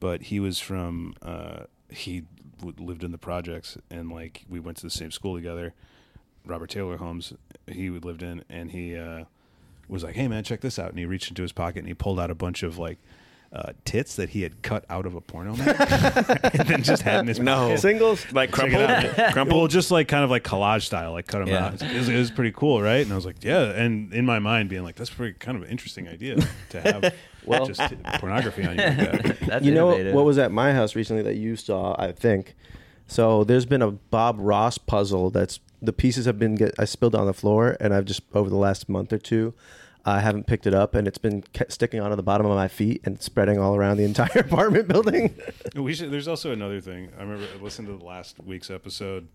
[SPEAKER 7] but he was from. Uh, he w- lived in the projects, and like we went to the same school together. Robert Taylor Holmes. He would lived in, and he uh, was like, "Hey man, check this out!" And he reached into his pocket and he pulled out a bunch of like. Uh, tits that he had cut out of a porno mag, and then just had in his
[SPEAKER 4] No.
[SPEAKER 6] Singles.
[SPEAKER 4] Like
[SPEAKER 7] Check it out. Well, just like kind of like collage style, like cut them
[SPEAKER 4] Yeah.
[SPEAKER 7] out. It was, it was pretty cool, right? And I was like, yeah. And in my mind, being like, that's pretty kind of an interesting idea to have just t- pornography on you. Like that.
[SPEAKER 8] That's
[SPEAKER 6] you know
[SPEAKER 8] innovative.
[SPEAKER 6] what was at my house recently that you saw? I think. So there's been a Bob Ross puzzle that's the pieces have been get I spilled on the floor, and I've just over the last month or two. I haven't picked it up, and it's been ke- sticking onto the bottom of my feet and spreading all around the entire apartment building.
[SPEAKER 7] We should, there's also another thing. I remember I listened to the last week's episode,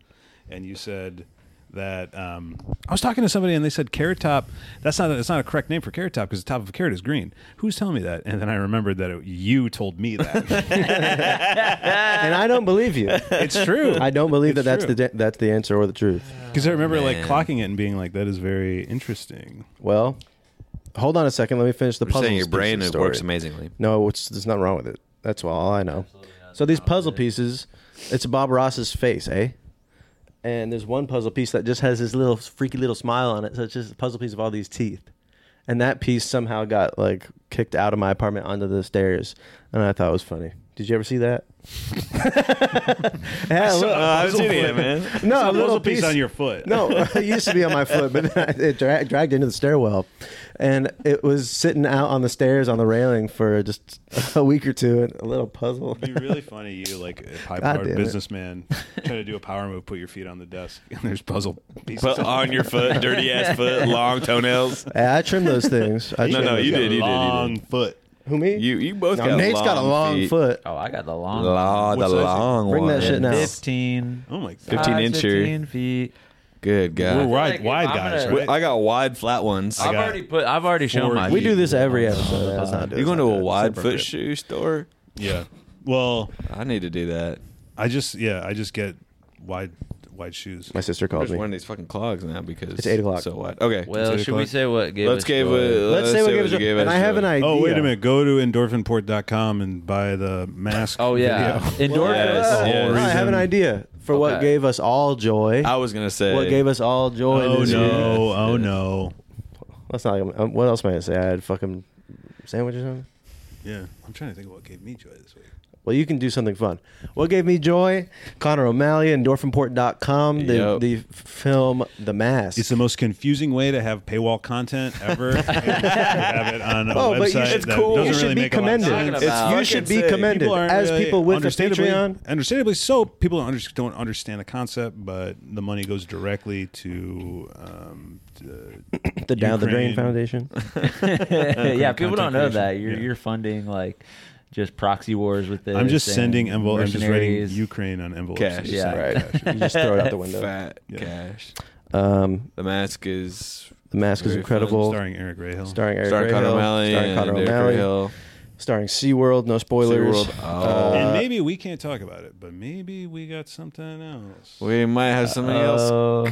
[SPEAKER 7] and you said that um, I was talking to somebody, and they said carrot top. That's not that's not a correct name for carrot top because the top of a carrot is green. Who's telling me that? And then I remembered that it, you told me that.
[SPEAKER 6] and I don't believe you.
[SPEAKER 7] it's true.
[SPEAKER 6] I don't believe
[SPEAKER 7] It's
[SPEAKER 6] that that's
[SPEAKER 7] true.
[SPEAKER 6] the that's the answer or the truth.
[SPEAKER 7] Because
[SPEAKER 4] Oh,
[SPEAKER 7] I remember like clocking it and being like, "That is very interesting."
[SPEAKER 6] Well, hold on a second. Let me finish the
[SPEAKER 4] You're
[SPEAKER 6] puzzle.
[SPEAKER 4] saying your brain
[SPEAKER 6] pieces
[SPEAKER 4] it
[SPEAKER 6] story.
[SPEAKER 4] works amazingly.
[SPEAKER 6] No, it's, there's nothing wrong with it. That's all I know. So these puzzle pieces, it's Bob Ross's face, eh? And there's one puzzle piece that just has this little freaky little smile on it. So it's just a puzzle piece of all these teeth. And that piece somehow got like kicked out of my apartment onto the stairs, and I thought it was funny. Did you ever see that? yeah, look,
[SPEAKER 4] I've seen it, man.
[SPEAKER 6] no, a
[SPEAKER 7] a
[SPEAKER 6] little
[SPEAKER 7] puzzle piece on your foot.
[SPEAKER 6] No, it used to be on my foot, but then I- it dra- dragged into the stairwell, and it was sitting out on the stairs on the railing for just a week or two, and a little puzzle.
[SPEAKER 7] It'd be really funny, you like a
[SPEAKER 6] damn
[SPEAKER 7] high-powered
[SPEAKER 6] it.
[SPEAKER 7] businessman trying to do a power move, put your feet on the desk, and there's puzzle pieces.
[SPEAKER 4] But on your foot, dirty ass foot, long toenails.
[SPEAKER 6] Hey, I trimmed those things. I
[SPEAKER 4] No,
[SPEAKER 6] trimmed
[SPEAKER 4] no,
[SPEAKER 6] those
[SPEAKER 4] you
[SPEAKER 6] things.
[SPEAKER 4] did, you did, you
[SPEAKER 7] long
[SPEAKER 4] did.
[SPEAKER 7] foot.
[SPEAKER 6] Who me?
[SPEAKER 4] You, you both
[SPEAKER 6] No,
[SPEAKER 4] got
[SPEAKER 6] Nate's
[SPEAKER 4] long
[SPEAKER 6] got a long
[SPEAKER 4] feet.
[SPEAKER 6] foot.
[SPEAKER 8] Oh, I got the long.
[SPEAKER 4] La, the
[SPEAKER 7] What size?
[SPEAKER 4] long
[SPEAKER 6] Bring
[SPEAKER 4] one.
[SPEAKER 6] that shit now.
[SPEAKER 8] Fifteen.
[SPEAKER 7] Oh my
[SPEAKER 4] 15
[SPEAKER 7] god,
[SPEAKER 8] Size
[SPEAKER 4] incher.
[SPEAKER 8] 15 feet.
[SPEAKER 4] Good
[SPEAKER 7] we're
[SPEAKER 4] God.
[SPEAKER 7] wide,
[SPEAKER 8] like if
[SPEAKER 7] wide
[SPEAKER 8] I'm
[SPEAKER 7] guys,
[SPEAKER 8] gonna-
[SPEAKER 7] right?
[SPEAKER 4] I got wide, flat ones.
[SPEAKER 8] I've
[SPEAKER 7] got
[SPEAKER 8] already put. I've already shown my.
[SPEAKER 6] We
[SPEAKER 8] feet.
[SPEAKER 6] do this every episode. Let's not do
[SPEAKER 4] You
[SPEAKER 6] it.
[SPEAKER 4] going to a
[SPEAKER 6] It's
[SPEAKER 4] wide
[SPEAKER 6] inappropriate.
[SPEAKER 4] foot shoe store?
[SPEAKER 7] yeah. Well,
[SPEAKER 4] I need to do that.
[SPEAKER 7] I just yeah, I just get wide, wide shoes.
[SPEAKER 6] My sister
[SPEAKER 4] I
[SPEAKER 6] called
[SPEAKER 4] just
[SPEAKER 6] me.
[SPEAKER 4] wanted these fucking clogs now because
[SPEAKER 6] It's eight o'clock.
[SPEAKER 4] So wide. Okay.
[SPEAKER 8] Well, should we say what? Gave
[SPEAKER 4] let's
[SPEAKER 8] us
[SPEAKER 4] give
[SPEAKER 8] joy?
[SPEAKER 4] it.
[SPEAKER 6] Let's say what gives
[SPEAKER 4] you
[SPEAKER 6] a- And I have an idea.
[SPEAKER 7] Oh wait a minute, go to endorphinport.com and buy the mask.
[SPEAKER 8] Oh yeah,
[SPEAKER 7] video.
[SPEAKER 8] endorphins.
[SPEAKER 4] Yes,
[SPEAKER 6] Oh,
[SPEAKER 4] yes.
[SPEAKER 6] no, I have an idea for what
[SPEAKER 8] Okay.
[SPEAKER 6] gave us all joy.
[SPEAKER 4] I was gonna say
[SPEAKER 6] What gave us all joy?
[SPEAKER 7] Oh
[SPEAKER 6] this year.
[SPEAKER 7] no! Oh no!
[SPEAKER 6] Let's not. Um, what else am I gonna say? I had fucking sandwich or something.
[SPEAKER 7] Yeah, I'm trying to think of what gave me joy this week.
[SPEAKER 6] Well, you can do something fun. What gave me joy? Connor O'Malley and Dorfinport.com, the,
[SPEAKER 4] Yep.
[SPEAKER 6] the film The Mask.
[SPEAKER 7] It's the most confusing way to have paywall content ever. and to have it on a
[SPEAKER 6] Oh, but
[SPEAKER 7] website
[SPEAKER 6] you should,
[SPEAKER 7] that
[SPEAKER 6] you
[SPEAKER 7] doesn't
[SPEAKER 6] should
[SPEAKER 7] really
[SPEAKER 6] be
[SPEAKER 7] make a lot of
[SPEAKER 6] commended.
[SPEAKER 7] sense.
[SPEAKER 4] It's
[SPEAKER 6] you should be commended
[SPEAKER 7] aren't
[SPEAKER 6] as
[SPEAKER 7] really-
[SPEAKER 6] people with a
[SPEAKER 7] understandably-
[SPEAKER 6] Patreon.
[SPEAKER 7] Understandably so, people don't, under, don't understand the concept, but the money goes directly to. Um, to
[SPEAKER 6] The Down the Drain
[SPEAKER 7] Ukraine.
[SPEAKER 6] Foundation.
[SPEAKER 8] yeah, people
[SPEAKER 7] content
[SPEAKER 8] don't know
[SPEAKER 7] creation.
[SPEAKER 8] that you're
[SPEAKER 7] Yeah.
[SPEAKER 8] you're funding like just proxy wars with this.
[SPEAKER 7] I'm just
[SPEAKER 8] and
[SPEAKER 7] sending envelopes. I'm just writing
[SPEAKER 8] mercenaries.
[SPEAKER 7] Ukraine on envelopes.
[SPEAKER 4] Cash.
[SPEAKER 7] I'm just
[SPEAKER 8] Yeah.
[SPEAKER 7] sending
[SPEAKER 8] Right.
[SPEAKER 7] cash.
[SPEAKER 6] you just throw it out the window.
[SPEAKER 4] fat
[SPEAKER 7] Yeah.
[SPEAKER 4] cash.
[SPEAKER 6] Um,
[SPEAKER 4] The mask is
[SPEAKER 6] the Mask is
[SPEAKER 4] Very fun.
[SPEAKER 6] incredible.
[SPEAKER 7] Starring Eric Rahal.
[SPEAKER 6] starring Eric
[SPEAKER 4] starring Connor
[SPEAKER 6] Rahal,
[SPEAKER 4] O'Malley
[SPEAKER 6] starring
[SPEAKER 4] and
[SPEAKER 6] Connor
[SPEAKER 4] Derek
[SPEAKER 6] O'Malley.
[SPEAKER 4] Hill.
[SPEAKER 6] starring SeaWorld, no spoilers. Uh,
[SPEAKER 4] SeaWorld. Oh.
[SPEAKER 7] and maybe we can't talk about it, but maybe we got something else.
[SPEAKER 4] We might have somebody else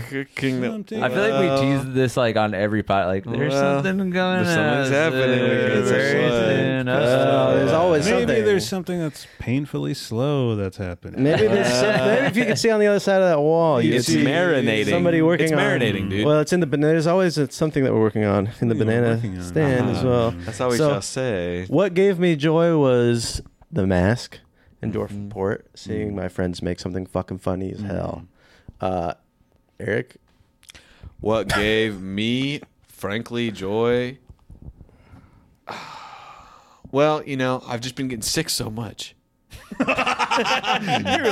[SPEAKER 4] cooking that.
[SPEAKER 7] Something.
[SPEAKER 8] I feel like we teased this like on every pot. Like there's
[SPEAKER 4] Well,
[SPEAKER 8] something going on.
[SPEAKER 4] there's something's happening because
[SPEAKER 8] There's
[SPEAKER 4] there's
[SPEAKER 8] something
[SPEAKER 4] like-
[SPEAKER 8] else.
[SPEAKER 6] Uh, there's always
[SPEAKER 7] Maybe
[SPEAKER 6] something.
[SPEAKER 7] there's something that's painfully slow that's happening.
[SPEAKER 6] Maybe there's some- maybe if you could see on the other side of that wall, you
[SPEAKER 4] It's
[SPEAKER 6] could see
[SPEAKER 4] marinating.
[SPEAKER 6] Somebody working
[SPEAKER 4] It's
[SPEAKER 6] on
[SPEAKER 4] marinating, dude.
[SPEAKER 6] Well, it's in the banana. There's always it's something that we're working on in the
[SPEAKER 7] Something we're
[SPEAKER 6] banana
[SPEAKER 7] working on.
[SPEAKER 6] stand as well.
[SPEAKER 4] That's how we
[SPEAKER 6] So-
[SPEAKER 4] shall say.
[SPEAKER 6] What gave me joy was the mask and Dorfport, Port, seeing my friends make something fucking funny as hell. Uh, Eric,
[SPEAKER 4] What gave me, frankly, joy? Well, you know, I've just been getting sick so much.
[SPEAKER 7] you were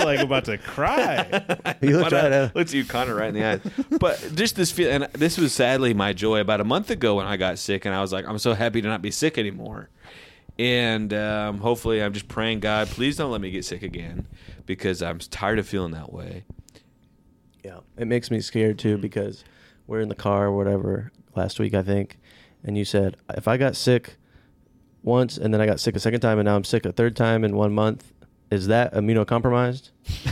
[SPEAKER 7] like about to cry.
[SPEAKER 6] you looked
[SPEAKER 4] Why
[SPEAKER 6] right
[SPEAKER 4] not?
[SPEAKER 6] at
[SPEAKER 4] Looks you, Connor, right in the eyes. But just this feel, and this was sadly my joy about a month ago when I got sick, and I was like, I'm so happy to not be sick anymore. And um, hopefully, I'm just praying, God, please don't let me get sick again, because I'm tired of feeling that way.
[SPEAKER 6] Yeah, it makes me scared too because we're in the car or whatever last week, I think, and you said if I got sick once and then I got sick a second time and now I'm sick a third time in one month, is that immunocompromised?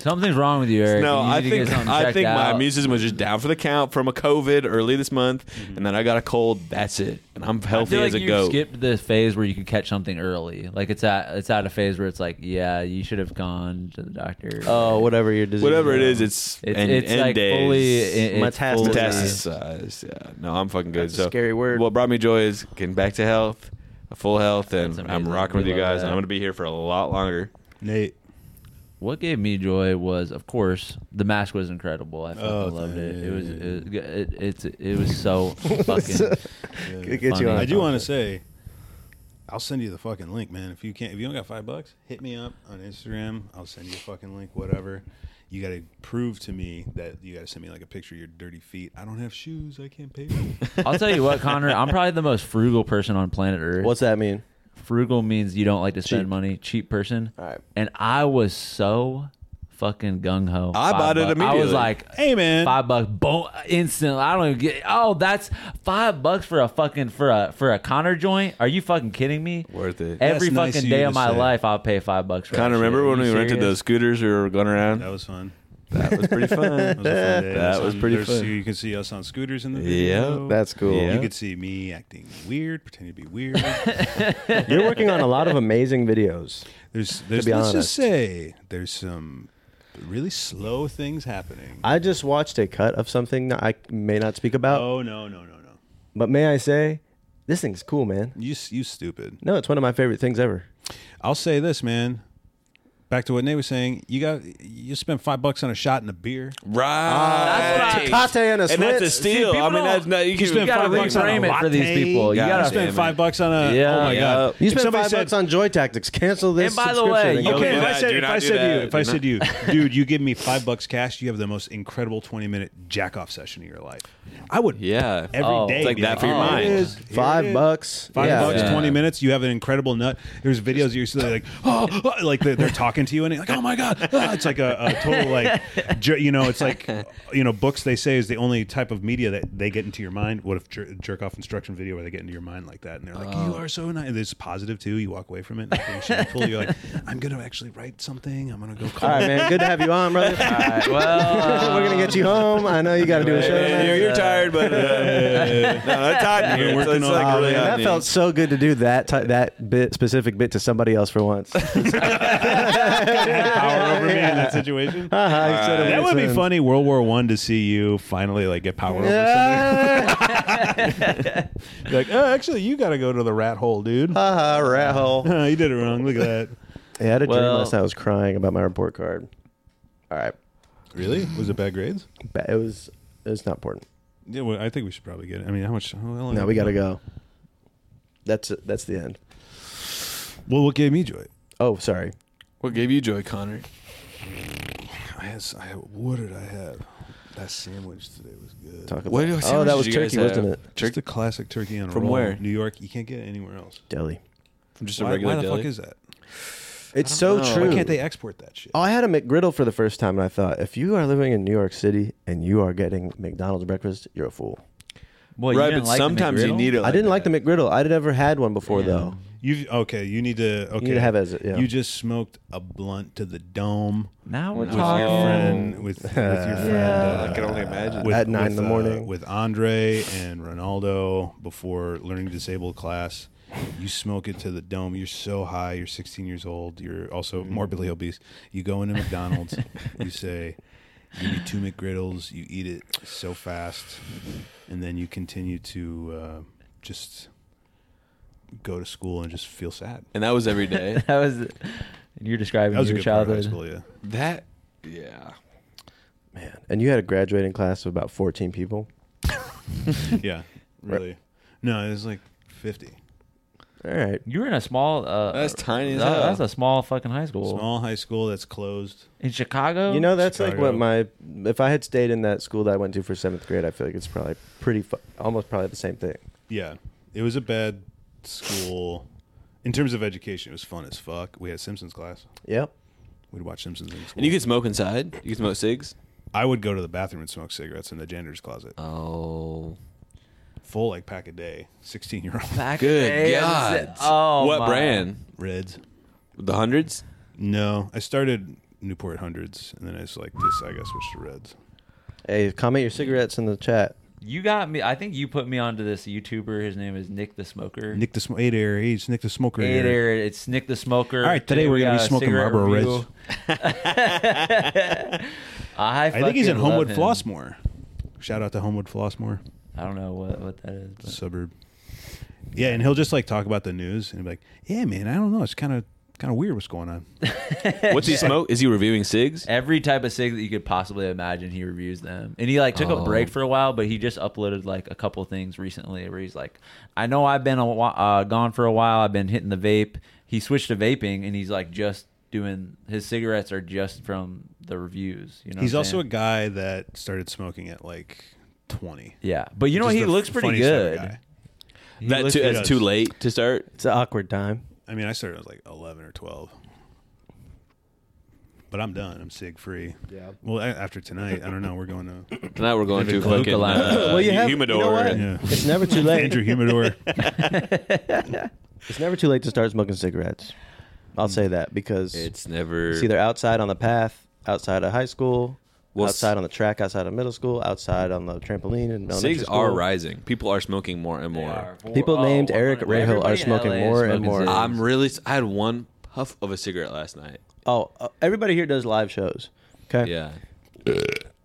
[SPEAKER 8] Something's wrong with you, Eric.
[SPEAKER 4] No,
[SPEAKER 8] You need
[SPEAKER 4] I
[SPEAKER 8] to get
[SPEAKER 4] think
[SPEAKER 8] something
[SPEAKER 4] I
[SPEAKER 8] checked
[SPEAKER 4] think my
[SPEAKER 8] out.
[SPEAKER 4] amusement was just down for the count from a COVID early this month, and then I got a cold. That's it, and I'm
[SPEAKER 8] Mm-hmm. I
[SPEAKER 4] healthy
[SPEAKER 8] feel like
[SPEAKER 4] as a
[SPEAKER 8] you
[SPEAKER 4] goat.
[SPEAKER 8] skipped the phase where you could catch something early. Like it's at it's at a phase where it's like, yeah, you should have gone to the doctor.
[SPEAKER 6] Oh, whatever your disease.
[SPEAKER 4] Whatever it is, it's
[SPEAKER 8] it's,
[SPEAKER 4] end,
[SPEAKER 8] it's
[SPEAKER 4] end
[SPEAKER 8] like
[SPEAKER 4] days.
[SPEAKER 8] fully it- it's
[SPEAKER 6] Metastasized.
[SPEAKER 8] fully-
[SPEAKER 4] metastasized. Yeah. No, I'm fucking good.
[SPEAKER 6] That's a
[SPEAKER 4] so
[SPEAKER 6] scary word.
[SPEAKER 4] What brought me joy is getting back to health, a full health, and
[SPEAKER 8] That's
[SPEAKER 4] I'm
[SPEAKER 8] amazing.
[SPEAKER 4] rocking with
[SPEAKER 8] We
[SPEAKER 4] you
[SPEAKER 8] love
[SPEAKER 4] guys. And
[SPEAKER 8] that.
[SPEAKER 4] I'm gonna be here for a lot longer.
[SPEAKER 7] Nate,
[SPEAKER 8] What gave me joy was, of course, the mask was incredible. I fucking
[SPEAKER 7] Oh,
[SPEAKER 8] loved it. It was
[SPEAKER 7] thank
[SPEAKER 8] it, it, it's it was so fucking.
[SPEAKER 6] It gets you
[SPEAKER 8] funny.
[SPEAKER 6] on.
[SPEAKER 7] I do want to say, I'll send you the fucking link, man. If you can't, if you don't got five bucks, hit me up on Instagram. I'll send you a fucking link, whatever. You got to prove to me that you got to send me like a picture of your dirty feet. I don't have shoes. I can't pay. For it.
[SPEAKER 8] I'll tell you what, Connor. I'm probably the most frugal person on planet Earth.
[SPEAKER 6] What's that mean?
[SPEAKER 8] frugal means you don't like to spend
[SPEAKER 6] Cheap.
[SPEAKER 8] money, cheap person.
[SPEAKER 6] Alright.
[SPEAKER 8] And I was so fucking gung ho.
[SPEAKER 6] Uh,
[SPEAKER 4] I bought it
[SPEAKER 8] I
[SPEAKER 4] immediately.
[SPEAKER 8] was like,
[SPEAKER 7] hey, man.
[SPEAKER 8] five bucks, boom, instantly. I don't even get. Oh, that's five bucks for a fucking for a for a Connor joint. Are you fucking kidding me?
[SPEAKER 4] Worth it.
[SPEAKER 8] Every
[SPEAKER 7] That's nice
[SPEAKER 8] fucking
[SPEAKER 7] of you
[SPEAKER 8] day
[SPEAKER 7] to
[SPEAKER 8] of my
[SPEAKER 7] say.
[SPEAKER 8] life, I'll pay five bucks. for
[SPEAKER 4] Kind of
[SPEAKER 8] that shit.
[SPEAKER 4] remember
[SPEAKER 8] Are
[SPEAKER 4] when we
[SPEAKER 8] you
[SPEAKER 4] rented
[SPEAKER 8] serious?
[SPEAKER 4] those scooters we were going around?
[SPEAKER 7] That was fun.
[SPEAKER 4] That was pretty
[SPEAKER 7] That
[SPEAKER 4] fun.
[SPEAKER 7] was, a fun day.
[SPEAKER 4] That was
[SPEAKER 7] on-
[SPEAKER 4] pretty
[SPEAKER 7] there's-
[SPEAKER 4] fun.
[SPEAKER 7] You can see us on scooters in the
[SPEAKER 4] Yeah,
[SPEAKER 7] video.
[SPEAKER 6] That's cool.
[SPEAKER 4] Yeah.
[SPEAKER 7] You could see me acting weird, pretending to be weird.
[SPEAKER 6] You're working on a lot of amazing videos.
[SPEAKER 7] There's, there's
[SPEAKER 6] be
[SPEAKER 7] let's
[SPEAKER 6] honest.
[SPEAKER 7] just say there's some really slow things happening.
[SPEAKER 6] I just watched a cut of something that I may not speak about,
[SPEAKER 7] oh no no no no!
[SPEAKER 6] but may I say, this thing's cool, man.
[SPEAKER 7] You s- you stupid.
[SPEAKER 6] No, it's one of my favorite things ever.
[SPEAKER 7] I'll say this, man. Back to what Nate was saying. You got you spend five bucks on a shot and a beer.
[SPEAKER 4] right.
[SPEAKER 6] Tate and a
[SPEAKER 4] and that's a
[SPEAKER 6] Switz.
[SPEAKER 4] steal.
[SPEAKER 8] people
[SPEAKER 4] I mean,
[SPEAKER 8] don't-
[SPEAKER 4] that's not, you can
[SPEAKER 8] You gotta
[SPEAKER 4] five bucks on a
[SPEAKER 8] reframe it for
[SPEAKER 4] latte.
[SPEAKER 8] these people. You
[SPEAKER 4] God
[SPEAKER 7] You
[SPEAKER 4] Yeah,
[SPEAKER 8] gotta
[SPEAKER 7] spend
[SPEAKER 4] man.
[SPEAKER 7] five bucks on a.
[SPEAKER 8] Yeah.
[SPEAKER 7] oh my
[SPEAKER 4] Yeah.
[SPEAKER 7] god!
[SPEAKER 6] You
[SPEAKER 7] If
[SPEAKER 6] spent
[SPEAKER 7] somebody
[SPEAKER 6] five
[SPEAKER 7] said-
[SPEAKER 6] bucks on Joy Tactics. Cancel this.
[SPEAKER 8] And by the way,
[SPEAKER 6] subscription and
[SPEAKER 8] you
[SPEAKER 6] go
[SPEAKER 7] Okay,
[SPEAKER 4] do
[SPEAKER 7] if I
[SPEAKER 4] that.
[SPEAKER 7] said,
[SPEAKER 4] Do
[SPEAKER 7] if
[SPEAKER 4] not
[SPEAKER 7] I
[SPEAKER 4] do
[SPEAKER 7] said
[SPEAKER 4] that.
[SPEAKER 7] you, if
[SPEAKER 4] Do
[SPEAKER 7] I
[SPEAKER 4] not-
[SPEAKER 7] said you, dude, you give me five bucks cash, you have the most incredible twenty minute jack off session of your life. I would
[SPEAKER 4] Yeah.
[SPEAKER 7] every day
[SPEAKER 8] Oh, it's
[SPEAKER 4] like
[SPEAKER 7] be
[SPEAKER 4] that for your
[SPEAKER 7] "Here it
[SPEAKER 4] mind."
[SPEAKER 7] is, here it
[SPEAKER 6] Five
[SPEAKER 7] is."
[SPEAKER 6] bucks.
[SPEAKER 7] Five
[SPEAKER 6] yeah.
[SPEAKER 7] bucks,
[SPEAKER 8] Yeah.
[SPEAKER 7] twenty minutes. You have an incredible nut. There's videos you're still like, oh, oh," like they're, they're talking to you and you're like, oh my god, ah." it's like a, a total like, jer- you know, it's like, you know, books they say is the only type of media that they get into your mind. What if jer- jerk off instruction video where they get into your mind like that and they're like, you
[SPEAKER 6] Oh.
[SPEAKER 7] are so nice. It's positive too. You walk away from it, nothing shameful. You're like, I'm gonna actually write something. I'm gonna go call.
[SPEAKER 6] All right, man. Good to have you on, brother.
[SPEAKER 8] well,
[SPEAKER 6] We're gonna get you home. I know you got to do a show.
[SPEAKER 4] Yeah,
[SPEAKER 6] tonight.
[SPEAKER 4] you're, you're tired, but uh, no, that's hot. You're
[SPEAKER 7] working
[SPEAKER 6] Oh,
[SPEAKER 7] on it.
[SPEAKER 6] man,
[SPEAKER 4] hot
[SPEAKER 6] that
[SPEAKER 4] in
[SPEAKER 6] felt so good to do that ty- that bit specific bit to somebody else for once.
[SPEAKER 7] power over me in that situation.
[SPEAKER 6] that
[SPEAKER 7] That would be funny, World War One, to see you finally like get power over somebody. Be like, oh, actually, you got to go to the rat hole, dude.
[SPEAKER 6] Haha, rat hole.
[SPEAKER 7] Oh, you did it wrong. Look at that.
[SPEAKER 6] I had a dream
[SPEAKER 8] Well-
[SPEAKER 6] last night. I was crying about my report card. All right,
[SPEAKER 7] Really? Was it bad grades?
[SPEAKER 6] but it was it's not important.
[SPEAKER 7] Yeah, well, I think we should probably get it. I mean, how much? Well,
[SPEAKER 6] No, we got to go. That's it. That's the end.
[SPEAKER 7] Well, what gave me joy?
[SPEAKER 6] Oh, sorry.
[SPEAKER 4] What gave you joy, Connor?
[SPEAKER 7] I had, s- I had, what did I have? That sandwich today was good.
[SPEAKER 6] Talk about.
[SPEAKER 4] What
[SPEAKER 6] oh, that
[SPEAKER 4] sandwiches
[SPEAKER 6] was
[SPEAKER 4] you guys
[SPEAKER 6] turkey,
[SPEAKER 4] have?
[SPEAKER 6] wasn't it?
[SPEAKER 7] Just a classic turkey on a
[SPEAKER 4] From
[SPEAKER 7] roll.
[SPEAKER 4] where?
[SPEAKER 7] New York. You can't get it anywhere else.
[SPEAKER 6] Deli.
[SPEAKER 4] From just a
[SPEAKER 7] Why,
[SPEAKER 4] regular
[SPEAKER 7] why the
[SPEAKER 4] deli.
[SPEAKER 7] fuck is that?
[SPEAKER 6] It's so
[SPEAKER 4] know.
[SPEAKER 6] true.
[SPEAKER 7] Why can't they export that shit?
[SPEAKER 6] Oh, I had a McGriddle for the first time, and I thought, if you are living in New York City and you are getting McDonald's breakfast, you're a fool.
[SPEAKER 8] well, you
[SPEAKER 4] right,
[SPEAKER 8] didn't
[SPEAKER 4] but
[SPEAKER 8] like the
[SPEAKER 4] sometimes you
[SPEAKER 8] McGriddle?
[SPEAKER 4] need it.
[SPEAKER 6] I didn't like the McGriddle. I'd never had one before, though.
[SPEAKER 7] You okay? You need to okay.
[SPEAKER 6] need to have as a- yeah.
[SPEAKER 7] You just smoked a blunt to the dome
[SPEAKER 8] Now we're
[SPEAKER 7] with
[SPEAKER 8] talking.
[SPEAKER 7] your friend with, with your friend. uh,
[SPEAKER 4] I can only imagine.
[SPEAKER 7] with-
[SPEAKER 6] At nine in
[SPEAKER 7] with,
[SPEAKER 6] the
[SPEAKER 7] uh,
[SPEAKER 6] morning.
[SPEAKER 7] with Andre and Ronaldo before learning disabled class. You smoke it to the dome. You're so high. You're 16 years old. You're also
[SPEAKER 6] Mm-hmm.
[SPEAKER 7] morbidly obese. You go into McDonald's. you say, "Give me two McGriddles." You eat it so fast, and then you continue to uh, just go to school and just feel sad.
[SPEAKER 4] and that was every day.
[SPEAKER 8] That was. You're describing
[SPEAKER 7] That was a
[SPEAKER 8] your
[SPEAKER 7] good part of high
[SPEAKER 8] childhood.
[SPEAKER 7] school, yeah.
[SPEAKER 4] that yeah.
[SPEAKER 6] Man, and you had a graduating class of about fourteen people.
[SPEAKER 7] Yeah, really. No, it was like 50.
[SPEAKER 6] All right,
[SPEAKER 8] You were in a small. Uh,
[SPEAKER 4] That's tiny as
[SPEAKER 8] that-
[SPEAKER 4] hell.
[SPEAKER 8] That's a small fucking high school
[SPEAKER 7] Small high school that's closed.
[SPEAKER 8] in Chicago.
[SPEAKER 6] you know that's like what
[SPEAKER 7] Chicago.
[SPEAKER 6] my if I had stayed in that school that I went to for seventh grade, I feel like it's probably pretty fu- almost probably the same thing.
[SPEAKER 7] Yeah, it was a bad school. In terms of education, it was fun as fuck. We had Simpsons class.
[SPEAKER 6] Yep.
[SPEAKER 7] We'd watch Simpsons in school.
[SPEAKER 4] And you could smoke inside. You could smoke cigs.
[SPEAKER 7] I would go to the bathroom and smoke cigarettes in the janitor's closet.
[SPEAKER 4] Oh,
[SPEAKER 7] Full like pack a day. Sixteen year old
[SPEAKER 8] Back
[SPEAKER 4] good
[SPEAKER 8] days.
[SPEAKER 4] God!
[SPEAKER 8] Oh,
[SPEAKER 4] what
[SPEAKER 8] my.
[SPEAKER 4] brand?
[SPEAKER 7] Reds.
[SPEAKER 4] The hundreds.
[SPEAKER 7] No, I started Newport hundreds, and then I was like, this I guess switched to Reds.
[SPEAKER 6] Hey, comment your cigarettes in the chat.
[SPEAKER 8] You got me. I think you put me onto this YouTuber. His name is Nick the Smoker.
[SPEAKER 7] Nick the sm- eight air. He's Nick the smoker.
[SPEAKER 8] Hey
[SPEAKER 7] here.
[SPEAKER 8] there, it's Nick the Smoker.
[SPEAKER 7] All right, today we're
[SPEAKER 8] we
[SPEAKER 7] gonna be
[SPEAKER 8] got a
[SPEAKER 7] smoking
[SPEAKER 8] cigarette
[SPEAKER 7] Marlboro
[SPEAKER 8] review.
[SPEAKER 7] Reds.
[SPEAKER 8] I,
[SPEAKER 7] I think he's in
[SPEAKER 8] fucking love
[SPEAKER 7] Homewood
[SPEAKER 8] him.
[SPEAKER 7] Flossmore. Shout out to Homewood Flossmore.
[SPEAKER 8] I don't know what, what that is. but-
[SPEAKER 7] suburb. Yeah, and he'll just like talk about the news and be like, "Yeah, man, I don't know. It's kind of kind of weird what's going on."
[SPEAKER 8] Oh,
[SPEAKER 4] What's he smoke? Is he reviewing cigs?
[SPEAKER 8] Every type of cig that you could possibly imagine, he reviews them. And he like took a break for a while, but he just uploaded like a couple things recently where he's like, "I know I've been a whi- uh, gone for a while. I've been hitting the vape." He switched to vaping, and he's like just doing his cigarettes are just from the reviews. You know,
[SPEAKER 7] He's
[SPEAKER 8] what I'm
[SPEAKER 7] also a
[SPEAKER 8] saying?
[SPEAKER 7] guy that started smoking at like twenty.
[SPEAKER 8] yeah, but you know
[SPEAKER 7] Just
[SPEAKER 8] he
[SPEAKER 7] the
[SPEAKER 8] looks pretty
[SPEAKER 7] funniest type of
[SPEAKER 8] good.
[SPEAKER 7] guy.
[SPEAKER 8] He
[SPEAKER 4] That
[SPEAKER 8] looks
[SPEAKER 4] too,
[SPEAKER 8] good.
[SPEAKER 4] that's too late to start.
[SPEAKER 6] It's an awkward time.
[SPEAKER 7] I mean, I started when I was like eleven or twelve, but I'm done. I'm sig free. Yeah. Well, a- after tonight, I don't know. We're going to
[SPEAKER 4] Now we're going to
[SPEAKER 8] Luca
[SPEAKER 4] fucking
[SPEAKER 8] line.
[SPEAKER 4] uh,
[SPEAKER 6] Well, you have- you know
[SPEAKER 4] humidor.
[SPEAKER 6] what?
[SPEAKER 4] and-
[SPEAKER 7] yeah.
[SPEAKER 6] It's never too late.
[SPEAKER 7] Andrew Humidor.
[SPEAKER 6] It's never too late to start smoking cigarettes. I'll say that because
[SPEAKER 4] It's never.
[SPEAKER 6] It's either outside on the path, outside of high school,
[SPEAKER 4] Well, s-
[SPEAKER 6] outside on the track, outside of middle school, outside on the trampoline and elementary
[SPEAKER 4] cigs
[SPEAKER 6] school.
[SPEAKER 4] are rising. People are smoking more and more.
[SPEAKER 6] People
[SPEAKER 8] Oh,
[SPEAKER 6] named Eric
[SPEAKER 8] 100.
[SPEAKER 6] Rahal
[SPEAKER 8] Everybody
[SPEAKER 6] are
[SPEAKER 8] in
[SPEAKER 6] smoking
[SPEAKER 8] LA is
[SPEAKER 6] more and
[SPEAKER 8] smoking
[SPEAKER 6] more.
[SPEAKER 8] cigs.
[SPEAKER 4] I'm really. I had one puff of a cigarette last night.
[SPEAKER 6] Oh, uh, everybody here does live shows. Okay.
[SPEAKER 4] Yeah.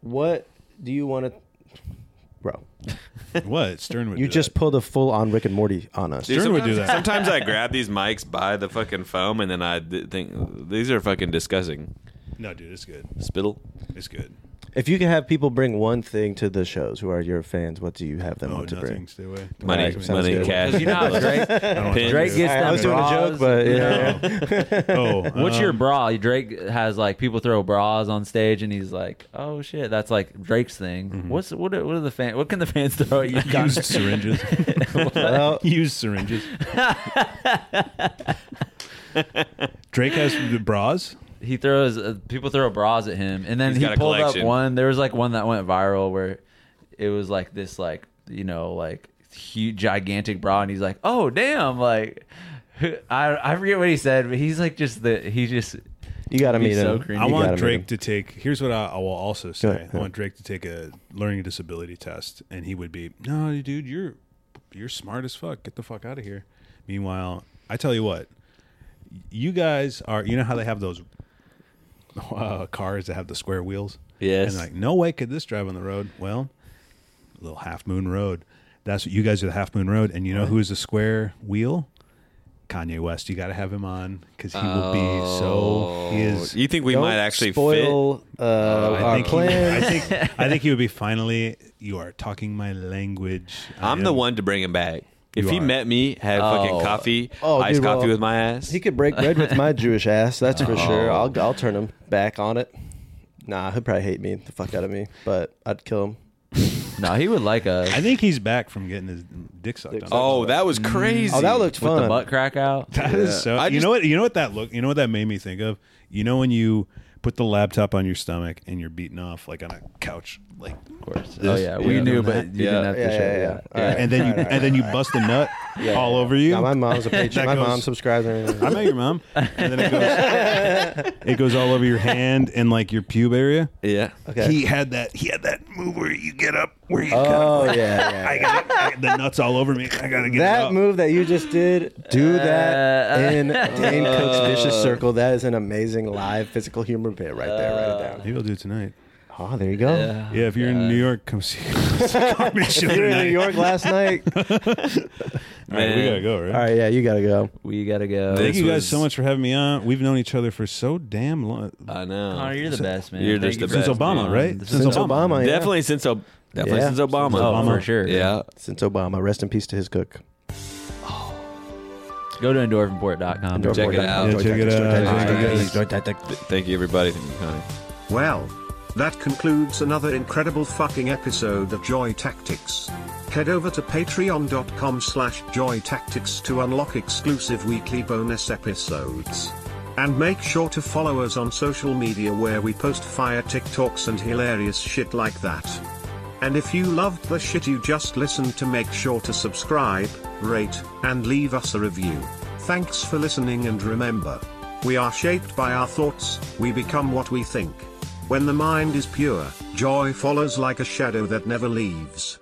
[SPEAKER 6] What do you want to, bro?
[SPEAKER 7] what Stern would
[SPEAKER 6] You
[SPEAKER 7] do
[SPEAKER 6] just
[SPEAKER 7] that.
[SPEAKER 6] pulled a full on Rick and Morty on us.
[SPEAKER 7] Dude, Stern would do
[SPEAKER 4] sometimes-
[SPEAKER 7] that.
[SPEAKER 4] Sometimes I grab these mics by the fucking foam, and then I d- think these are fucking disgusting.
[SPEAKER 7] no, dude. It's good.
[SPEAKER 4] Spittle.
[SPEAKER 7] It's good.
[SPEAKER 6] If you could have people bring one thing to the shows who are your fans, what do you have them
[SPEAKER 7] Oh,
[SPEAKER 6] want to
[SPEAKER 7] nothing.
[SPEAKER 6] bring?
[SPEAKER 7] Stay away. Don't
[SPEAKER 4] Money,
[SPEAKER 7] worry, man.
[SPEAKER 6] sounds
[SPEAKER 4] money,
[SPEAKER 6] good.
[SPEAKER 4] cash.
[SPEAKER 8] Because you know how Drake,
[SPEAKER 7] I don't want to
[SPEAKER 8] Drake
[SPEAKER 7] do
[SPEAKER 8] gets
[SPEAKER 7] it.
[SPEAKER 8] them
[SPEAKER 6] I was doing a
[SPEAKER 8] bras,
[SPEAKER 6] joke, but
[SPEAKER 8] you
[SPEAKER 6] yeah.
[SPEAKER 8] know?
[SPEAKER 7] Oh,
[SPEAKER 8] What's your
[SPEAKER 7] um,
[SPEAKER 8] bra? Drake has like people throw bras on stage, and he's like, "Oh shit, that's like Drake's thing."
[SPEAKER 6] Mm-hmm.
[SPEAKER 8] What's what? Are, what are the fan? What can the fans throw at you?
[SPEAKER 7] used syringes.
[SPEAKER 6] Well,
[SPEAKER 7] used syringes. Drake has the bras.
[SPEAKER 8] he throws uh, people throw bras at him, and then
[SPEAKER 4] He's
[SPEAKER 8] he
[SPEAKER 4] got a
[SPEAKER 8] pulled up
[SPEAKER 4] collection.
[SPEAKER 8] one. There was like one that went viral where it was like this, like you know, like huge gigantic bra, and he's like, "Oh damn!" Like I I forget what he said, but he's like just the he just
[SPEAKER 6] you got to
[SPEAKER 8] He's
[SPEAKER 6] meet
[SPEAKER 8] so
[SPEAKER 6] him.
[SPEAKER 8] cringy.
[SPEAKER 6] You
[SPEAKER 7] I
[SPEAKER 6] gotta
[SPEAKER 7] want
[SPEAKER 6] meet
[SPEAKER 7] Drake
[SPEAKER 6] him.
[SPEAKER 7] to take. Here's what I, I will also
[SPEAKER 6] Go
[SPEAKER 7] say.
[SPEAKER 6] ahead.
[SPEAKER 7] I want Drake to take a learning disability test, and he would be, no, dude, you're you're smart as fuck. Get the fuck out of here. Meanwhile, I tell you what, you guys are. You know how they have those uh, cars that have the square wheels.
[SPEAKER 4] Yes.
[SPEAKER 7] And like, no way could this drive on the road. Well, little half moon road. That's what you guys are the half moon road, and you know who is the square wheel? Kanye West. You got to have him on because he will be so. He is.
[SPEAKER 4] You think we
[SPEAKER 6] Don't
[SPEAKER 4] might actually fit?
[SPEAKER 6] spoil uh,
[SPEAKER 7] Oh, I
[SPEAKER 6] our
[SPEAKER 7] think, he, I
[SPEAKER 6] plans.
[SPEAKER 7] think I think he would be finally. You are talking my language. I
[SPEAKER 4] I'm
[SPEAKER 7] am-
[SPEAKER 4] the one to bring him back. If
[SPEAKER 7] You
[SPEAKER 4] he
[SPEAKER 7] are.
[SPEAKER 4] met me, had fucking
[SPEAKER 8] Oh.
[SPEAKER 4] coffee,
[SPEAKER 6] Oh,
[SPEAKER 4] iced
[SPEAKER 6] dude,
[SPEAKER 4] coffee
[SPEAKER 6] well,
[SPEAKER 4] with my ass.
[SPEAKER 6] He could break bread with my Jewish ass, that's
[SPEAKER 7] Oh.
[SPEAKER 6] for sure. I'll I'll turn him back on it. Nah, he'd probably hate me the fuck out of me, but I'd kill him.
[SPEAKER 8] no, he would like us
[SPEAKER 7] I think he's back from getting his dick sucked.
[SPEAKER 6] Dick
[SPEAKER 7] on.
[SPEAKER 4] oh, that was crazy.
[SPEAKER 6] Oh, that looked
[SPEAKER 8] with
[SPEAKER 6] fun.
[SPEAKER 8] the butt crack out.
[SPEAKER 7] That is so.
[SPEAKER 4] I
[SPEAKER 7] you
[SPEAKER 4] just-
[SPEAKER 7] know what? You know what that look. You know what that made me think of. You know when you put the laptop on your stomach and you're beating off like on a couch. like
[SPEAKER 2] course.
[SPEAKER 7] This-
[SPEAKER 2] oh yeah, we
[SPEAKER 7] yeah.
[SPEAKER 2] knew,
[SPEAKER 7] Doing
[SPEAKER 2] but you didn't have to
[SPEAKER 6] Yeah,
[SPEAKER 2] show.
[SPEAKER 6] yeah,
[SPEAKER 2] Yeah,
[SPEAKER 6] yeah.
[SPEAKER 7] and then you and then you bust a nut all over you.
[SPEAKER 6] Now, my mom's a patron.
[SPEAKER 7] That
[SPEAKER 6] My
[SPEAKER 7] goes-
[SPEAKER 6] mom subscribes. and everything.
[SPEAKER 7] I met your mom, and then it goes, it goes all over your hand and like your pube area.
[SPEAKER 4] Yeah.
[SPEAKER 6] Okay.
[SPEAKER 7] He had that. He had that move where you get up, where you kind of
[SPEAKER 6] oh yeah, yeah.
[SPEAKER 7] I got I- the nuts all over me. I gotta get it
[SPEAKER 6] That
[SPEAKER 7] up.
[SPEAKER 6] move that you just did, do that
[SPEAKER 2] Uh,
[SPEAKER 6] in Dane Cook's vicious circle. That is an amazing live physical humor bit right there. Write
[SPEAKER 2] Uh,
[SPEAKER 6] it down.
[SPEAKER 7] Maybe I'll do it tonight.
[SPEAKER 6] Oh, there you go.
[SPEAKER 7] Yeah, if you're in New York, come see Carmen show
[SPEAKER 6] You were in
[SPEAKER 7] tonight.
[SPEAKER 6] New York last night.
[SPEAKER 7] All right, we gotta go, right?
[SPEAKER 6] All right, yeah, you gotta go.
[SPEAKER 2] We gotta go.
[SPEAKER 7] Thank you
[SPEAKER 4] This
[SPEAKER 7] guys
[SPEAKER 4] was-
[SPEAKER 7] so much for having me on. We've known each other for so damn long.
[SPEAKER 4] I know.
[SPEAKER 2] Connor, you're the best, man.
[SPEAKER 4] You're
[SPEAKER 2] Thank
[SPEAKER 4] just
[SPEAKER 2] you
[SPEAKER 4] the
[SPEAKER 2] for-
[SPEAKER 7] Since
[SPEAKER 4] best,
[SPEAKER 7] Obama,
[SPEAKER 4] man.
[SPEAKER 7] right?
[SPEAKER 6] Since, Obama, yeah.
[SPEAKER 4] Definitely since Ob- definitely
[SPEAKER 6] Yeah.
[SPEAKER 4] since Obama.
[SPEAKER 2] Oh, for sure.
[SPEAKER 4] Yeah.
[SPEAKER 6] Since Obama, rest in peace to his cook.
[SPEAKER 2] Go to endorphinport.com.
[SPEAKER 4] Check it out.
[SPEAKER 7] Yeah, check it out. Thank you guys.
[SPEAKER 4] Thank you, everybody. Thank you, Connor.
[SPEAKER 5] Well, that concludes another incredible fucking episode of Joy Tactics. Head over to patreon.com slash joy tactics to unlock exclusive weekly bonus episodes. And make sure to follow us on social media where we post fire TikToks and hilarious shit like that. And if you loved the shit you just listened to, make sure to subscribe, rate, and leave us a review. Thanks for listening and remember, we are shaped by our thoughts, we become what we think. When the mind is pure, joy follows like a shadow that never leaves.